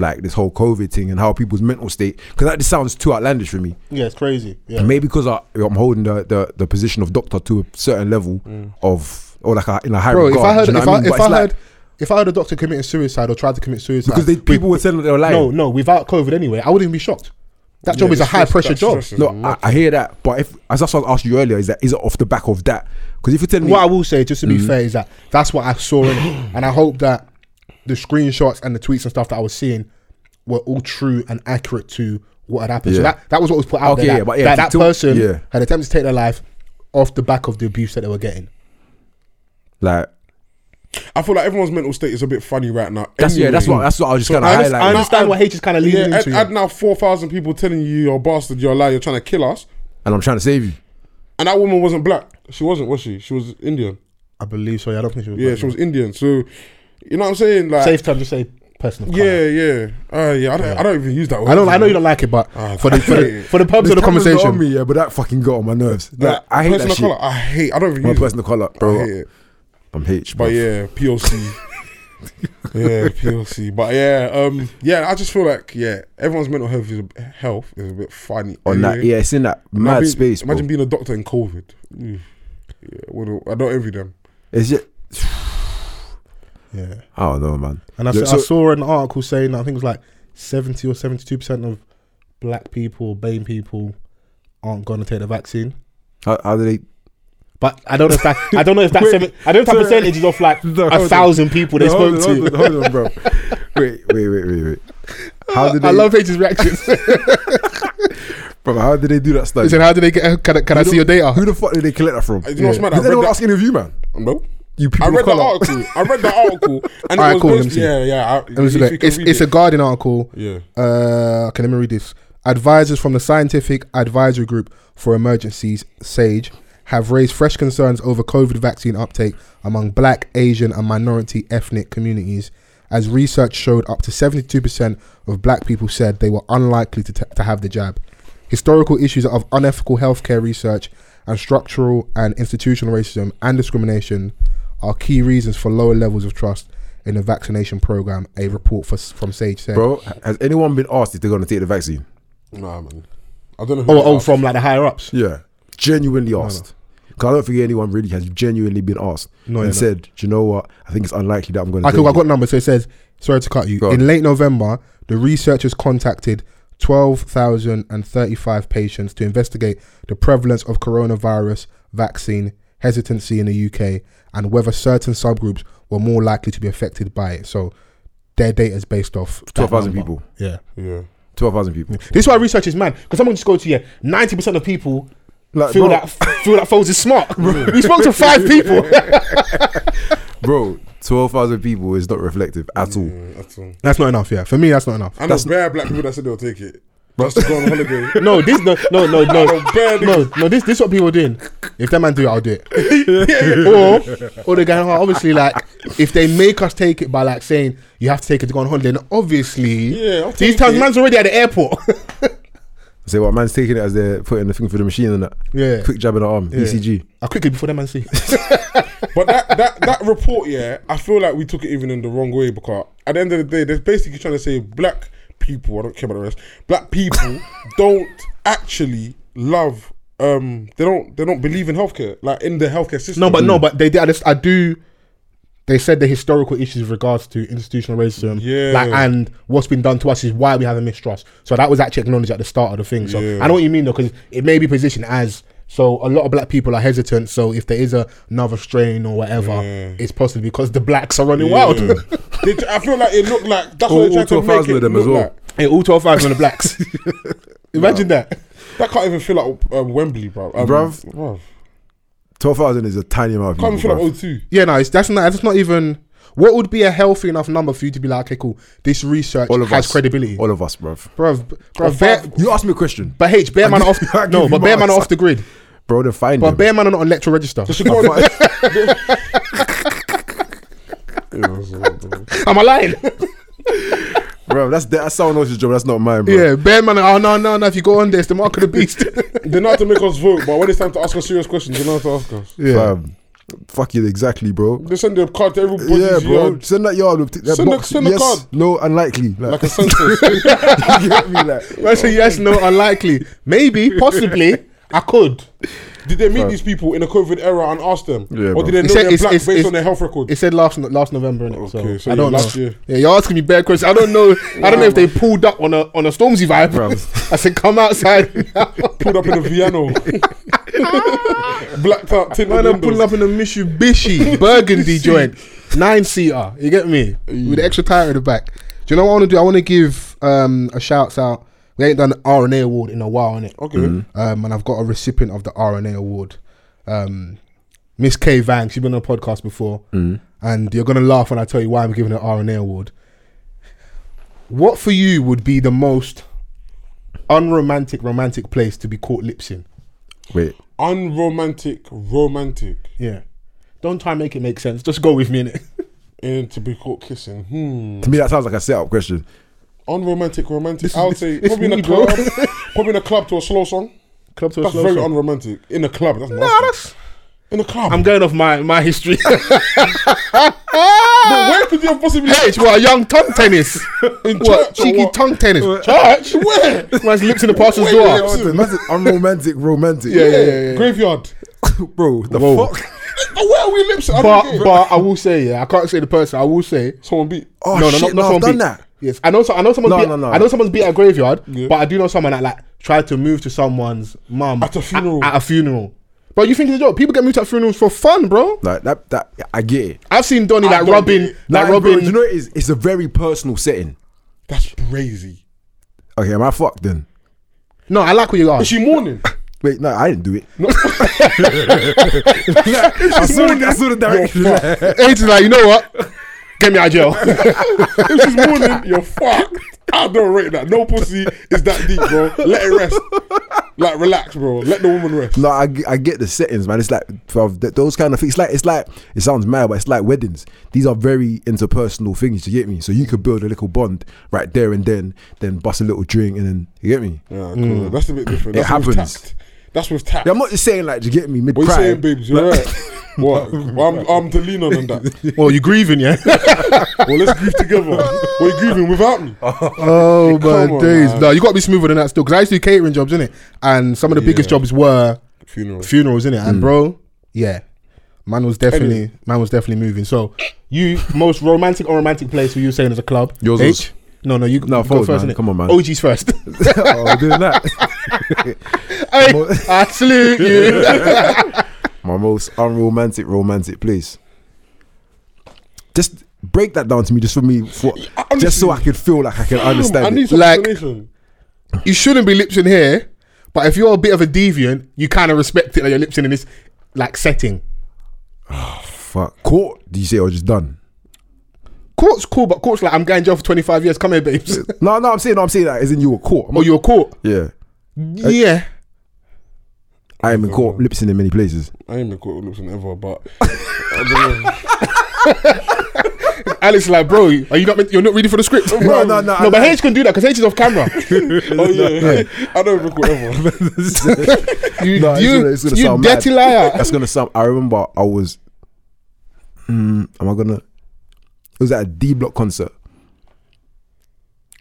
Speaker 5: like this whole COVID thing and how people's mental state, because that just sounds too outlandish for me.
Speaker 3: yeah, it's crazy. Yeah.
Speaker 5: And maybe because I, I'm holding the, the, the position of doctor to a certain level
Speaker 3: Mm.
Speaker 5: of or like a, in a high
Speaker 3: Bro, if
Speaker 5: regard.
Speaker 3: I heard
Speaker 5: do you know
Speaker 3: if
Speaker 5: what
Speaker 3: I
Speaker 5: mean?
Speaker 3: if
Speaker 5: But it's
Speaker 3: I
Speaker 5: like-
Speaker 3: heard if I heard a doctor committing suicide or tried to commit suicide
Speaker 5: because they,
Speaker 3: we-
Speaker 5: people were saying that they were lying.
Speaker 3: No, no, without COVID anyway, I wouldn't even be shocked. That job is a
Speaker 4: the
Speaker 3: high
Speaker 4: stress-
Speaker 3: pressure
Speaker 4: that
Speaker 3: job.
Speaker 4: stress is-
Speaker 5: no, I, I hear that. But if as that's what I asked you earlier, is that is it off the back of that? Because if you tell me, Mm.
Speaker 3: What I will say, just to be fair, is that that's what I saw in it. And I hope that the screenshots and the tweets and stuff that I was seeing were all true and accurate to what had happened. So
Speaker 5: Yeah.
Speaker 3: that, that was what was put out
Speaker 5: Okay,
Speaker 3: there. That,
Speaker 5: yeah, but yeah,
Speaker 3: that,
Speaker 5: to
Speaker 3: that
Speaker 5: tilt-
Speaker 3: person
Speaker 5: yeah.
Speaker 3: had attempted to take their life off the back of the abuse that they were getting.
Speaker 5: like
Speaker 4: Mm. I feel like everyone's mental state is a bit funny right now.
Speaker 5: that's yeah, that's what that's what I was just kind of
Speaker 3: I, understand- I
Speaker 5: highlighting,
Speaker 3: understand what H is kind of leading
Speaker 4: Yeah, add,
Speaker 3: into.
Speaker 4: add
Speaker 3: yeah.
Speaker 4: now four thousand people telling you you're a bastard, you're a liar, you're trying to kill us.
Speaker 5: and I'm trying to save you.
Speaker 4: And that woman wasn't black. She wasn't, was she? She was Indian.
Speaker 3: I believe so. Yeah, I don't think she was.
Speaker 4: Yeah,
Speaker 3: black,
Speaker 4: she was
Speaker 3: no.
Speaker 4: Indian. So You know what I'm saying? Like,
Speaker 3: Safe time to say personal. colour.
Speaker 4: yeah, yeah. Uh, yeah, I don't, I don't even use that word.
Speaker 3: I don't. I know you don't like it, but
Speaker 4: Ah,
Speaker 3: for the for the, for the purpose of the
Speaker 5: This camera's not on
Speaker 3: conversation, Uh,
Speaker 5: me, yeah, but that fucking got on my nerves. Like,
Speaker 4: Like,
Speaker 5: I hate that
Speaker 4: personal
Speaker 5: shit.
Speaker 4: colour, I hate. I don't even
Speaker 5: My
Speaker 4: use it.
Speaker 5: personal color,
Speaker 4: I
Speaker 5: bro.
Speaker 4: hate it.
Speaker 5: I'm H, bro.
Speaker 4: But yeah, POC. yeah, POC. But yeah, um, yeah. I just feel like yeah, everyone's mental health is a, health is a bit funny.
Speaker 5: On that,
Speaker 4: anyway.
Speaker 5: yeah, it's in that mad
Speaker 4: Imagine-
Speaker 5: space. Bro.
Speaker 4: Imagine being a doctor in COVID. Oof. Yeah, wouldn't- I don't envy them.
Speaker 5: It's just,
Speaker 3: yeah.
Speaker 5: I don't know, man.
Speaker 3: And I,
Speaker 5: Look,
Speaker 3: s- I
Speaker 5: so-
Speaker 3: saw an article saying that I think it was like seventy or seventy-two percent of black people, BAME people, aren't going to take the vaccine.
Speaker 5: How, how do they?
Speaker 3: But I don't know if that I don't know if that
Speaker 5: Wait,
Speaker 3: seven, I don't know if that
Speaker 5: so-
Speaker 3: percentage is of like
Speaker 5: No, hold
Speaker 3: a
Speaker 5: on.
Speaker 3: thousand people they
Speaker 5: No,
Speaker 3: spoke
Speaker 5: hold,
Speaker 3: to.
Speaker 5: on, hold on, hold on, bro. wait, wait, wait, wait, wait. How did they?
Speaker 3: I love H's reactions.
Speaker 5: bro, how did they do that
Speaker 3: He
Speaker 5: study?
Speaker 3: said, "How do they get? Can, I- can I see your data?"
Speaker 5: Who the fuck did they collect that from?
Speaker 4: You know what's mad? I
Speaker 5: Did
Speaker 4: read
Speaker 5: anyone
Speaker 4: that-
Speaker 5: ask any of you, man?
Speaker 4: No.
Speaker 5: You people
Speaker 4: I read
Speaker 5: of
Speaker 4: the
Speaker 5: colour.
Speaker 4: article. I read the article, and
Speaker 3: Alright,
Speaker 4: it was
Speaker 3: cool, let me
Speaker 4: basically-
Speaker 3: see.
Speaker 4: yeah, yeah. I,
Speaker 3: Let me see
Speaker 4: if
Speaker 3: that.
Speaker 4: you can
Speaker 3: It's,
Speaker 4: read
Speaker 3: it's a
Speaker 4: it.
Speaker 3: Guardian article.
Speaker 4: yeah.
Speaker 3: Uh, okay, let me read this. Advisors from the Scientific Advisory Group for Emergencies, SAGE, have raised fresh concerns over COVID vaccine uptake among black, Asian, and minority ethnic communities. As research showed, up to 72% of black people said they were unlikely to, t- to have the jab. Historical issues of unethical healthcare research and structural and institutional racism and discrimination are key reasons for lower levels of trust in the vaccination program, a report for, from SAGE said.
Speaker 5: Bro, has anyone been asked if they're gonna take the vaccine?
Speaker 4: Nah, man. I don't know. who
Speaker 3: Oh,
Speaker 4: they
Speaker 3: oh,
Speaker 4: are.
Speaker 3: from like the higher ups.
Speaker 5: Yeah, genuinely asked. Because I don't think anyone really has genuinely been asked
Speaker 3: No,
Speaker 5: and
Speaker 3: yeah, no.
Speaker 5: said, "Do you know what? I think it's unlikely that I'm going to."
Speaker 3: I, could, I got numbers. So it says, sorry to cut you.
Speaker 5: Go on.
Speaker 3: In late November, the researchers contacted 12,035 patients to investigate the prevalence of coronavirus vaccine hesitancy in the UK and whether certain subgroups were more likely to be affected by it. So their data is based off that
Speaker 5: 12,000
Speaker 3: number.
Speaker 5: people.
Speaker 3: Yeah.
Speaker 4: Yeah.
Speaker 5: Twelve thousand people.
Speaker 3: This is why research is mad. Because someone just go to, yeah, 90% of people.
Speaker 5: Like,
Speaker 3: feel
Speaker 5: bro,
Speaker 3: that feel that Foles is smart. we spoke to five people.
Speaker 5: bro, twelve thousand people is not reflective at all.
Speaker 4: Yeah, That's all.
Speaker 3: that's not enough. Yeah, for me, that's not enough.
Speaker 4: I know bare black people that said they'll take it. Just to go on holiday.
Speaker 3: No, this no no no no
Speaker 4: barely.
Speaker 3: no no this this what people are doing. If that man do it, I'll do it. or or the guy obviously like if they make us take it by like saying you have to take it to go on holiday, then obviously
Speaker 4: Yeah, I'll
Speaker 3: these
Speaker 4: take
Speaker 3: times
Speaker 4: it.
Speaker 3: man's already at the airport.
Speaker 5: So what man's taking it as they're putting the thing for the machine and that.
Speaker 3: Yeah.
Speaker 5: Quick jab in the arm. BCG.
Speaker 3: I quickly before that man see.
Speaker 4: But that, that, that report, yeah, I feel like we took it even in the wrong way because at the end of the day, they're basically trying to say black people, I don't care about the rest, black people don't actually love um they don't they don't believe in healthcare, like in the healthcare system.
Speaker 3: No, but no, but they did. I, just, I do. They said the historical issues with regards to institutional racism,
Speaker 4: Yeah.
Speaker 3: like, and what's been done to us is why we have a mistrust. So that was actually acknowledged at the start of the thing. So
Speaker 4: Yeah.
Speaker 3: I know what you mean though, because it may be positioned as so a lot of black people are hesitant. So if there is a, another strain or whatever, it's possibly because the blacks are running wild.
Speaker 4: They ju- I feel like it looked like that's
Speaker 5: All-
Speaker 4: what they're trying
Speaker 5: all
Speaker 4: to make
Speaker 5: 12,000
Speaker 4: it
Speaker 5: of them
Speaker 4: look
Speaker 5: as well.
Speaker 4: like.
Speaker 3: hey, all twelve fives on the blacks. Imagine that.
Speaker 4: That can't even feel like um, Wembley, bro. Um,
Speaker 5: Bruv.
Speaker 4: bruv.
Speaker 5: Twelve thousand is a tiny amount of
Speaker 4: Can't even
Speaker 5: people.
Speaker 4: feel like
Speaker 5: bruv.
Speaker 4: O2.
Speaker 3: Yeah, no, it's, that's not. That's not even. What would be a healthy enough number for you to be like, okay, cool, this research
Speaker 5: All of
Speaker 3: has
Speaker 5: us.
Speaker 3: credibility,
Speaker 5: All of us, bruv.
Speaker 3: bruv? b- Bruv, bare-
Speaker 5: You asked me a question.
Speaker 3: But H, bear man are off.
Speaker 5: give- I give
Speaker 3: No,
Speaker 5: you
Speaker 3: but bear man are
Speaker 5: marks.
Speaker 3: off the grid.
Speaker 5: Bro, then find
Speaker 3: But
Speaker 5: them.
Speaker 3: bear man are not on electoral register.
Speaker 4: They should go on- Yeah, so-
Speaker 3: Am I lying?
Speaker 5: Bro, that's that's someone else's job. That's not mine, bro.
Speaker 3: yeah, bear man. are- Oh no, no, no. If you go on there, it's the mark of the beast.
Speaker 4: They know how to make us vote, but when it's time to ask us serious questions, they know how to ask us.
Speaker 3: yeah.
Speaker 5: Fam, fuck you, exactly, bro.
Speaker 4: They send their card to everybody.
Speaker 5: yeah, bro.
Speaker 4: yard,
Speaker 5: Send that yard. with That
Speaker 4: Send a-
Speaker 5: box.
Speaker 4: send a
Speaker 5: yes,
Speaker 4: card.
Speaker 5: No, unlikely. Like,
Speaker 4: like a census.
Speaker 5: you get me? Like,
Speaker 3: I say yes, no, unlikely, maybe, possibly. I could.
Speaker 4: did they meet these people in the COVID era and ask them, or
Speaker 5: Yeah, bro.
Speaker 4: did they know
Speaker 3: It's-
Speaker 4: they're
Speaker 3: it's-
Speaker 4: black
Speaker 3: it's-
Speaker 4: based
Speaker 3: it's-
Speaker 4: on their health record?
Speaker 3: It said last no- last November, innit?
Speaker 4: Okay,
Speaker 3: so,
Speaker 4: so
Speaker 3: I don't
Speaker 4: yeah, last
Speaker 3: know.
Speaker 4: year.
Speaker 3: Yeah, you're asking me bad questions. I don't know. I don't know if they pulled up on a on a Stormzy vibe.
Speaker 5: Bruv.
Speaker 3: I said, come outside. now."
Speaker 4: pulled up in a Viano, blacked out, tinted
Speaker 3: Man, I'm
Speaker 4: windows.
Speaker 3: pulling up in a Mitsubishi burgundy joint, nine seater. You get me with the extra tire at the back. Do you know what I want to do? I want to give um, a shout out. We ain't done the RNA award in a while, innit?
Speaker 4: Okay,
Speaker 3: Um, and I've got a recipient of the RNA award, um, Miss K Vang. She's been on the podcast before, and you're gonna laugh when I tell you why I'm giving her RNA award. What for you would be the most unromantic romantic place to be caught lipsing?
Speaker 5: wait.
Speaker 4: unromantic, romantic.
Speaker 3: Yeah. Don't try and make it make sense. Just go with me in it.
Speaker 4: and to be caught kissing. Hmm.
Speaker 5: To me, that sounds like a setup question.
Speaker 4: Unromantic, romantic.
Speaker 3: This-
Speaker 4: I would
Speaker 3: this-
Speaker 4: say
Speaker 3: this
Speaker 4: probably in a
Speaker 3: me, bro.
Speaker 4: club. probably in a club to a slow song.
Speaker 3: Club to a
Speaker 4: That's
Speaker 3: slow
Speaker 4: very
Speaker 3: song.
Speaker 4: unromantic. In a club. That's
Speaker 3: Nah,
Speaker 4: nasty.
Speaker 3: that's.
Speaker 4: in a club.
Speaker 3: I'm going off my my history.
Speaker 4: But where could you have possibly
Speaker 3: Hey, what a young tongue tennis.
Speaker 4: in
Speaker 3: What
Speaker 4: church or
Speaker 3: cheeky
Speaker 4: what?
Speaker 3: tongue tennis?
Speaker 4: Church? Where?
Speaker 3: Man's lips in the pastor's
Speaker 4: Wait,
Speaker 3: door.
Speaker 4: wait, wait.
Speaker 5: That's unromantic, romantic.
Speaker 3: Yeah, yeah, yeah, yeah.
Speaker 4: Graveyard.
Speaker 5: bro. The
Speaker 3: Whoa.
Speaker 5: fuck?
Speaker 4: But where are we lips? I don't
Speaker 3: But
Speaker 4: get it.
Speaker 3: but I will say yeah, I can't say the person. I will say
Speaker 4: Someone beat.
Speaker 5: Oh shit! No, I've
Speaker 3: someone
Speaker 5: done
Speaker 3: beat.
Speaker 5: that.
Speaker 3: Yes, I know. So, I know someone.
Speaker 5: No,
Speaker 3: beat,
Speaker 5: no, no.
Speaker 3: I know someone's beat at a graveyard,
Speaker 4: Yeah.
Speaker 3: but I do know someone that like tried to move to someone's mum
Speaker 4: At a funeral.
Speaker 3: At, a funeral, bro. You think it's a joke? People get moved at funerals for fun, bro.
Speaker 5: Like that. That I get it.
Speaker 3: I've seen Donny
Speaker 4: I
Speaker 3: like
Speaker 4: don't
Speaker 3: rubbing,
Speaker 4: get it.
Speaker 3: like
Speaker 5: Nah, bro,
Speaker 3: rubbing.
Speaker 5: you know, it is, it's a very personal setting.
Speaker 4: That's crazy.
Speaker 5: Okay, am I fucked then?
Speaker 3: no, I like what you are.
Speaker 4: Is she mourning?
Speaker 5: Wait, no, I didn't do it. I, saw the, I saw the direction.
Speaker 4: You're
Speaker 5: Like,
Speaker 4: fucked.
Speaker 3: Aiden's Eh, like, you know what? Get me out of jail.
Speaker 4: if she's mourning, you're fucked. I don't rate that. No pussy is that deep, bro. Let it rest. Like, relax, bro. Let the woman rest.
Speaker 5: no, I, g- I get the settings, man. It's like bruv, th- those kind of things. It's like it's like it sounds mad, but it's like weddings. These are very interpersonal things. You get me? So you could build a little bond right there and then, then bust a little drink and then you get me?
Speaker 4: Yeah, cool. That's a bit different.
Speaker 5: It
Speaker 4: That's with
Speaker 5: happens.
Speaker 4: tact. That's with tact.
Speaker 5: Yeah, I'm not just saying like you get me mid
Speaker 4: what you saying,
Speaker 5: crying.
Speaker 4: babes? You're right. What? I'm, I'm to lean on on that.
Speaker 3: well, you're grieving, yeah.
Speaker 4: Well, let's grieve together. What are you grieving without me?
Speaker 3: Oh
Speaker 4: Come
Speaker 3: my
Speaker 4: on,
Speaker 3: days!
Speaker 4: man.
Speaker 3: No, you got to be smoother than that still. Because I used to do catering jobs, innit? And some of the biggest
Speaker 4: Yeah.
Speaker 3: jobs were
Speaker 4: Funeral.
Speaker 3: funerals, innit?
Speaker 5: Mm.
Speaker 3: And bro, yeah, man was definitely
Speaker 4: Anyway.
Speaker 3: man was definitely moving. So you most romantic or romantic place were you saying as a club?
Speaker 5: Yours was-
Speaker 3: H? No, no, you
Speaker 5: No,
Speaker 3: no, go
Speaker 5: forward,
Speaker 3: first,
Speaker 5: man.
Speaker 3: innit?
Speaker 5: Come on, man.
Speaker 3: OG's first.
Speaker 5: oh, doing that.
Speaker 3: hey, I salute you.
Speaker 5: My most unromantic romantic place. Just break that down to me, just for me, for, just so I could feel like I can understand.
Speaker 4: I
Speaker 5: it.
Speaker 4: need some
Speaker 3: Like-
Speaker 4: explanation.
Speaker 3: you shouldn't be lipsing here, but if you're a bit of a deviant, you kind of respect it that you're lipsing in this like setting.
Speaker 5: Fuck. Caught, do you say, or just done?
Speaker 3: Court's cool, but court's like I'm going to jail for 25 years. Come here, babes.
Speaker 5: No, no, I'm saying, no, I'm saying that as in you were caught. I'm
Speaker 3: or
Speaker 5: not-
Speaker 3: you're caught.
Speaker 5: yeah. Uh,
Speaker 3: Yeah.
Speaker 5: I
Speaker 3: Oh.
Speaker 5: ain't been caught lipsing in many places.
Speaker 4: I ain't been caught looking ever, but I
Speaker 3: Alex is like, bro, are you not? meant- You're not reading for the script. no,
Speaker 5: no, no, I-
Speaker 3: but H can do that because H is off camera.
Speaker 4: don't know. oh yeah, I don't even caught ever.
Speaker 3: You,
Speaker 5: No, it's
Speaker 3: you,
Speaker 5: gonna- it's gonna
Speaker 3: you
Speaker 5: sound mad.
Speaker 3: dirty liar.
Speaker 5: That's gonna sound. I remember I was. Mm, am I gonna? It was at a D Block concert,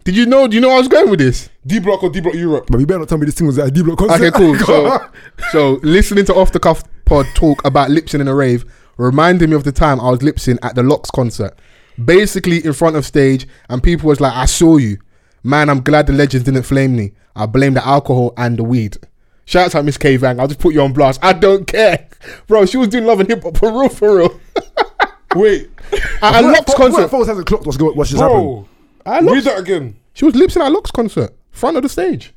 Speaker 3: Did you know? Do you know I was going with this?
Speaker 4: D Block or D Block Europe?
Speaker 5: but you better not tell me this thing was at a D Block concert.
Speaker 3: Okay, cool. So, so listening to off the cuff pod talk about lipsing in a rave reminded me of the time I was lipsing at the Locks concert, basically in front of stage, and people was like, "I saw you, man. I'm glad the legends didn't flame me. I blame the alcohol and the weed." Shout out to Miss K Vang. I'll just put you on blast. I don't care, bro. She was doing love and hip hop for real, for real.
Speaker 4: Wait,
Speaker 3: At a
Speaker 5: What-
Speaker 3: Locks
Speaker 5: what-
Speaker 3: concert,
Speaker 5: What, what hasn't clocked? What's, go- what's just happened?
Speaker 4: bro,
Speaker 3: I
Speaker 4: read
Speaker 3: looked,
Speaker 4: that again.
Speaker 3: she was lipsing at a Locks concert, front of the stage,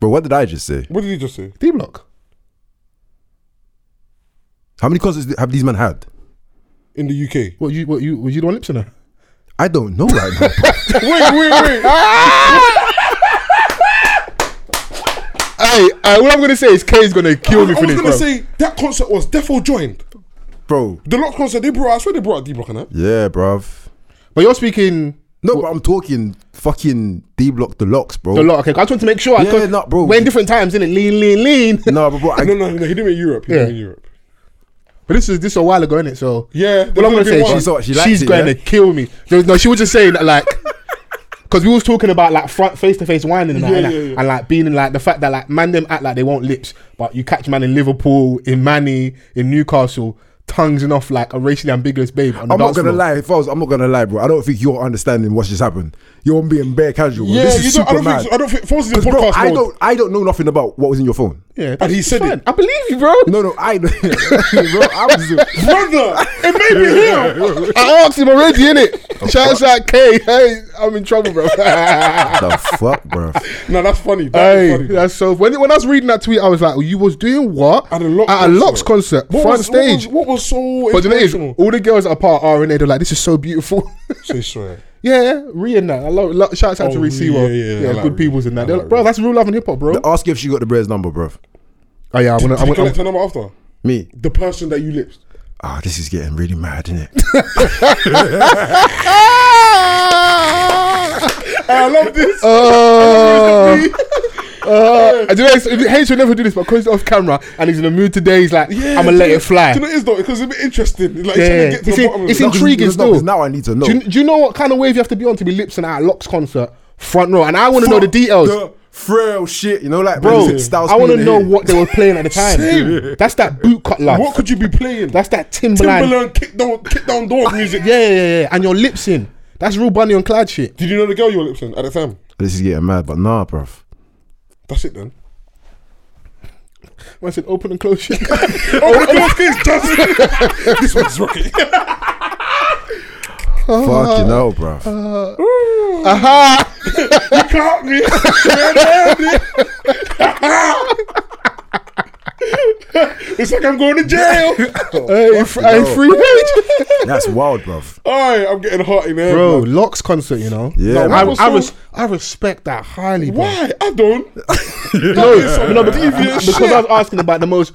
Speaker 5: Bro, what did I just say?
Speaker 4: What did you just say?
Speaker 3: D Block.
Speaker 5: How many concerts have these men had?
Speaker 4: In the UK?
Speaker 3: What you? What you? Were you the one lipsing her?
Speaker 5: I don't know right now. bro.
Speaker 4: Wait, wait, wait.
Speaker 3: Hey, uh, what I'm gonna say is Kay's gonna kill me
Speaker 4: I
Speaker 3: for
Speaker 4: was
Speaker 3: this,
Speaker 4: gonna
Speaker 3: bro.
Speaker 4: say that concert was Defo joined.
Speaker 5: bro.
Speaker 4: The Lock concert they brought. I swear they brought out D Block and that.
Speaker 5: Yeah, bruv.
Speaker 3: but you're speaking
Speaker 5: No, but I'm talking fucking D Block the locks, bro.
Speaker 3: a lot. Okay, I just want to make sure. I
Speaker 5: Yeah,
Speaker 3: could-
Speaker 5: nah, bro.
Speaker 3: We're in different times, innit? Lean, lean, lean.
Speaker 5: No, but bro, I,
Speaker 4: No, no, no. He didn't mean Europe. He
Speaker 3: Yeah.
Speaker 4: didn't mean Europe.
Speaker 3: But this is this a while ago, innit? So
Speaker 4: Yeah,
Speaker 3: What I'm gonna
Speaker 4: there's only
Speaker 3: say, is
Speaker 4: been one.
Speaker 5: She saw it, she liked
Speaker 3: she's
Speaker 5: it,
Speaker 3: gonna
Speaker 5: yeah?
Speaker 3: kill me. There was- no, she was just saying that like. Because we was talking about like front face to face whining and, that,
Speaker 4: Yeah,
Speaker 3: and, that,
Speaker 4: yeah, yeah.
Speaker 3: and like being in like the fact that like man them act like they want lips, but you catch man in Liverpool, in Manny, in Newcastle, tongues and off like a racially ambiguous babe. On the
Speaker 5: I'm not
Speaker 3: dance
Speaker 5: gonna
Speaker 3: floor.
Speaker 5: lie. If I was, I'm not gonna lie, bro. I don't think you're understanding what's just happened. You're being bare casual. Bro.
Speaker 4: Yeah,
Speaker 5: this is
Speaker 4: you don't,
Speaker 5: super
Speaker 4: I don't
Speaker 5: mad.
Speaker 4: think. So. I don't think. Force is in
Speaker 5: 'Cause, bro,
Speaker 4: podcast
Speaker 5: I
Speaker 4: mode.
Speaker 5: don't, I don't know nothing about what was in your phone.
Speaker 3: Yeah,
Speaker 4: And he
Speaker 3: that's
Speaker 4: said
Speaker 3: fine.
Speaker 4: it.
Speaker 3: I believe you, bro.
Speaker 5: No, no, I, bro, I'm just,
Speaker 4: Brother, it made me hear.
Speaker 3: I asked him already, innit? Shouts out K. Hey, I'm in trouble, bro. hey,
Speaker 5: the fuck, bro.
Speaker 4: No, that's funny. That's funny.
Speaker 3: that's so. When, when I was reading that tweet, I was like, well, "You was doing what
Speaker 4: At a Lox
Speaker 3: Lox
Speaker 4: concert.
Speaker 3: concert,
Speaker 4: What
Speaker 3: front
Speaker 4: was- what
Speaker 3: stage?"
Speaker 4: was- What was so
Speaker 3: but you know, what it is,
Speaker 4: emotional?
Speaker 3: all the girls that are part of RNA, they're like, "This is so beautiful."
Speaker 4: Say swear.
Speaker 3: yeah, Rhea and that. I love. love shouts out
Speaker 4: Oh,
Speaker 3: to Rhea
Speaker 4: Rhea,
Speaker 3: Seawell.
Speaker 4: yeah,
Speaker 3: Yeah,
Speaker 4: yeah, I like
Speaker 3: good
Speaker 4: Rhea.
Speaker 3: peoples in that.
Speaker 4: I
Speaker 3: They're
Speaker 4: like
Speaker 3: like, bro,
Speaker 4: Rhea.
Speaker 3: that's real love and hip hop, bro.
Speaker 5: Ask you if she got the Brez number, bro.
Speaker 3: Oh yeah, I'm gonna.
Speaker 4: Did
Speaker 3: I'm gonna
Speaker 4: you collect her number after?
Speaker 5: Me,
Speaker 4: The person that you lipped.
Speaker 5: ah, this is getting really mad, isn't it?
Speaker 4: I love this.
Speaker 3: Uh, Oh. Oh. I do know, it's- Hayes would never do this, but because he's off camera and he's in the mood today, he's like, I'm gonna let it fly.
Speaker 4: Do you know what it is though? Because it's a bit interesting. Like,
Speaker 3: Yeah, yeah.
Speaker 4: yeah,
Speaker 3: It's in- it's in- Intriguing
Speaker 5: Because now- 'cause
Speaker 3: still.
Speaker 5: Now I need to know.
Speaker 3: do, you, do you know what kind of wave you have to be on to be lipsing at a Locks concert front row? And I want to know the
Speaker 5: Fuck
Speaker 3: details,
Speaker 5: the frail shit, you know, like
Speaker 3: bro.
Speaker 5: when you said Styles
Speaker 3: I want to
Speaker 5: P in
Speaker 3: know
Speaker 5: here.
Speaker 3: what they were playing at the time. That's that boot cut love.
Speaker 4: what could you be playing?
Speaker 3: That's that Timberland.
Speaker 4: Timberland kick down, kick down doors music.
Speaker 3: Yeah, yeah, yeah, yeah. And your lips in. That's real bunny on Clyde shit.
Speaker 4: Did you know the girl you were lipsing at the time?
Speaker 5: This is getting mad, but nah, bruv.
Speaker 4: That's it then.
Speaker 3: When I said open and close shit.
Speaker 4: Oh, my God, it's just- this one's rocket.
Speaker 5: Fuck you know, bruv.
Speaker 3: Aha!
Speaker 4: You caught me. it's like I'm going to jail.
Speaker 3: Hey, fr- hey, free page.
Speaker 5: That's wild, bruv.
Speaker 4: Alright, I'm getting hot in there.
Speaker 3: Bro,
Speaker 4: man.
Speaker 3: Locks concert, you know?
Speaker 5: Yeah,
Speaker 3: I,
Speaker 5: man.
Speaker 4: was
Speaker 3: I,
Speaker 4: so-
Speaker 3: res- I respect that highly, bro.
Speaker 4: why? I don't.
Speaker 3: No, no, but-
Speaker 4: devious
Speaker 3: Oh, because I was asking about the most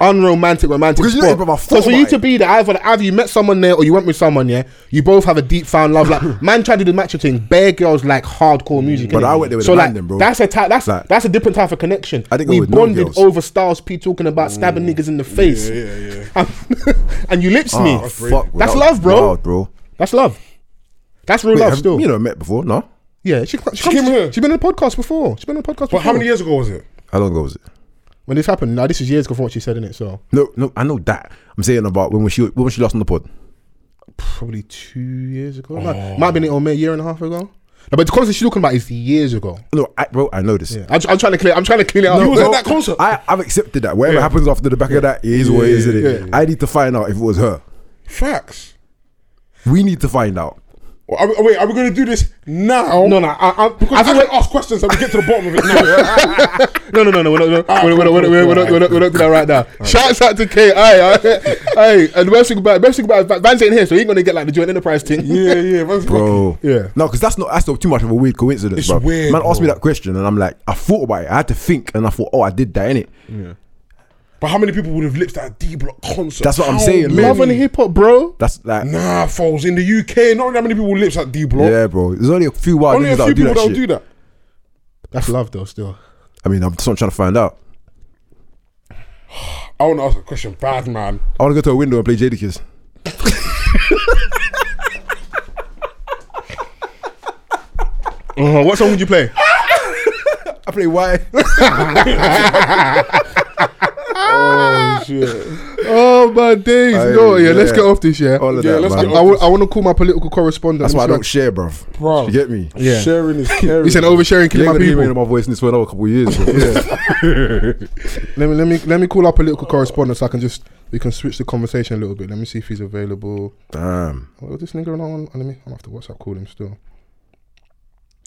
Speaker 3: unromantic, romantic
Speaker 5: Because you know,
Speaker 3: spot.
Speaker 5: brother, I thought
Speaker 3: Because for you
Speaker 5: about
Speaker 3: to
Speaker 5: it.
Speaker 3: be there, either, either you met someone there or you went with someone, yeah, you both have a deep found love. Like, man tried to do the match thing. Bare girls like hardcore music.
Speaker 5: But
Speaker 3: innit?
Speaker 5: I went there with
Speaker 3: so
Speaker 5: a
Speaker 3: like,
Speaker 5: man then, bro.
Speaker 3: That's a type. That's
Speaker 5: Like-
Speaker 3: that's a different type of connection.
Speaker 5: I think I
Speaker 3: we
Speaker 5: would know
Speaker 3: bonded
Speaker 5: girls. Mm.
Speaker 3: over Styles P talking about stabbing niggas in the face. Um,
Speaker 4: Yeah, yeah.
Speaker 3: and you lips me.
Speaker 5: Ah, fuck, bro.
Speaker 3: That's
Speaker 5: That was
Speaker 3: love, bro.
Speaker 5: Wild, bro.
Speaker 3: That's love. That's real
Speaker 5: Wait,
Speaker 3: love
Speaker 5: have-
Speaker 3: still.
Speaker 5: You know, met before? No.
Speaker 3: yeah, she, she,
Speaker 4: came here.
Speaker 3: She's been on the podcast before. She's been on the podcast before.
Speaker 4: But how many years ago was it?
Speaker 5: How long ago was it?
Speaker 3: When this happened, now this is years ago from what she said in it, so
Speaker 5: No, no, I know that. I'm saying about when was she when was she lost on the pod?
Speaker 3: probably two years ago. No,
Speaker 5: Oh.
Speaker 3: might have been or maybe a year and a half ago. No, but the concert she's talking about is years ago.
Speaker 5: No, I, bro, I know this.
Speaker 3: Yeah. I'm, I'm trying to clear. I'm trying to clean it up.
Speaker 4: You was at
Speaker 5: Bro,
Speaker 4: that concert?
Speaker 5: I, I've accepted that. Whatever happens after the back of that is what it is, isn't it? I need to find out if it was her.
Speaker 4: Facts.
Speaker 5: We need to find out.
Speaker 4: Well, are we- wait, are we going to do this now?
Speaker 3: No, no, I, I, because
Speaker 4: I think we ask questions and we get to the bottom of it
Speaker 3: no,
Speaker 4: now.
Speaker 3: no, no, no, we're not, we're, we're, we're, we're, we're, not, we're not, we're not doing that right now. Shouts out to K. Aye, aye, aye. And the best thing about, best thing about, Van's ain't here, so he ain't gonna get like the joint enterprise thing.
Speaker 4: yeah, yeah, man's lucky.
Speaker 5: Bro.
Speaker 3: Yeah.
Speaker 5: No, because that's not that's not too much of a weird coincidence,
Speaker 4: It's
Speaker 5: bro.
Speaker 4: weird,
Speaker 5: Man asked me
Speaker 4: bro.
Speaker 5: that question and I'm like, I thought about it. I had to think and I thought, oh, I did that, innit?
Speaker 4: But how many people would have lips that D block concert?
Speaker 5: That's what I'm
Speaker 4: How
Speaker 5: saying, man.
Speaker 3: Love and hip hop, bro.
Speaker 5: That's like
Speaker 4: Nah, falls in the UK. Not really how many people lips at D block.
Speaker 5: Yeah, bro. There's only a few wild
Speaker 4: Only a
Speaker 5: niggas
Speaker 4: few
Speaker 5: that'll do
Speaker 4: people
Speaker 5: that
Speaker 4: that'll
Speaker 5: shit.
Speaker 4: do that.
Speaker 3: That's love though, still.
Speaker 5: I mean, I'm just trying to find out.
Speaker 4: I want to ask a question, bad man.
Speaker 5: I want to go to a window and play Jadakiss.
Speaker 3: Uh, what song would you play?
Speaker 5: I play why?
Speaker 4: Oh shit.
Speaker 3: oh my days!
Speaker 5: Aye,
Speaker 3: no, yeah, let's
Speaker 5: yeah.
Speaker 3: get off this, yeah.
Speaker 5: All of
Speaker 4: Yeah,
Speaker 5: that,
Speaker 4: let's
Speaker 5: man.
Speaker 4: get
Speaker 3: I, w- I want to call my political correspondent.
Speaker 5: That's why I
Speaker 3: Let me
Speaker 5: don't
Speaker 3: see
Speaker 5: share, bruv.
Speaker 4: Bruv.
Speaker 5: You get me?
Speaker 3: Yeah.
Speaker 4: Sharing is caring.
Speaker 3: It's an oversharing,
Speaker 5: You
Speaker 3: killing
Speaker 5: ain't
Speaker 3: my
Speaker 5: gonna hear
Speaker 3: people.
Speaker 5: me in my voice in this for another couple of years. Bro.
Speaker 3: Let me let me let me call our political correspondent so I can just we can switch the conversation a little bit. Let me see if he's available.
Speaker 5: Damn.
Speaker 3: Oh, is this nigga on? on- Let me. I'm gonna have to WhatsApp call him still.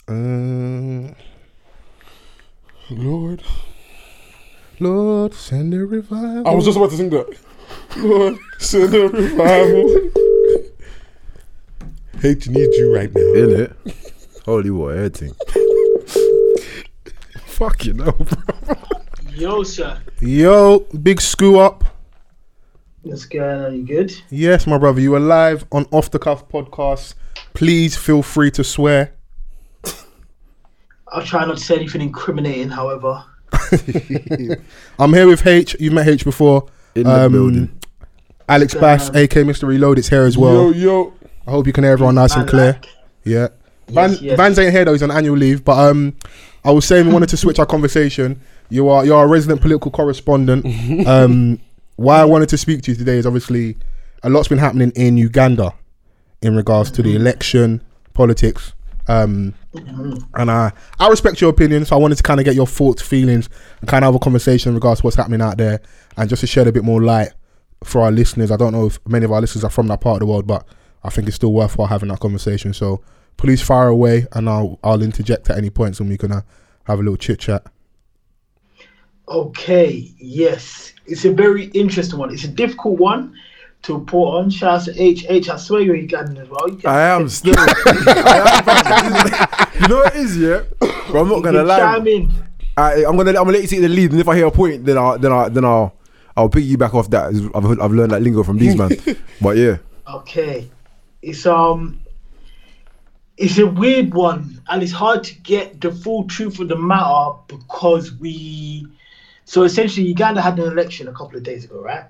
Speaker 3: Um,
Speaker 4: Lord.
Speaker 3: Lord, send a revival.
Speaker 4: I was just about to sing that. Lord, send a revival. Hate to need you right now.
Speaker 5: In it. Holy what everything. Fucking hell, bro.
Speaker 7: Yo, sir.
Speaker 3: Yo, big screw up.
Speaker 7: What's going on? You good?
Speaker 3: Yes, my brother, you are live on Off the Cuff podcast. Please feel free to swear.
Speaker 7: I'll try not to say anything incriminating, however.
Speaker 3: I'm here with H. You've met H before. Um,
Speaker 5: In the building.
Speaker 3: Alex Bass,
Speaker 7: Damn.
Speaker 3: AK Mr. Reload, is here as well.
Speaker 4: Yo, yo.
Speaker 3: I hope you can hear everyone nice and
Speaker 7: Man,
Speaker 3: clear.
Speaker 7: like,
Speaker 3: Yeah. Van,
Speaker 7: yes.
Speaker 3: Van's ain't here though, he's on annual leave. But um I was saying we wanted to switch our conversation. You are you are a resident political correspondent. Um why I wanted to speak to you today is obviously a lot's been happening in Uganda in regards to the election, politics. Um and I I respect your opinion, so I wanted to kind of get your thoughts, feelings, and kind of have a conversation in regards to what's happening out there, and just to shed a bit more light for our listeners. I don't know if many of our listeners are from that part of the world, but I think it's still worthwhile having that conversation. So please fire away, and I'll I'll interject at any points, and we can uh, have a little chit chat.
Speaker 7: Okay, yes. It's a very interesting one. It's a difficult one to report on. Shout out to H. H, I swear you're Ugandan as well. You can,
Speaker 5: I am still. I am, you know what it is, yeah. Bro, I'm not
Speaker 7: you
Speaker 5: gonna
Speaker 7: can
Speaker 5: lie.
Speaker 7: chime in.
Speaker 5: I, I'm gonna I'm gonna let you take the lead, and if I hear a point, then I will then I then I'll I'll pick you back off that. I've, heard- I've learned that lingo from these man. But yeah,
Speaker 7: Okay. It's um it's a weird one and it's hard to get the full truth of the matter because we so essentially Uganda had an election a couple of days ago, right?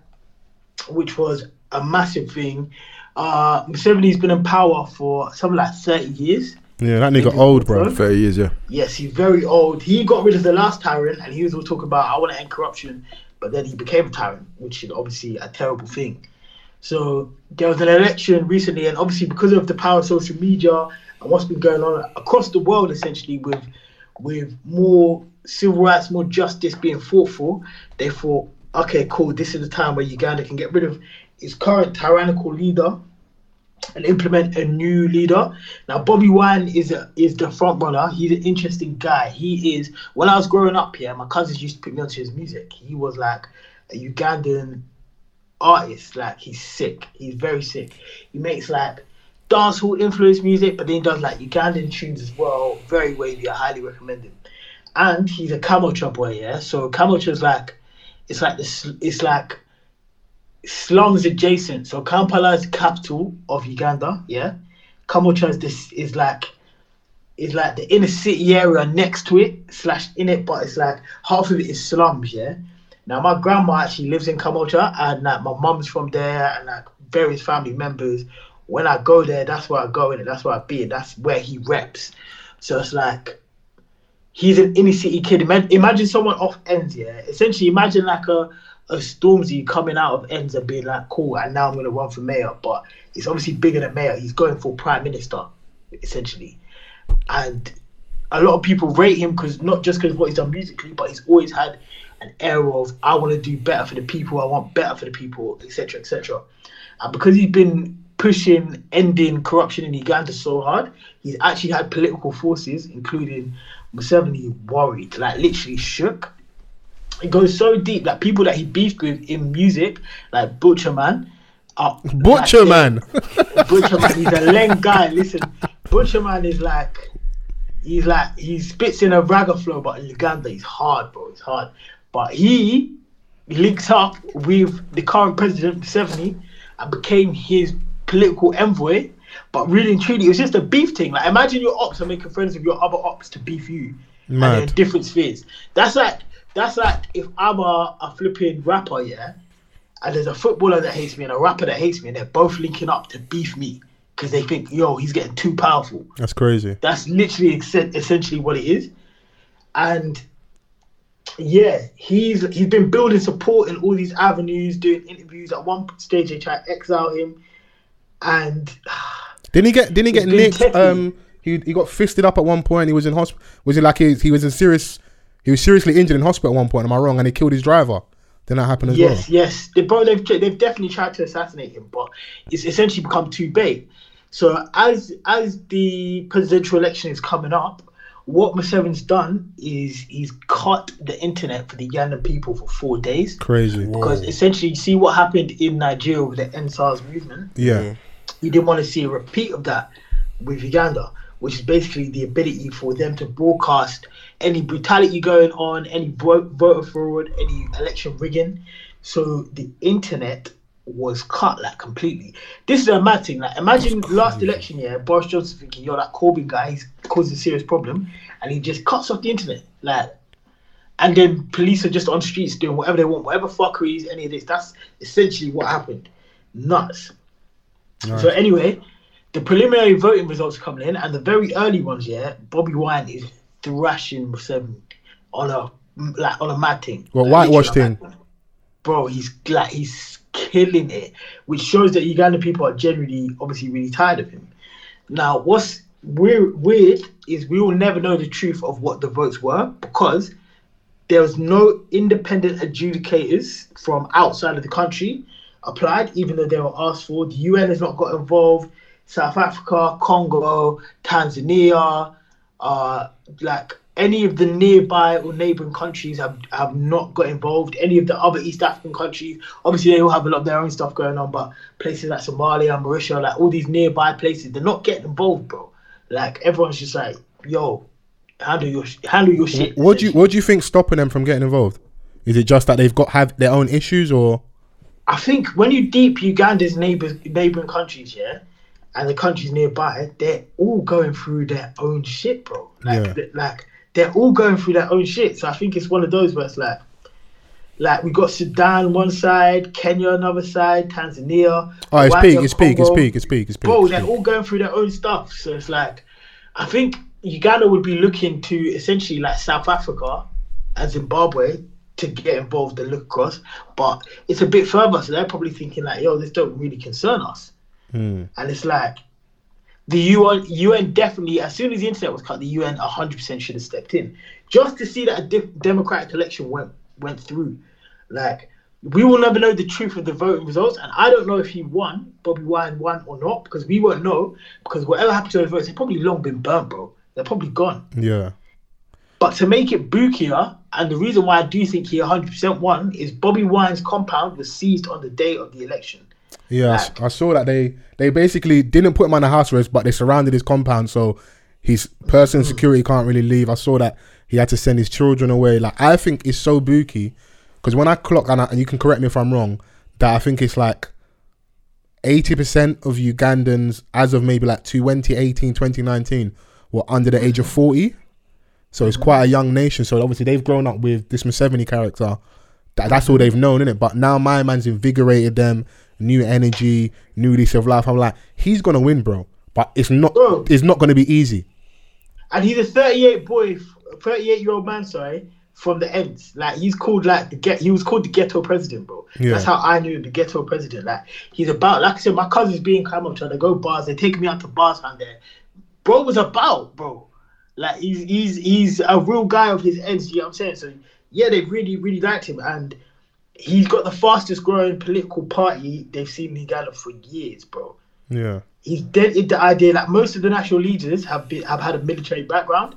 Speaker 7: Which was a massive thing. Uh Museveni's been in power for something like 30 years.
Speaker 3: Yeah, that nigga old, bro.
Speaker 5: fair years, yeah.
Speaker 7: Yes, he's very old. He got rid of the last tyrant, and he was all talking about I want to end corruption, but then he became a tyrant, which is obviously a terrible thing. So there was an election recently, and obviously because of the power of social media and what's been going on across the world, essentially with with more civil rights, more justice being fought for, they thought, okay, cool, this is the time where Uganda can get rid of its current tyrannical leader and implement a new leader. Now, Bobby Wine is a, is the front runner. He's an interesting guy. He is. When I was growing up, yeah, my cousins used to put me onto his music. He was like a Ugandan artist. Like he's sick. He's very sick. He makes like dancehall influence music, but then he does like Ugandan tunes as well. Very wavy. I highly recommend him. And he's a Kamocha boy, yeah. So Kamocha's like, it's like this. It's like slums adjacent. So Kampala is the capital of Uganda. Yeah, Kamocha is this is like is like the inner city area next to it slash in it, but it's like half of it is slums. Yeah. Now my grandma actually lives in Kamocha, and like my mum's from there, and like various family members. When I go there, that's where I go in, and that's where I be, and that's where he reps. So it's like he's an inner city kid. Ima- Imagine someone off ends, yeah. Essentially, imagine like a a Stormzy coming out of ends and being like, "Cool, and now I'm gonna run for mayor." But it's obviously bigger than mayor. He's going for prime minister, essentially, and a lot of people rate him because not just because what he's done musically, but he's always had an air of I want to do better for the people, I want better for the people, etc., etc. And because he's been pushing ending corruption in Uganda so hard, he's actually had political forces, including Museveni, worried, like literally shook. It goes so deep that people that he beefed with in music, like Butcher Man, are
Speaker 3: Butcher
Speaker 7: like,
Speaker 3: man.
Speaker 7: Butcherman, he's a lame guy. Listen, Butcherman is like, he's like, he spits in a ragga flow, but in Uganda, he's hard, bro. He's hard. But he linked up with the current president, Museveni, and became his political envoy. But really and truly, it was just a beef thing. Like, imagine your ops are making friends with your other ops to beef you. And they're in
Speaker 3: Mad.
Speaker 7: different spheres. That's like, that's like if I'm a, a flipping rapper, yeah, and there's a footballer that hates me and a rapper that hates me, and they're both linking up to beef me because they think, yo, he's getting too powerful.
Speaker 3: That's crazy.
Speaker 7: That's literally ex- essentially what it is. And yeah, he's he's been building support in all these avenues, doing interviews. At one stage, they try to exile him, and
Speaker 3: Didn't he get? Didn't he get
Speaker 7: He's been
Speaker 3: nicked?
Speaker 7: testy.
Speaker 3: Um, he he got fisted up at one point. He was in hospital. Was it like he, he was in serious? He was seriously injured in hospital at one point. Am I wrong? And he killed his driver. Didn't that happen as
Speaker 7: yes, yes, they bro, they've tr- they've definitely tried to assassinate him, but it's essentially become too big. So as as the presidential election is coming up, what Museveni's done is he's cut the internet for the Yana people for four days.
Speaker 3: well? Crazy.
Speaker 7: Because essentially, you see what happened in Nigeria with the NSARS movement.
Speaker 3: Yeah.
Speaker 7: You didn't want to see a repeat of that with Uganda, which is basically the ability for them to broadcast any brutality going on, any vo- voter fraud, any election rigging. So the internet was cut like completely. This is a mad thing. Like, imagine last election year, Boris Johnson thinking, "Yo, that Corbyn guy, he's causing a serious problem," and he just cuts off the internet. Like, and then police are just on streets doing whatever they want, whatever fuckeries, any of this. That's essentially what happened. Nuts. So anyway, the preliminary voting results coming in, and the very early ones, yeah, Bobby Wine is thrashing Museveni on a like on a mad thing.
Speaker 3: Well,
Speaker 7: Like, literally
Speaker 3: whitewashed
Speaker 7: on a mad
Speaker 3: thing.
Speaker 7: bro, he's like he's killing it, which shows that Ugandan people are generally obviously really tired of him. Now, what's weird, weird is we will never know the truth of what the votes were because there was no independent adjudicators from outside of the country applied, even though they were asked for. The UN has not got involved. South Africa, Congo, Tanzania, uh, like any of the nearby or neighboring countries have, have not got involved. Any of the other East African countries, obviously, they all have a lot of their own stuff going on, but places like Somalia, Mauritius, like all these nearby places, they're not getting involved, bro. Like everyone's just like, yo, handle your sh- handle your shit.
Speaker 3: What do you What do you think stopping them from getting involved? Is it just that they've got have their own issues or
Speaker 7: I think when you deep Uganda's neighbors, neighboring countries, yeah, and the countries nearby, they're all going through their own shit, bro. Like,
Speaker 3: Yeah.
Speaker 7: th- like they're all going through their own shit. So I think it's one of those where it's like, like we got Sudan one side, Kenya another side, Tanzania.
Speaker 3: Oh, it's
Speaker 7: Rwanda,
Speaker 3: peak, it's peak, it's
Speaker 7: Congo.
Speaker 3: peak, it's peak, it's peak.
Speaker 7: Bro,
Speaker 3: it's
Speaker 7: they're
Speaker 3: peak.
Speaker 7: all going through their own stuff. So it's like, I think Uganda would be looking to essentially like South Africa and Zimbabwe to get involved and look across. But it's a bit further, so they're probably thinking like, yo, this don't really concern us. And it's like, the UN, UN definitely, as soon as the internet was cut, the UN 100% should have stepped in. Just to see that a dif- democratic election went, went through. Like, we will never know the truth of the voting results, and I don't know if he won, Bobby Wine won or not, because we won't know. Because whatever happened to those votes, they've probably long been burnt, bro. They're probably gone.
Speaker 3: Yeah.
Speaker 7: But to make it bookier, and the reason why I do think he 100% won is Bobby Wine's compound was seized on the day of the election.
Speaker 3: Yeah, I s- I, saw that they they basically didn't put him on a house arrest, but they surrounded his compound, so his personal security can't really leave. I saw that he had to send his children away. Like I think it's so booky because when I clock and, I, and you can correct me if I'm wrong, that I think it's like. 80% of Ugandans, as of maybe like 2018, 2019, were under the age of 40. So it's quite a young nation. So obviously they've grown up with this Museveni character. That, that's all they've known, innit? But now my man's invigorated them, new energy, new lease of life. I'm like, he's gonna win, bro. But it's not
Speaker 7: Bro.
Speaker 3: it's not gonna be easy.
Speaker 7: And he's a 38 boy, 38 year old man, sorry, from the ends. Like he's called like the get. He was called the ghetto president, bro.
Speaker 3: Yeah.
Speaker 7: That's how I knew the ghetto president. Like he's about. Like I said, my cousins being come up trying to go bars. They take me out to bars and there. Bro was about, bro. Like he's he's he's a real guy of his ends. You know what I'm saying? So yeah, they really really liked him, and he's got the fastest growing political party they've seen in Ghana for years, bro
Speaker 3: Yeah.
Speaker 7: he's dented the idea that most of the national leaders have been have had a military background,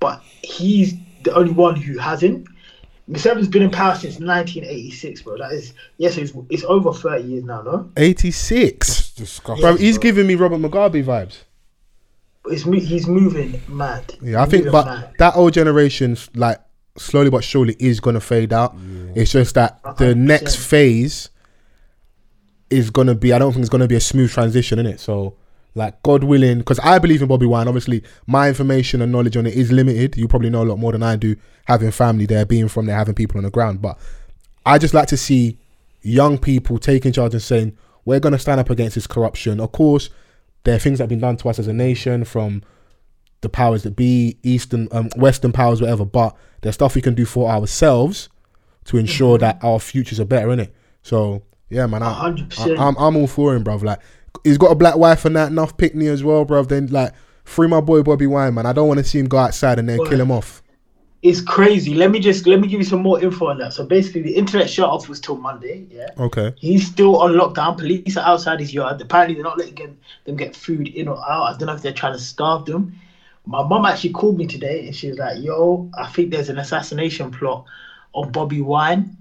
Speaker 7: but he's the only one who hasn't. Museveni's been in power since 1986, bro. That is yes, it's, it's over 30 years now, no?
Speaker 3: 86.
Speaker 4: Disgusting.
Speaker 3: Bro, he's giving me Robert Mugabe vibes.
Speaker 7: It's mo- he's moving mad.
Speaker 3: Yeah, I
Speaker 7: He's
Speaker 3: think,
Speaker 7: moving
Speaker 3: but
Speaker 7: mad.
Speaker 3: that old generation, like slowly but surely, is gonna fade out. It's just that the
Speaker 7: 100%.
Speaker 3: next phase is gonna be. I don't think it's gonna be a smooth transition in it. So, like God willing, because I believe in Bobby Wine. Obviously, my information and knowledge on it is limited. You probably know a lot more than I do, having family there, being from there, having people on the ground. But I just like to see young people taking charge and saying, we're going to stand up against this corruption. Of course, there are things that have been done to us as a nation from the powers that be, Eastern, um, Western powers, whatever, but there's stuff we can do for ourselves to ensure
Speaker 7: Mm-hmm.
Speaker 3: that our futures are better, innit? So, yeah, man, I,
Speaker 7: hundred
Speaker 3: I,
Speaker 7: percent.
Speaker 3: I'm, I'm all for him, bruv. Like, he's got a black wife and that, enough pickney as well, bruv. Then, like, free my boy Bobby Wine, man. I don't want to see him go outside and then kill him off.
Speaker 7: It's crazy. Let me just let me give you some more info on that. So basically, the internet shut off was till Monday. Yeah.
Speaker 3: Okay.
Speaker 7: He's still on lockdown. Police are outside his yard. Apparently, they're not letting them, them get food in or out. I don't know if they're trying to starve them. My mum actually called me today and she was like, Yo, I think there's an assassination plot on Bobby Wine.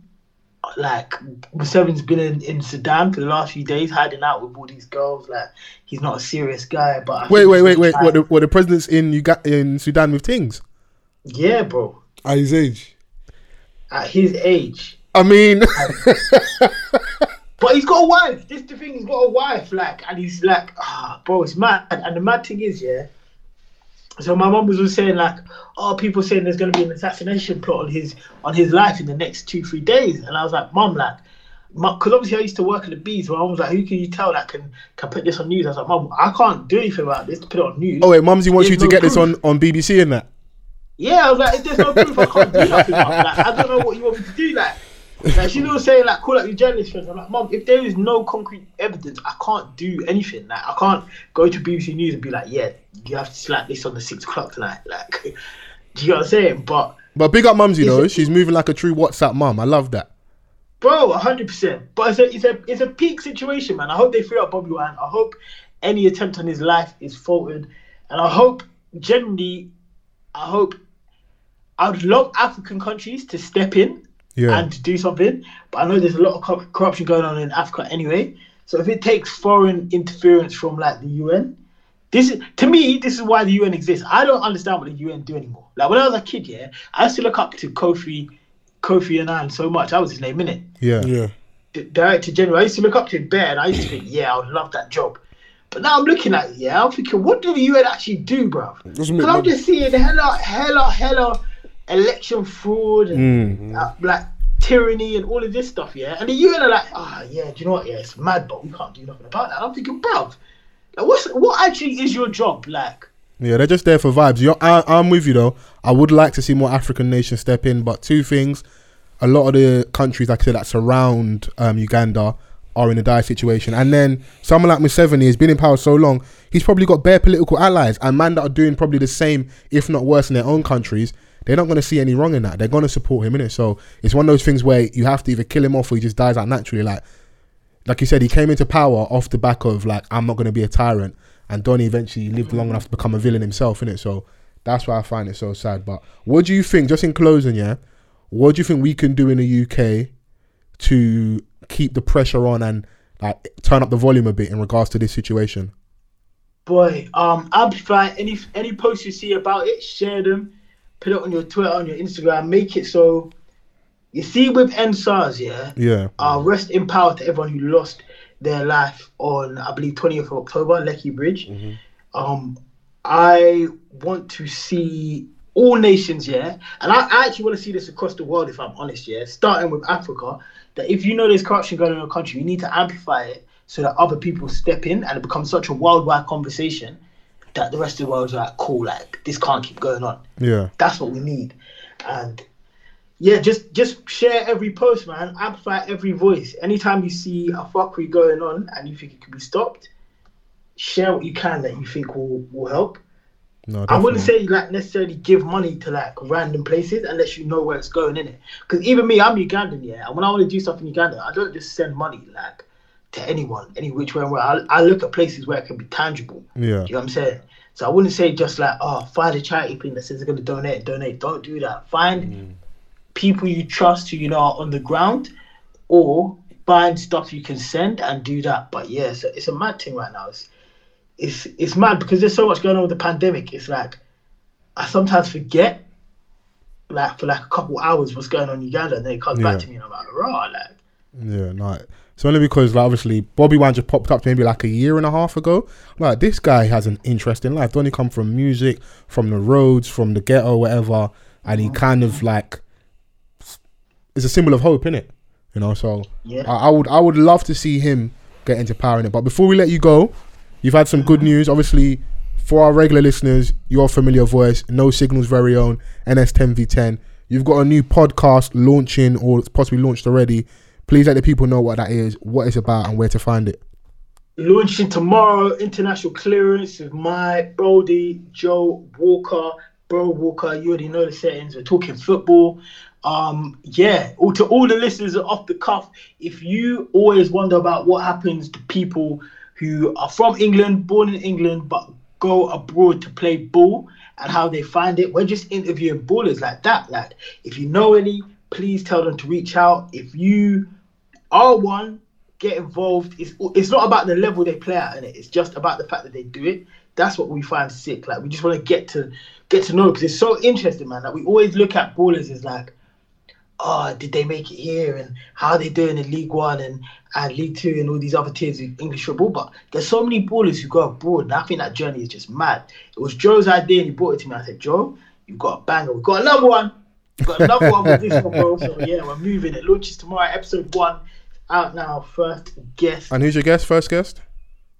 Speaker 7: Like, Museveni's been in, in Sudan for the last few days, hiding out with all these girls. Like, he's not a serious guy. But I think
Speaker 3: Wait, wait,
Speaker 7: he's
Speaker 3: wait, wait.
Speaker 7: trying-
Speaker 3: What the, what the president's in Uga- in Sudan with things?
Speaker 7: Yeah, bro.
Speaker 4: At his age.
Speaker 7: At his age.
Speaker 3: I mean,
Speaker 7: But he's got a wife. This the thing. He's got a wife, like, and he's like, ah, bro, it's mad. And the mad thing is, yeah. So my mum was always saying like, oh, people saying there's gonna be an assassination plot on his on his life in the next two three days, and I was like, mum, like, because obviously I used to work at the bees, where I was like, who can you tell that can can put this on news? I was like, mum, I can't do anything about this to put it on news.
Speaker 3: oh wait, Mumsy wants you
Speaker 7: There's
Speaker 3: to get
Speaker 7: no
Speaker 3: this
Speaker 7: proof.
Speaker 3: on on BBC and that.
Speaker 7: Yeah, I was like, if there's no proof, I can't do nothing. Mum. Like, I don't know what you want me to do. Like, like she was saying, like, call up your journalist friends. I'm like, mom, if there is no concrete evidence, I can't do anything. Like, I can't go to BBC News and be like, yeah, you have to slap this on the six o'clock tonight. Like, do you know what I'm saying? But
Speaker 3: But big up Mumsy
Speaker 7: Is
Speaker 3: though.
Speaker 7: it-
Speaker 3: She's moving like a true WhatsApp mum. I love that.
Speaker 7: Bro, hundred percent. But it's a it's a it's a peak situation, man. I hope they free up Bobby Wine. I hope any attempt on his life is faulted, and I hope generally, I hope I would love African countries to step in
Speaker 3: Yeah.
Speaker 7: and to do something. But I know there's a lot of cor- corruption going on in Africa anyway. So if it takes foreign interference from like the UN, this is to me this is why the UN exists. I don't understand what the UN do anymore. Like when I was a kid, yeah, I used to look up to Kofi. Ko- Kofi Annan so much. That was his name, innit?
Speaker 3: Yeah.
Speaker 4: Yeah.
Speaker 7: D- Director General. I used to look up to him bare, and I used to think, yeah, I would love that job. But now I'm looking at it, yeah, I'm thinking, what do the UN actually do, bruv? Because
Speaker 4: Doesn't make
Speaker 7: I'm
Speaker 4: money.
Speaker 7: just seeing hella, hella, hella election fraud
Speaker 4: Mm.
Speaker 7: and uh, like tyranny and all of this stuff, yeah. And the UN are like, ah, yeah, do you know what? Yeah, it's mad, but we can't do nothing about that. And I'm thinking, bruv, like, what's what actually is your job, like?
Speaker 3: Yeah, they're just there for vibes. You're, I, I'm with you though. I would like to see more African nations step in, but two things: a lot of the countries, like I said, that surround um, Uganda are in a dire situation, and then someone like Museveni has been in power so long, he's probably got bare political allies and man that are doing probably the same, if not worse, in their own countries. They're not going to see any wrong in that. They're going to support him in it. So it's one of those things where you have to either kill him off or he just dies out naturally. Like like you said, he came into power off the back of like I'm not going to be a tyrant, and Donnie eventually lived long enough to become a villain himself, innit? So that's why I find it so sad. But what do you think? Just in closing, yeah, what do you think we can do in the UK to keep the pressure on and like turn up the volume a bit in regards to this situation?
Speaker 7: Boy, um, amplify any any posts you see about it, share them, put it on your Twitter, on your Instagram, make it so. You see, with NSARS, yeah,
Speaker 3: Yeah,
Speaker 7: uh, rest in power to everyone who lost their life on, I believe, 20th of October, Lecky Bridge. Um, I want to see all nations, yeah, and I, I actually want to see this across the world, if I'm honest, yeah, starting with Africa, that if you know there's corruption going on in your country, you need to amplify it so that other people step in and it becomes such a worldwide conversation that the rest of the world's like, cool, like, this can't keep going on.
Speaker 3: yeah,
Speaker 7: That's what we need. And yeah, just just share every post, man. Amplify every voice. Anytime you see a fuckery going on and you think it can be stopped, share what you can that you think will, will help.
Speaker 3: no,
Speaker 7: I wouldn't
Speaker 3: definitely.
Speaker 7: say like necessarily give money to like random places unless you know where it's going in it. Because even me, I'm Ugandan, yeah. And when I want to do stuff in Uganda, I don't just send money like to anyone, any which way. Where I, I look at places where it can be tangible.
Speaker 3: Yeah.
Speaker 7: you know what I'm saying. So I wouldn't say just like oh, find a charity thing that says they're gonna donate, donate. Don't do that. Find
Speaker 3: Mm.
Speaker 7: people you trust who you know are on the ground, or find stuff you can send and do that. But yeah, so it's a mad thing right now. It's it's it's mad because there's so much going on with the pandemic. It's like I sometimes forget, like for like a couple hours, what's going on in Uganda, and then it comes
Speaker 3: Yeah.
Speaker 7: back to me, and I'm like, rah, like
Speaker 3: Yeah, no. It's only because like obviously Bobby Wine just popped up maybe like a year and a half ago. Like this guy has an interesting life. Don't he come from music, from the roads, from the ghetto, whatever, and he kind of like is a symbol of hope, innit? You know, so
Speaker 7: Yeah.
Speaker 3: I, I would I would love to see him get into power in it. But before we let you go, you've had some good news. Obviously, for our regular listeners, your familiar voice, No Signals very own, NS10v10. You've got a new podcast launching or it's possibly launched already. Please let the people know what that is, what it's about, and where to find it.
Speaker 7: launching tomorrow, international clearance with my Brody, Joe Walker, Bro Walker. You already know the settings. We're talking football. Um, yeah, all to all the listeners are off the cuff. If you always wonder about what happens to people who are from England, born in England, but go abroad to play ball and how they find it, we're just interviewing ballers like that. Like, if you know any, please tell them to reach out. If you R one get involved. It's it's not about the level they play at, and it's just about the fact that they do it. That's what we find sick. Like we just want to get to get to know because it's so interesting, man. Like we always look at ballers as like, oh, did they make it here, and how are they doing in League One and and League Two and all these other tiers of English football. But there's so many ballers who go abroad, and I think that journey is just mad. It was Joe's idea, and he brought it to me. I said, Joe, you've got a banger. We've got another one. We've got another one with this one, bro. So yeah, we're moving. It launches tomorrow, episode one out now. First guest.
Speaker 3: And who's your guest? First guest?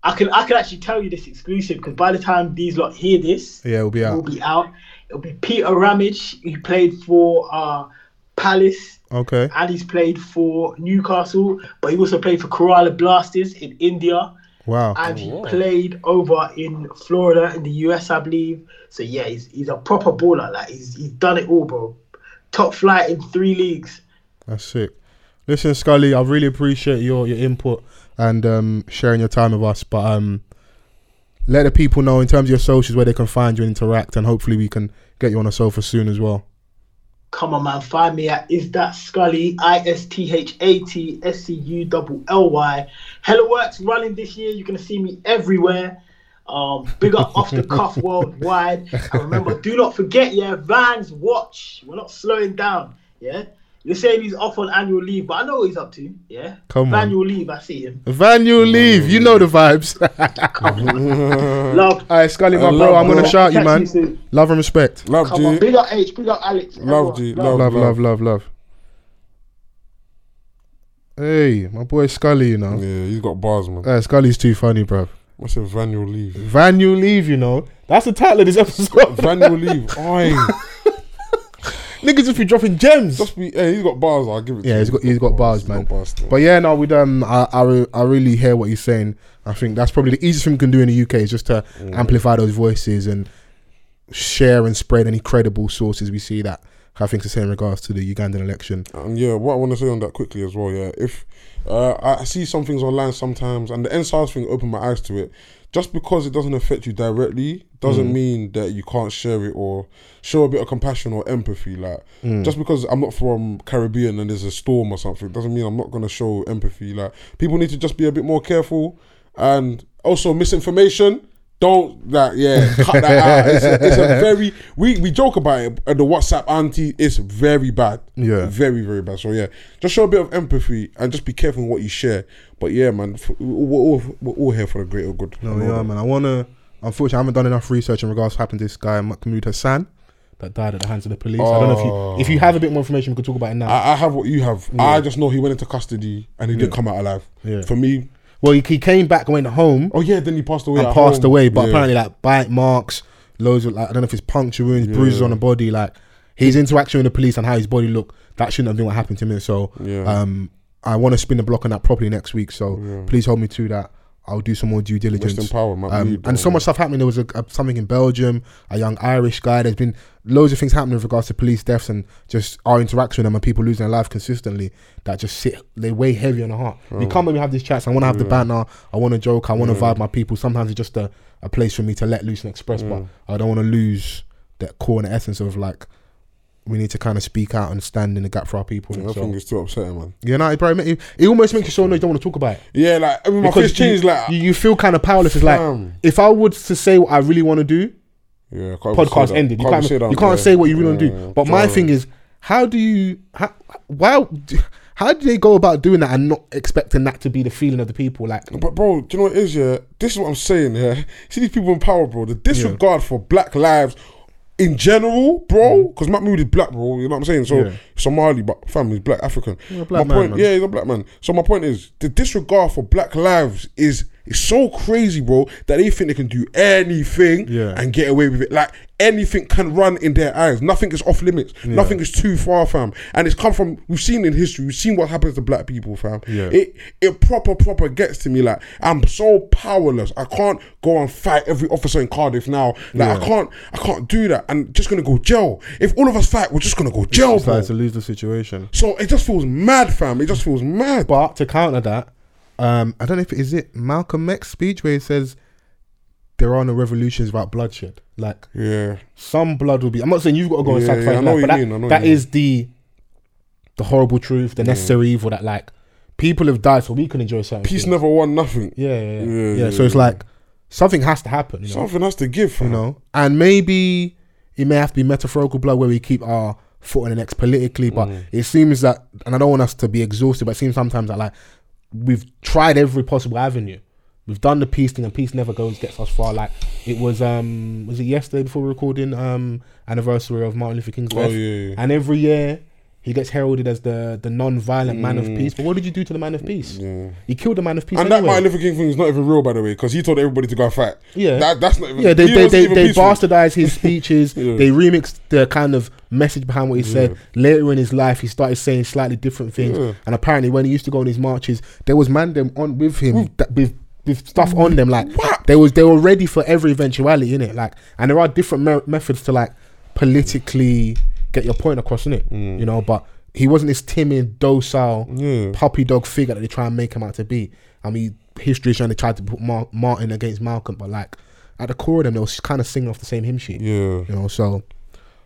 Speaker 7: I can I can actually tell you this exclusive because by the time these lot hear this,
Speaker 3: Yeah, we'll be
Speaker 7: will
Speaker 3: out.
Speaker 7: be out. It'll be Peter Ramage. He played for uh, Palace
Speaker 3: Okay.
Speaker 7: and he's played for Newcastle, but he also played for Kerala Blasters in India
Speaker 3: Wow.
Speaker 7: and he played over in Florida in the US, I believe. So yeah, he's he's a proper baller. Like he's he's done it all, bro. Top flight in three leagues.
Speaker 3: That's sick. Listen, Scully, I really appreciate your, your input and um, sharing your time with us. But um, let the people know in terms of your socials where they can find you and interact, and hopefully we can get you on a sofa soon as well.
Speaker 7: Come on, man. Find me at Is That Scully, I S T H A T S C U double L Y. Hello Works running this year. You're going to see me everywhere. Um, big up off the cuff worldwide. And remember, do not forget, yeah, Vans, watch. We're not slowing down. Yeah. You're saying he's off on annual leave, but I know what he's up to. Yeah,
Speaker 3: Come on.
Speaker 7: Annual leave, I see him.
Speaker 3: Van, you leave. You know the vibes.
Speaker 7: Love,
Speaker 3: All right, Scully, my
Speaker 4: I
Speaker 3: bro,
Speaker 4: love
Speaker 3: I'm going to
Speaker 4: bro.
Speaker 3: shout you,
Speaker 7: Catch
Speaker 3: man.
Speaker 7: you soon.
Speaker 3: Love and respect.
Speaker 4: Love
Speaker 7: come on,
Speaker 4: G.
Speaker 7: big up H, big up Alex.
Speaker 4: Love
Speaker 7: everyone.
Speaker 4: G. Love.
Speaker 3: Love, love, love, love. Hey, my boy Scully, you know.
Speaker 4: Yeah, he's got bars, man.
Speaker 3: Uh, Scully's too funny, bruv.
Speaker 4: What's a Van will leave?
Speaker 3: Van, you leave, you know. That's the title of this episode.
Speaker 4: Van will leave. Oi.
Speaker 3: Niggas just be dropping gems.
Speaker 4: Just be, hey, he's got bars. I'll give it. to
Speaker 3: Yeah,
Speaker 4: you.
Speaker 3: he's got he's got bars, man.
Speaker 4: He's got bars still.
Speaker 3: But yeah, no, we um, I, I re- I really hear what he's saying. I think that's probably the easiest thing we can do in the UK is just to amplify those voices and share and spread any credible sources we see that have things to say in regards to the Ugandan election.
Speaker 4: And yeah, what I want to say on that quickly as well, yeah, if uh, I I see some things online sometimes, and the NSARS thing opened my eyes to it. Just because it doesn't affect you directly
Speaker 3: Mm.
Speaker 4: doesn't mean that you can't share it or show a bit of compassion or empathy. Like
Speaker 3: Mm.
Speaker 4: just because I'm not from Caribbean and there's a storm or something doesn't mean I'm not gonna show empathy. Like people need to just be a bit more careful, and also misinformation. Don't that yeah cut that out. It's a, it's a very we we joke about it. uh, The WhatsApp auntie is very bad.
Speaker 3: Yeah.
Speaker 4: Very, very bad. So yeah, just show a bit of empathy and just be careful in what you share. But yeah, man, f- we're all, we're all here for the greater good.
Speaker 3: No,
Speaker 4: And all
Speaker 3: Oh, yeah,
Speaker 4: that.
Speaker 3: man. I wanna. Unfortunately, I haven't done enough research in regards to what happened to this guy Mahmoud Hassan that died at the hands of the police. I don't know if you if you have a bit more information, we could talk about it now.
Speaker 4: I, I have what you have. I just know he went into custody and he did come out alive.
Speaker 3: Yeah.
Speaker 4: For me,
Speaker 3: well, he, he came back, went home,
Speaker 4: oh yeah, then he passed away.
Speaker 3: and
Speaker 4: at
Speaker 3: passed
Speaker 4: home.
Speaker 3: away. But
Speaker 4: Yeah.
Speaker 3: apparently, like bite marks, loads of like I don't know if it's puncture wounds, bruises on the body. Like his interaction with the police and how his body looked, that shouldn't have been what happened to him. So,
Speaker 4: Yeah.
Speaker 3: um, I want to spin the block on that properly next week. So please hold me to that. I'll do some more due diligence.
Speaker 4: Rest in power, man.
Speaker 3: Um,
Speaker 4: Lead,
Speaker 3: and so
Speaker 4: man.
Speaker 3: much stuff happening. There was a, a, something in Belgium, a young Irish guy. There's been loads of things happening with regards to police deaths and just our interaction with them and people losing their life consistently. That just sit, they weigh heavy on the heart. We
Speaker 4: Oh.
Speaker 3: come and we have these chats. I want to have the banter. I want to joke. I want to vibe my people. Sometimes it's just a, a place for me to let loose and express, but I don't want to lose that core and essence of like we need to kind of speak out and stand in the gap for our people.
Speaker 4: I
Speaker 3: And
Speaker 4: think
Speaker 3: so,
Speaker 4: it's too upsetting, man.
Speaker 3: yeah, no, it, probably ma- it, it almost makes you so annoyed you don't want to talk about it
Speaker 4: Yeah, like I mean, my face
Speaker 3: you-
Speaker 4: changed. Like,
Speaker 3: you, you feel kind of powerless. It's like
Speaker 4: Fam.
Speaker 3: if I would to say what I really want to do,
Speaker 4: yeah, can't even say
Speaker 3: podcast
Speaker 4: that.
Speaker 3: ended. You can't,
Speaker 4: even that,
Speaker 3: you can't
Speaker 4: yeah.
Speaker 3: say what you really want to
Speaker 4: Yeah, yeah.
Speaker 3: do. But my
Speaker 4: Sorry.
Speaker 3: thing is, how do you how why how do they go about doing that and not expecting that to be the feeling of the people? Like
Speaker 4: But bro, do you know what it is? Yeah, this is what I'm saying. Yeah, see these people in power, bro. The disregard for black lives in general, bro. Because Mahmoud is black, bro. You know what I'm saying? So
Speaker 3: Mm. Yeah.
Speaker 4: Somali, but fam, he's black African.
Speaker 3: a black
Speaker 4: my
Speaker 3: man,
Speaker 4: point,
Speaker 3: man.
Speaker 4: yeah, he's a black man. So my point is, the disregard for black lives is is so crazy, bro, that they think they can do anything
Speaker 3: Yeah.
Speaker 4: and get away with it. Like anything can run in their eyes. Nothing is off limits. Nothing is too far, fam. And it's come from we've seen in history. We've seen what happens to black people, fam.
Speaker 3: Yeah.
Speaker 4: It it proper proper gets to me. Like I'm so powerless. I can't go and fight every officer in Cardiff now. Like I
Speaker 3: Yeah.
Speaker 4: can't I can't do that. I'm just gonna go jail. If all of us fight, we're just gonna go jail, bro.
Speaker 3: to lose the situation.
Speaker 4: So it just feels mad, fam. It just feels mad.
Speaker 3: But to counter that, um, I don't know if it is it Malcolm X speech where he says there are no revolutions without bloodshed. Like
Speaker 4: yeah,
Speaker 3: some blood will be. I'm not saying you've got to go and
Speaker 4: Yeah, yeah,
Speaker 3: sacrifice
Speaker 4: I
Speaker 3: your
Speaker 4: know
Speaker 3: life,
Speaker 4: what
Speaker 3: but
Speaker 4: you
Speaker 3: that,
Speaker 4: mean, I know
Speaker 3: that
Speaker 4: what you
Speaker 3: is the the horrible truth, the necessary evil that like people have died so we can enjoy certain
Speaker 4: peace
Speaker 3: things.
Speaker 4: never won nothing.
Speaker 3: Yeah, yeah, yeah.
Speaker 4: Yeah,
Speaker 3: Yeah,
Speaker 4: yeah,
Speaker 3: so it's
Speaker 4: yeah.
Speaker 3: like something has to happen, you know?
Speaker 4: Something has to give, fam.
Speaker 3: you know, and maybe it may have to be metaphorical blood where we keep our foot on the next politically, but
Speaker 4: Mm.
Speaker 3: it seems that, and I don't want us to be exhausted, but it seems sometimes that like we've tried every possible avenue. We've done the peace thing, and peace never goes gets us far. Like it was, um, was it yesterday before recording um anniversary of Martin Luther King's
Speaker 4: Oh,
Speaker 3: death?
Speaker 4: yeah, yeah.
Speaker 3: And every year he gets heralded as the the non-violent man of peace. But what did you do to the man of peace? You killed the man of peace.
Speaker 4: Mm. And that
Speaker 3: anyway.
Speaker 4: Martin Luther King thing is not even real, by the way, because he told everybody to go and fight.
Speaker 3: Yeah,
Speaker 4: that, that's not even.
Speaker 3: Yeah, they
Speaker 4: he
Speaker 3: they,
Speaker 4: wasn't
Speaker 3: they,
Speaker 4: even
Speaker 3: they
Speaker 4: peaceful.
Speaker 3: bastardized his speeches.
Speaker 4: Yeah.
Speaker 3: They remixed the kind of message behind what he said. Later in his life, he started saying slightly different things.
Speaker 4: Yeah.
Speaker 3: And apparently, when he used to go on his marches, there was man them on with him that with with stuff on them like they was they were ready for every eventuality in it. Like, and there are different me- methods to like politically get your point across in it. You know, but. He wasn't this timid, docile,
Speaker 4: Mm. Yeah.
Speaker 3: puppy dog figure that they try and make him out to be. I mean, history is trying to try to put Mar- Martin against Malcolm, but like at the core of them, they was kind of singing off the same hymn sheet.
Speaker 4: Yeah.
Speaker 3: You know, so.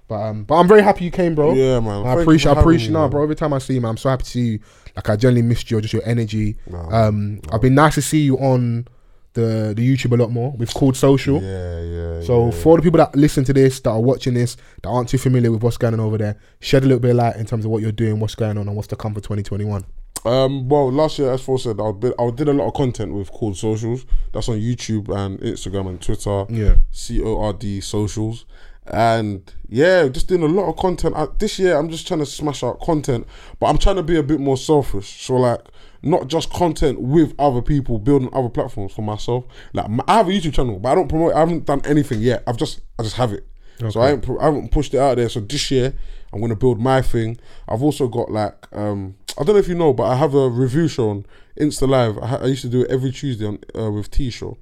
Speaker 3: But um, but I'm very happy you came, bro.
Speaker 4: Yeah, man. Thank
Speaker 3: I
Speaker 4: you for
Speaker 3: appreciate, I
Speaker 4: having
Speaker 3: appreciate,
Speaker 4: me,
Speaker 3: nah,
Speaker 4: man.
Speaker 3: bro. Every time I see you, man, I'm so happy to see you. Like I genuinely missed you, just your energy. um, I've been nice to see you on the the YouTube a lot more. We've called social.
Speaker 4: Yeah, yeah.
Speaker 3: So
Speaker 4: yeah.
Speaker 3: for the people that listen to this, that are watching this, that aren't too familiar with what's going on over there, shed a little bit of light in terms of what you're doing, what's going on, and what's to come for 2021.
Speaker 4: Um, well, last year, as Paul said, I, did- I did a lot of content with Called Socials. That's on YouTube and Instagram and Twitter.
Speaker 3: Yeah.
Speaker 4: C O R D Socials. And yeah, just doing a lot of content. I, this year, I'm just trying to smash out content, but I'm trying to be a bit more selfish. So, like, not just content with other people, building other platforms for myself. Like, my, I have a YouTube channel, but I don't promote. I haven't done anything yet. I've just, I just have it. So I haven't, pu- I haven't pushed it out there. So this year I'm gonna build my thing. I've also got like um, I don't know if you know, but I have a review show on Insta Live. I, ha- I used to do it every Tuesday on uh, with T Show,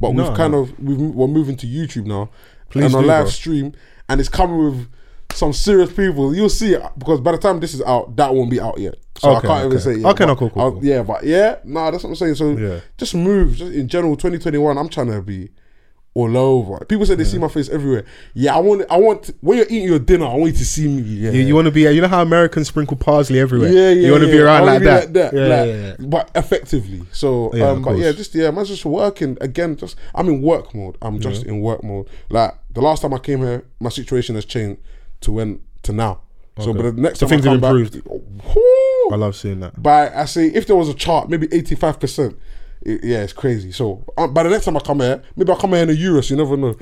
Speaker 4: but
Speaker 3: No.
Speaker 4: we've kind of we've, we're moving to YouTube now
Speaker 3: Please
Speaker 4: and a
Speaker 3: do,
Speaker 4: live
Speaker 3: bro.
Speaker 4: stream, and it's coming with some serious people. You'll see it because by the time this is out, that won't be out yet. So
Speaker 3: Okay,
Speaker 4: I can't even
Speaker 3: okay.
Speaker 4: say it yet,
Speaker 3: Okay, no,
Speaker 4: but
Speaker 3: cool, cool,
Speaker 4: I'll-
Speaker 3: cool.
Speaker 4: Yeah, but yeah, nah, that's what I'm saying. So
Speaker 3: Yeah.
Speaker 4: just move. Just in general, 2021. I'm trying to be all over. People say they see my face everywhere. Yeah, I want. I want when you're eating your dinner, I want you to see me. Yeah,
Speaker 3: You, you want to be, you know how Americans sprinkle parsley everywhere.
Speaker 4: yeah, yeah.
Speaker 3: You want to
Speaker 4: yeah.
Speaker 3: be
Speaker 4: I
Speaker 3: around
Speaker 4: wanna
Speaker 3: like
Speaker 4: be
Speaker 3: that. Yeah,
Speaker 4: like,
Speaker 3: yeah, yeah.
Speaker 4: but effectively. So,
Speaker 3: Yeah,
Speaker 4: um,
Speaker 3: of
Speaker 4: but yeah,
Speaker 3: course.
Speaker 4: just yeah, man's just working again. Just I'm in work mode. I'm just in work mode. Like the last time I came here, my situation has changed to when to now. So,
Speaker 3: Okay.
Speaker 4: but the next
Speaker 3: So
Speaker 4: time I
Speaker 3: things have
Speaker 4: come back-
Speaker 3: improved.
Speaker 4: Whoo!
Speaker 3: I love seeing that.
Speaker 4: by I say if there was a chart, maybe eighty five percent. Yeah, it's crazy. So um, by the next time I come here, maybe I come here in a euro. So you never know.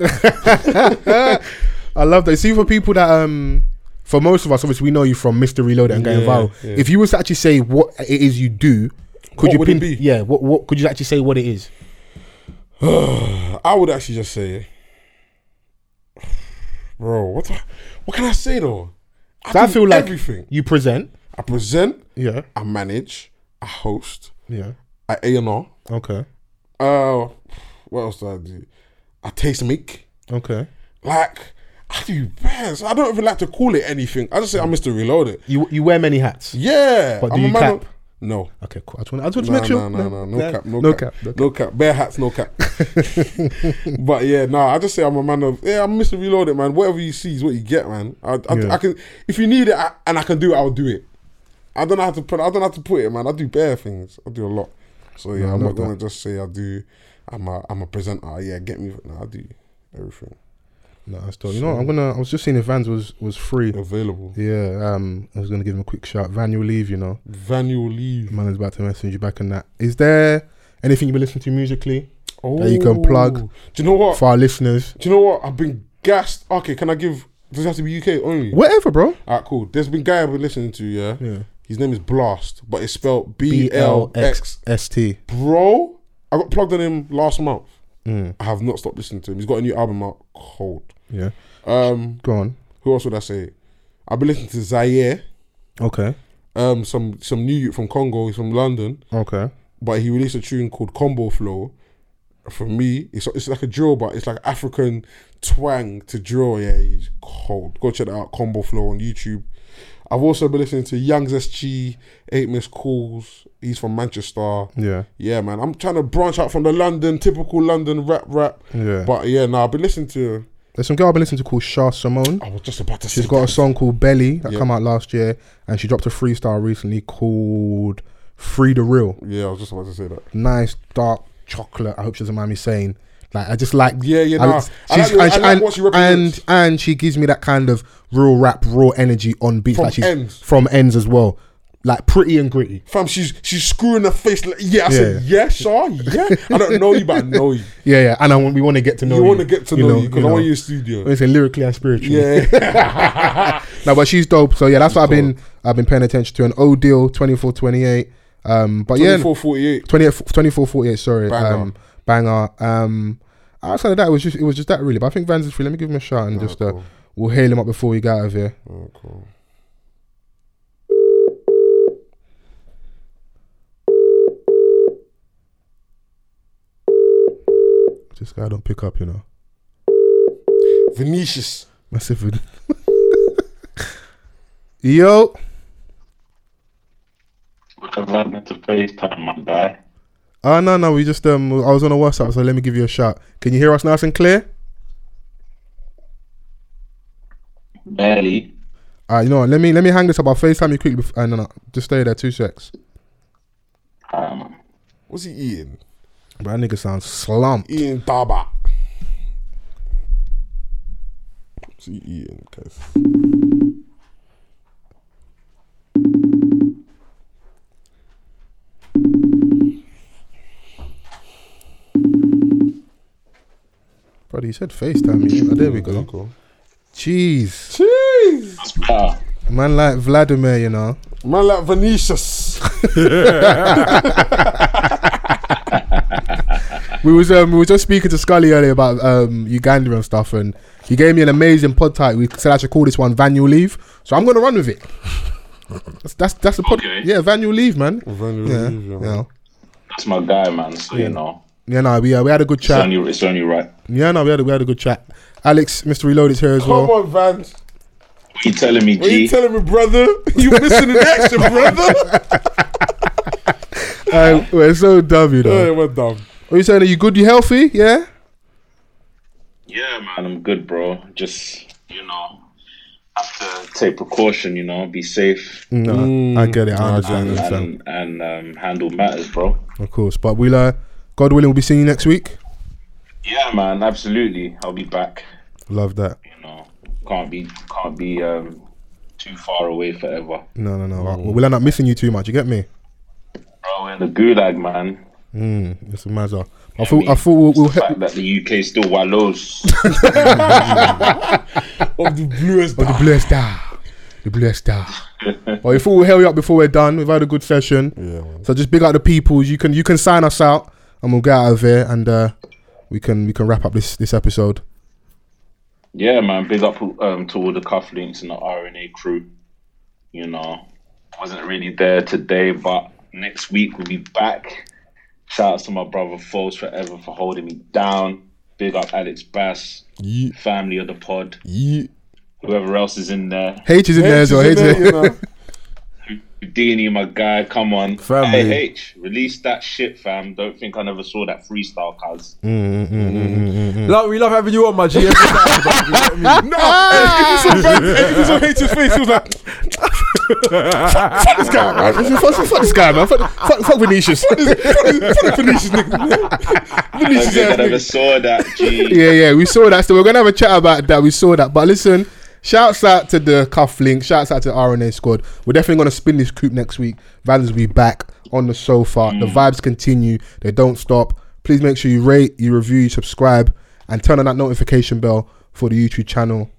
Speaker 3: I love that. See, for people that um, for most of us, obviously, we know you from Mr. Reload and going
Speaker 4: Yeah,
Speaker 3: viral.
Speaker 4: yeah.
Speaker 3: If you was to actually say what it is you do, could
Speaker 4: What
Speaker 3: you
Speaker 4: would it
Speaker 3: pin-
Speaker 4: be?
Speaker 3: Yeah, what what could you actually say what it is?
Speaker 4: I would actually just say, bro, what the, what can I say though? I,
Speaker 3: So I
Speaker 4: do
Speaker 3: feel like
Speaker 4: everything.
Speaker 3: you present.
Speaker 4: I present,
Speaker 3: Yeah,
Speaker 4: I manage, I host,
Speaker 3: yeah,
Speaker 4: I A and R.
Speaker 3: okay,
Speaker 4: Uh, what else do I do? I taste make.
Speaker 3: okay.
Speaker 4: Like I do best. I don't even like to call it anything. I just say I'm Mr. Reloaded.
Speaker 3: You you wear many hats.
Speaker 4: Yeah,
Speaker 3: But do
Speaker 4: I'm
Speaker 3: you
Speaker 4: a man
Speaker 3: clap?
Speaker 4: of- no.
Speaker 3: Okay, cool. I just want, I just want to
Speaker 4: No,
Speaker 3: make sure.
Speaker 4: No, no, no, no, cap, no, cap,
Speaker 3: no cap.
Speaker 4: no cap. Bare hats, no cap. but yeah, no, I just say I'm a man of yeah. I'm Mr. Reloaded, man. Whatever you see is what you get, man. I, I,
Speaker 3: Yeah.
Speaker 4: I can if you need it I, and I can do it, I'll do it. I don't know how to put. I don't know how to put it, man. I do bare things. I do a lot. So yeah, I'm not gonna just say I do. I'm a I'm a presenter. Yeah, get me. No, I do everything
Speaker 3: No, that's dope. You know, what, I'm gonna. I was just seeing if Vans was was free.
Speaker 4: available.
Speaker 3: Yeah, um, I was gonna give him a quick shout. Van, you'll leave. You know,
Speaker 4: Vanual leave.
Speaker 3: man is about to message you back on that. Is there anything you've been listening to musically
Speaker 4: Oh,
Speaker 3: that you can plug
Speaker 4: Do you know what?
Speaker 3: for our listeners?
Speaker 4: Do you know what? I've been gassed. Okay, can I give? Does it have to be UK only?
Speaker 3: Whatever, bro.
Speaker 4: Alright, cool. There's been guy I've been listening to, yeah.
Speaker 3: Yeah.
Speaker 4: His name is Blast, but it's spelled B E L X.
Speaker 3: S T.
Speaker 4: Bro, I got plugged on him last month. I have not stopped listening to him. He's got a new album out, Cold.
Speaker 3: Yeah.
Speaker 4: Um,
Speaker 3: Go on.
Speaker 4: who else would I say? I've been listening to Zaire,
Speaker 3: Okay.
Speaker 4: um, some some new youth from Congo. He's from London,
Speaker 3: Okay.
Speaker 4: but he released a tune called Combo Flow. For me, it's it's like a drill, but it's like African twang to drill. Yeah, he's cold. Go check that out, Combo Flow on YouTube. I've also been listening to Young's SG, Eight Miss Calls. He's from Manchester.
Speaker 3: Yeah.
Speaker 4: Yeah, man. I'm trying to branch out from the London, typical London rap rap.
Speaker 3: Yeah.
Speaker 4: But yeah, no, I've been listening to.
Speaker 3: There's some girl I've been listening to called Shah Simone.
Speaker 4: I was just about to.
Speaker 3: She's
Speaker 4: say
Speaker 3: got a
Speaker 4: that.
Speaker 3: song called Belly that
Speaker 4: Yeah.
Speaker 3: come out last year, and she dropped a freestyle recently called Free the Real.
Speaker 4: Yeah, I was just about to say that.
Speaker 3: Nice dark chocolate. I hope she doesn't mind me saying. Like I just like
Speaker 4: Yeah, yeah,
Speaker 3: I-
Speaker 4: nah. I
Speaker 3: she's-
Speaker 4: like- I
Speaker 3: and,
Speaker 4: like
Speaker 3: and-
Speaker 4: what she represents.
Speaker 3: and and she gives me that kind of real rap, raw energy on beat.
Speaker 4: From
Speaker 3: like she's
Speaker 4: ends.
Speaker 3: from ends as well, like pretty and gritty.
Speaker 4: Fam, she's she's screwing her face. Like, yeah, I said,
Speaker 3: Yeah.
Speaker 4: yeah, sure, yeah. I don't know you, but I know you.
Speaker 3: Yeah, yeah, and I want, we want to get to know
Speaker 4: You
Speaker 3: you.
Speaker 4: want to get to know, you because I want
Speaker 3: know.
Speaker 4: you in studio.
Speaker 3: Listen, lyrically and spiritually.
Speaker 4: Yeah.
Speaker 3: No, but she's dope. So yeah, that's what I've been I've been paying attention to. An Odeal 24-28. Um, but yeah,
Speaker 4: 24, 48.
Speaker 3: 24-48. Sorry,
Speaker 4: Banger.
Speaker 3: Um, banger. Um, outside of that, it was just it was just that really. But I think Vans is free. Let me give him a shout and just uh, we'll hail him up before we get out of here.
Speaker 4: Oh, cool.
Speaker 3: This guy don't pick up, you know.
Speaker 4: Venetius.
Speaker 3: Massive. vid- Yo,
Speaker 8: What have I been to FaceTime, my guy?
Speaker 3: ah no no, we just um I was on a WhatsApp, so let me give you a shout. Can you hear us nice and clear?
Speaker 8: Barely.
Speaker 3: All right, you know what? Let me let me hang this up. I'll FaceTime you quickly. Before, uh, no, no, just stay there. Two secs.
Speaker 8: Um,
Speaker 4: What's he eating?
Speaker 3: But that nigga sounds slumped.
Speaker 4: Ian Daba. See Ian, guys.
Speaker 3: Bro, he said FaceTime me. Oh, there we go.
Speaker 4: Cool.
Speaker 3: Jeez.
Speaker 4: Jeez.
Speaker 8: That's better.
Speaker 3: Man like Vladimir, you know.
Speaker 4: Man like Venetius.
Speaker 3: We was um, we were just speaking to Scully earlier about um, Uganda and stuff, and he gave me an amazing pod title. We said I should call this one "Vanual Leave," so I'm gonna run with it. That's that's that's the pod.
Speaker 8: Okay.
Speaker 3: Yeah, Vanual Leave, man.
Speaker 4: Vanual
Speaker 3: yeah,
Speaker 4: Leave, yeah,
Speaker 3: yeah.
Speaker 4: man.
Speaker 8: That's my guy, man. So you know,
Speaker 3: Yeah, no, we uh, we had a good
Speaker 8: it's
Speaker 3: chat.
Speaker 8: only it's only right.
Speaker 3: Yeah, no, we had a, we had a good chat. Alex, Mr. Reload is here as
Speaker 4: Come
Speaker 3: well.
Speaker 4: on, Van.
Speaker 8: What you telling me,
Speaker 4: What are
Speaker 8: G?
Speaker 4: you telling me, brother? You missing an action, brother?
Speaker 3: Uh, we're so dumb, you know.
Speaker 4: yeah, we're dumb.
Speaker 3: What are you saying? Are you good? You healthy? Yeah.
Speaker 8: yeah, man, I'm good, bro. Just you know, have to take precaution. You know, be safe
Speaker 3: No,
Speaker 4: Mm.
Speaker 3: I get it. I understand. I
Speaker 8: and
Speaker 3: understand.
Speaker 8: and, and um, handle matters, bro.
Speaker 3: Of course, but we'll uh, God willing, we'll be seeing you next week.
Speaker 8: Yeah, man, absolutely. I'll be back.
Speaker 3: Love that.
Speaker 8: You know, can't be can't be um, too far away forever.
Speaker 3: No, no, no.
Speaker 4: Oh.
Speaker 3: We'll end up missing you too much. You get me?
Speaker 8: Bro, we're in the gulag, man.
Speaker 3: Mm, it's a matter. I thought I thought we'll, we'll
Speaker 8: The
Speaker 3: he-
Speaker 8: fact that the UK still wallows.
Speaker 4: Of the bluest.
Speaker 3: Oh, the blue star. The blue star. well, if we'll hurry up before we're done, we've had a good session. So just big up the people. You can you can sign us out, and we'll get out of here, and uh, we can we can wrap up this this episode.
Speaker 8: Yeah, man. Big up um, to all the cufflinks and the RNA crew. You know, wasn't really there today, but next week we'll be back. Shout out to my brother Foles Forever for holding me down. Big up Alex Bass,
Speaker 4: Yeet,
Speaker 8: family of the pod,
Speaker 4: yeet.
Speaker 8: whoever else is in there.
Speaker 3: H is in there as well. H
Speaker 4: H
Speaker 3: is
Speaker 4: is in there, you know.
Speaker 8: Houdini, my guy, come on.
Speaker 5: Family.
Speaker 8: Hey, H, release that shit, fam. Don't think I never saw that freestyle, cuz.
Speaker 5: Love, we love having you on, my G. Every time, bro, you get me?
Speaker 4: No, ah! if you saw Van, if you saw H's face, he was like,
Speaker 3: fuck this guy, man. Fuck, fuck this guy, man. Fuck, fuck, fuck Venetius.
Speaker 4: "Fuck Venetius, nigga."
Speaker 8: I don't
Speaker 4: Venetius
Speaker 8: think I
Speaker 4: ass
Speaker 8: never
Speaker 4: nigga.
Speaker 8: saw that, G.
Speaker 3: yeah, yeah, we saw that. So we're gonna have a chat about that. We saw that. But listen, shouts out to the cufflink, shouts out to the RNA squad. We're definitely gonna spin this coop next week. Valens will be back on the sofa. The vibes continue, they don't stop. Please make sure you rate, you review, you subscribe, and turn on that notification bell for the YouTube channel.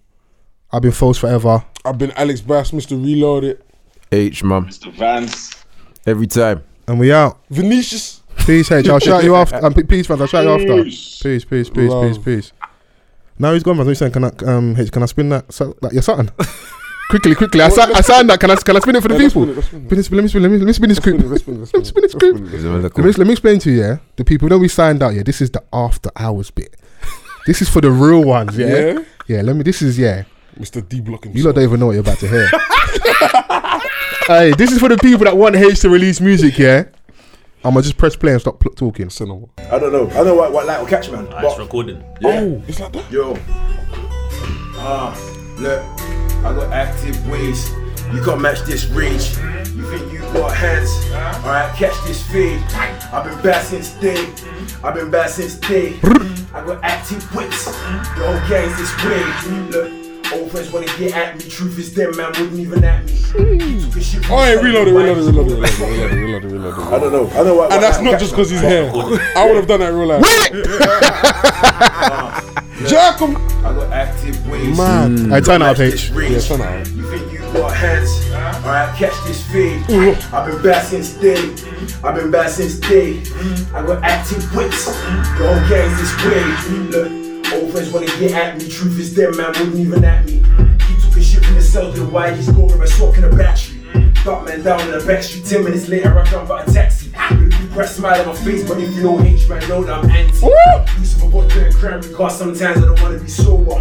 Speaker 3: I've been false forever.
Speaker 4: I've been Alex Bass, Mr. Reloaded.
Speaker 5: H, man.
Speaker 8: Mr. Vance.
Speaker 5: Every time.
Speaker 3: And we out.
Speaker 4: Venetius.
Speaker 3: Peace, H. I'll shout you after. Um, pe- peace, fans. I'll shout you after. Peace, peace, peace, peace, peace,
Speaker 4: Love.
Speaker 3: Now he's gone, man. He's saying, "Can I, um, H, can I spin that? So, like, you're something." quickly, quickly. I, si- I signed that. Can I, can I spin it for the
Speaker 4: Yeah, let's
Speaker 3: people?
Speaker 4: spin it, let's spin it.
Speaker 3: Spin it, spin it, spin it, Let me, let me spin this
Speaker 4: Spin it,
Speaker 3: group.
Speaker 4: let's spin it, let's spin it,
Speaker 3: Spin this
Speaker 4: let's spin
Speaker 3: group.
Speaker 4: it.
Speaker 3: Let me, let me explain to you, yeah, the people that we signed out, yeah. This is the after hours bit. This is for the real ones, yeah. Yeah.
Speaker 4: Yeah.
Speaker 3: let me. This is yeah.
Speaker 4: Mr. D Block
Speaker 3: You lot don't even know what you're about to hear. hey, this is for the people that want H to release music, yeah. I'm gonna just press play and stop pl- talking.
Speaker 4: Cinema.
Speaker 7: I don't know. I don't know what, what light will catch, man.
Speaker 9: It's
Speaker 7: But,
Speaker 9: recording.
Speaker 4: Oh, it's like that.
Speaker 7: yo. Ah, look. I got active ways. You can't match this range. You think you got hands? Alright, catch this fade. I've been bad since day.
Speaker 4: Mm-hmm.
Speaker 7: I've been bad since day. I got active wits.
Speaker 4: Mm-hmm.
Speaker 7: The whole gang's this way. Look. Old friends wanna get at me, truth is them man wouldn't even at me.
Speaker 4: Oh,
Speaker 7: Alright,
Speaker 4: yeah, reload it, reload it, reload it, reload it, reload it, reload it, reload it.
Speaker 7: I don't know. I don't know
Speaker 4: And
Speaker 7: what, what
Speaker 4: that's
Speaker 7: light will
Speaker 4: not
Speaker 7: catch,
Speaker 4: just
Speaker 7: man.
Speaker 4: because he's here. I would have done that in real life. Jackum.
Speaker 7: I got active ways.
Speaker 4: Man.
Speaker 3: I turn it up,
Speaker 7: Catch
Speaker 3: H.
Speaker 7: this range.
Speaker 4: Yeah, turn it up.
Speaker 7: You think you got hands? Alright, catch this fade. I've been bad since day. I've been bad since day. I got active wits. The whole gang's this way. Look, old friends wanna get at me. Truth is them, man, wouldn't even at me. He took a shit from the cell to the wire. He's scoring by swapping a battery. Got man down in the back street. Ten minutes later, I come by a taxi. Press smile on my face, but if you know H, man, know that I'm anti. Use of a vodka and cranberry, cause sometimes I don't wanna be sober.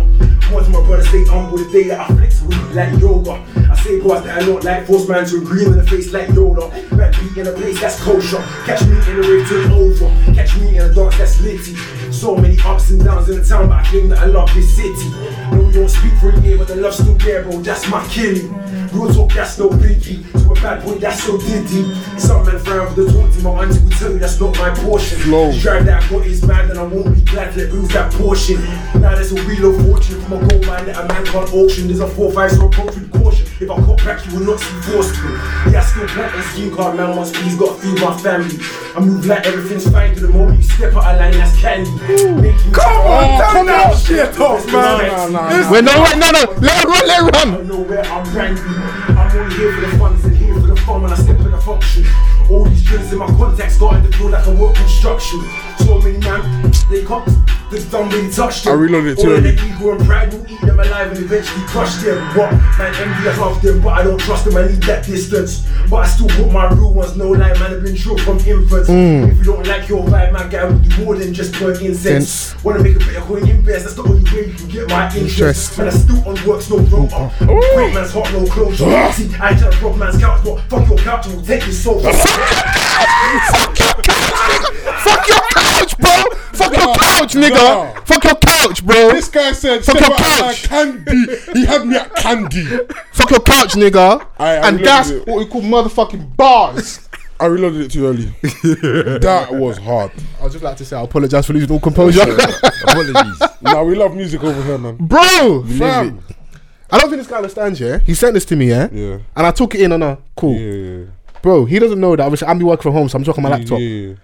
Speaker 7: Once my brother stay humble, the day that I flex with you like yoga. I say bars that I don't like, force man to agree in the face like Yoda. Back beat in a place that's kosher. Catch me in a rave till over. Catch me in a dance that's litty. So so many ups and downs in the town, but I claim that I love this city. No, we don't speak for a year, but the love's still there, bro. That's my killing. Real talk, that's no biggie. To a bad boy, that's so diddy. Some man frown for the taunting, my auntie will tell you that's not my portion.
Speaker 4: Flow.
Speaker 7: The drive that I got is mad, and I won't be glad till it brings that portion. Now there's a wheel of fortune from a gold mine that a man can't auction. There's a 4-5 score approach with caution. If I caught back, you will not see forced to. Yeah, I still plant and scheme card, man. Once please, gotta feed my family. I move like everything's fine to the moment you step out of line, that's candy. Making
Speaker 4: Come on,
Speaker 7: Oh,
Speaker 4: turn that
Speaker 7: on.
Speaker 4: shit off, man.
Speaker 7: Nah, nah,
Speaker 4: This-
Speaker 5: Wait, no, wait, no, no. Let it run, let it
Speaker 7: I
Speaker 5: run.
Speaker 7: know where I'm ranking. I'm only here for the funds and here for the fun when I step in the function. All these drills in my contacts starting to feel like I work construction. So many man, they can't, they've done really touched them.
Speaker 4: I reloaded it
Speaker 7: All
Speaker 4: too
Speaker 7: of their
Speaker 4: early.
Speaker 7: ego and pride will eat them alive and eventually crush them. What? Man, envy, I love them, but I don't trust them. I need that distance. But I still put my real ones, no lie, man. I've been true from infants.
Speaker 4: Hmm.
Speaker 7: If you don't like your vibe, man, guy, we do more than just burn incense. Wanna make a better coin in best, that's the only way you can get my interest.
Speaker 3: Interest.
Speaker 7: Man, I still on works, no rotor. Great man's heart, no closure.
Speaker 4: Ah.
Speaker 7: See, I ain't tryna rob man's couch, but fuck your couch and we'll take your soul.
Speaker 5: Fuck your couch, bro. Fuck
Speaker 4: Nah,
Speaker 5: your couch, nigga.
Speaker 4: nah.
Speaker 5: Fuck your couch, bro.
Speaker 4: This guy said,
Speaker 5: Fuck
Speaker 4: "Step
Speaker 5: your
Speaker 4: out like
Speaker 5: couch."
Speaker 4: candy. He had me at candy.
Speaker 5: Fuck your couch, nigga.
Speaker 4: I- I
Speaker 3: and
Speaker 4: reloaded
Speaker 3: that's
Speaker 4: it.
Speaker 3: what we call motherfucking bars.
Speaker 4: I reloaded it too early. that was hard.
Speaker 3: I'd just like to say I apologize for losing all composure.
Speaker 5: Apologies.
Speaker 4: Now we love music over here, man.
Speaker 3: Bro,
Speaker 4: Fam.
Speaker 3: I don't think this guy understands, yeah? He sent this to me, yeah?
Speaker 4: Yeah.
Speaker 3: And I took it in on a cool.
Speaker 4: Yeah, yeah,
Speaker 3: Bro, he doesn't know that obviously I'm be working from home, so I'm talking on my
Speaker 4: yeah.
Speaker 3: laptop.
Speaker 4: yeah, yeah.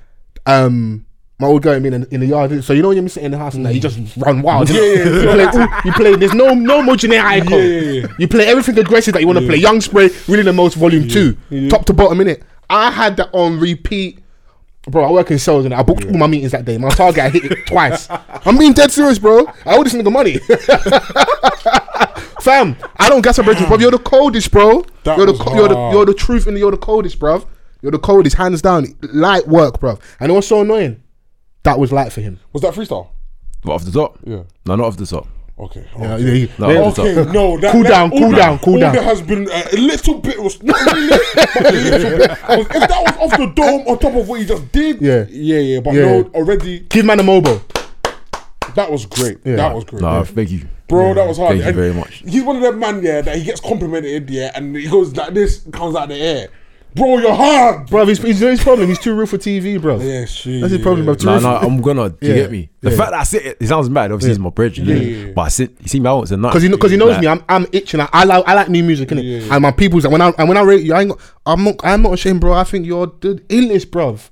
Speaker 3: um my old girl been in, in the yard. So you know when you're sitting in the house and that you just run wild. Yeah, You play, you play there's no no more generic icon.
Speaker 4: Yeah, yeah, yeah.
Speaker 3: You play everything aggressive that you want to play. Young Spray, really the most volume two. Top to bottom in it. I had that on repeat. Bro, I work in sales and I booked all my meetings that day. My target, I hit it twice. I'm being dead serious, bro. I owe this nigga money. Fam, I don't gas my bridges, bro. You're the coldest, bro.
Speaker 4: That
Speaker 3: you're the
Speaker 4: was
Speaker 3: co- you're the
Speaker 4: hard.
Speaker 3: you're the truth and you're the coldest, bruv. You're the coldest, hands down. Light work, bruv. And it was so annoying. That was light for him.
Speaker 4: Was that freestyle?
Speaker 5: But off the top?
Speaker 4: Yeah.
Speaker 5: No, not off the top.
Speaker 4: Okay. Oh,
Speaker 3: Uh,
Speaker 4: okay.
Speaker 3: yeah, he-
Speaker 5: No,
Speaker 3: they-
Speaker 5: off the
Speaker 4: Okay,
Speaker 5: top.
Speaker 4: no. That,
Speaker 3: Cool
Speaker 4: that-
Speaker 3: down,
Speaker 4: all
Speaker 3: cool
Speaker 4: that-
Speaker 3: down, cool
Speaker 4: all
Speaker 3: down.
Speaker 4: There has been uh, a little bit. Was not really, but a little bit. 'Cause If that was off the dome on top of what you just did,
Speaker 3: Yeah.
Speaker 4: yeah, yeah. But
Speaker 3: Yeah.
Speaker 4: no, already
Speaker 3: Give man a mobile.
Speaker 4: that was great. That was great.
Speaker 5: Nah, thank you.
Speaker 4: Bro, that was hard.
Speaker 5: Thank you
Speaker 4: And
Speaker 5: very much.
Speaker 4: He's one of them man, yeah, that he gets complimented, yeah, and he goes like this, comes out of the air. Bro, you're hard.
Speaker 3: Bro, he's, he's, his problem. He's too real for TV, bro.
Speaker 4: Yeah, shit.
Speaker 3: That's his problem, bro. Too
Speaker 5: No,
Speaker 3: real
Speaker 5: no,
Speaker 3: for-
Speaker 5: I'm gonna. Do you
Speaker 3: Yeah.
Speaker 5: get me? The
Speaker 3: Yeah.
Speaker 5: fact that I said it, it sounds bad. Obviously, it's my brethren. Yeah, But I said, you see me, I won't say nothing.
Speaker 3: Cause he, kn- cause he knows
Speaker 5: Like,
Speaker 3: me, I'm, I'm itching. I, I like I like new music, innit? And my people's and when I and when I rate you, I ain't got, I'm not I'm not ashamed, bro. I think you're the illest, bruv.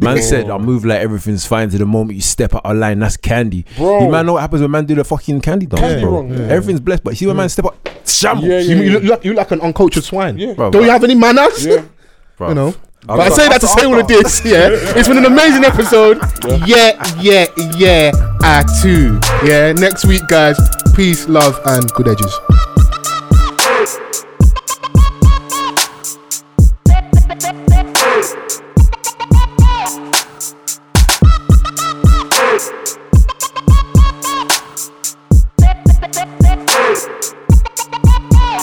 Speaker 5: Man said, I move like everything's fine to the moment you step out of line. That's candy.
Speaker 4: Bro.
Speaker 5: You man know what happens when man do the fucking candy dance,
Speaker 4: Candy
Speaker 5: bro.
Speaker 4: wrong, yeah.
Speaker 5: Everything's blessed, but you see when man
Speaker 3: Mm.
Speaker 5: step out, shambles.
Speaker 4: Yeah, yeah,
Speaker 3: You, you,
Speaker 4: yeah.
Speaker 3: look, you, look, you look like an uncultured swine.
Speaker 4: Yeah.
Speaker 5: Bro,
Speaker 3: Don't you
Speaker 5: bro.
Speaker 3: have any manners?
Speaker 4: Yeah.
Speaker 5: Bruv.
Speaker 3: you know.
Speaker 5: I'm
Speaker 3: but I say
Speaker 5: sorry.
Speaker 3: that to say all of this, yeah. It's been an amazing episode. Yeah, yeah, yeah, I too. Yeah, next week, guys. Peace, love, and good edges.
Speaker 6: Hey!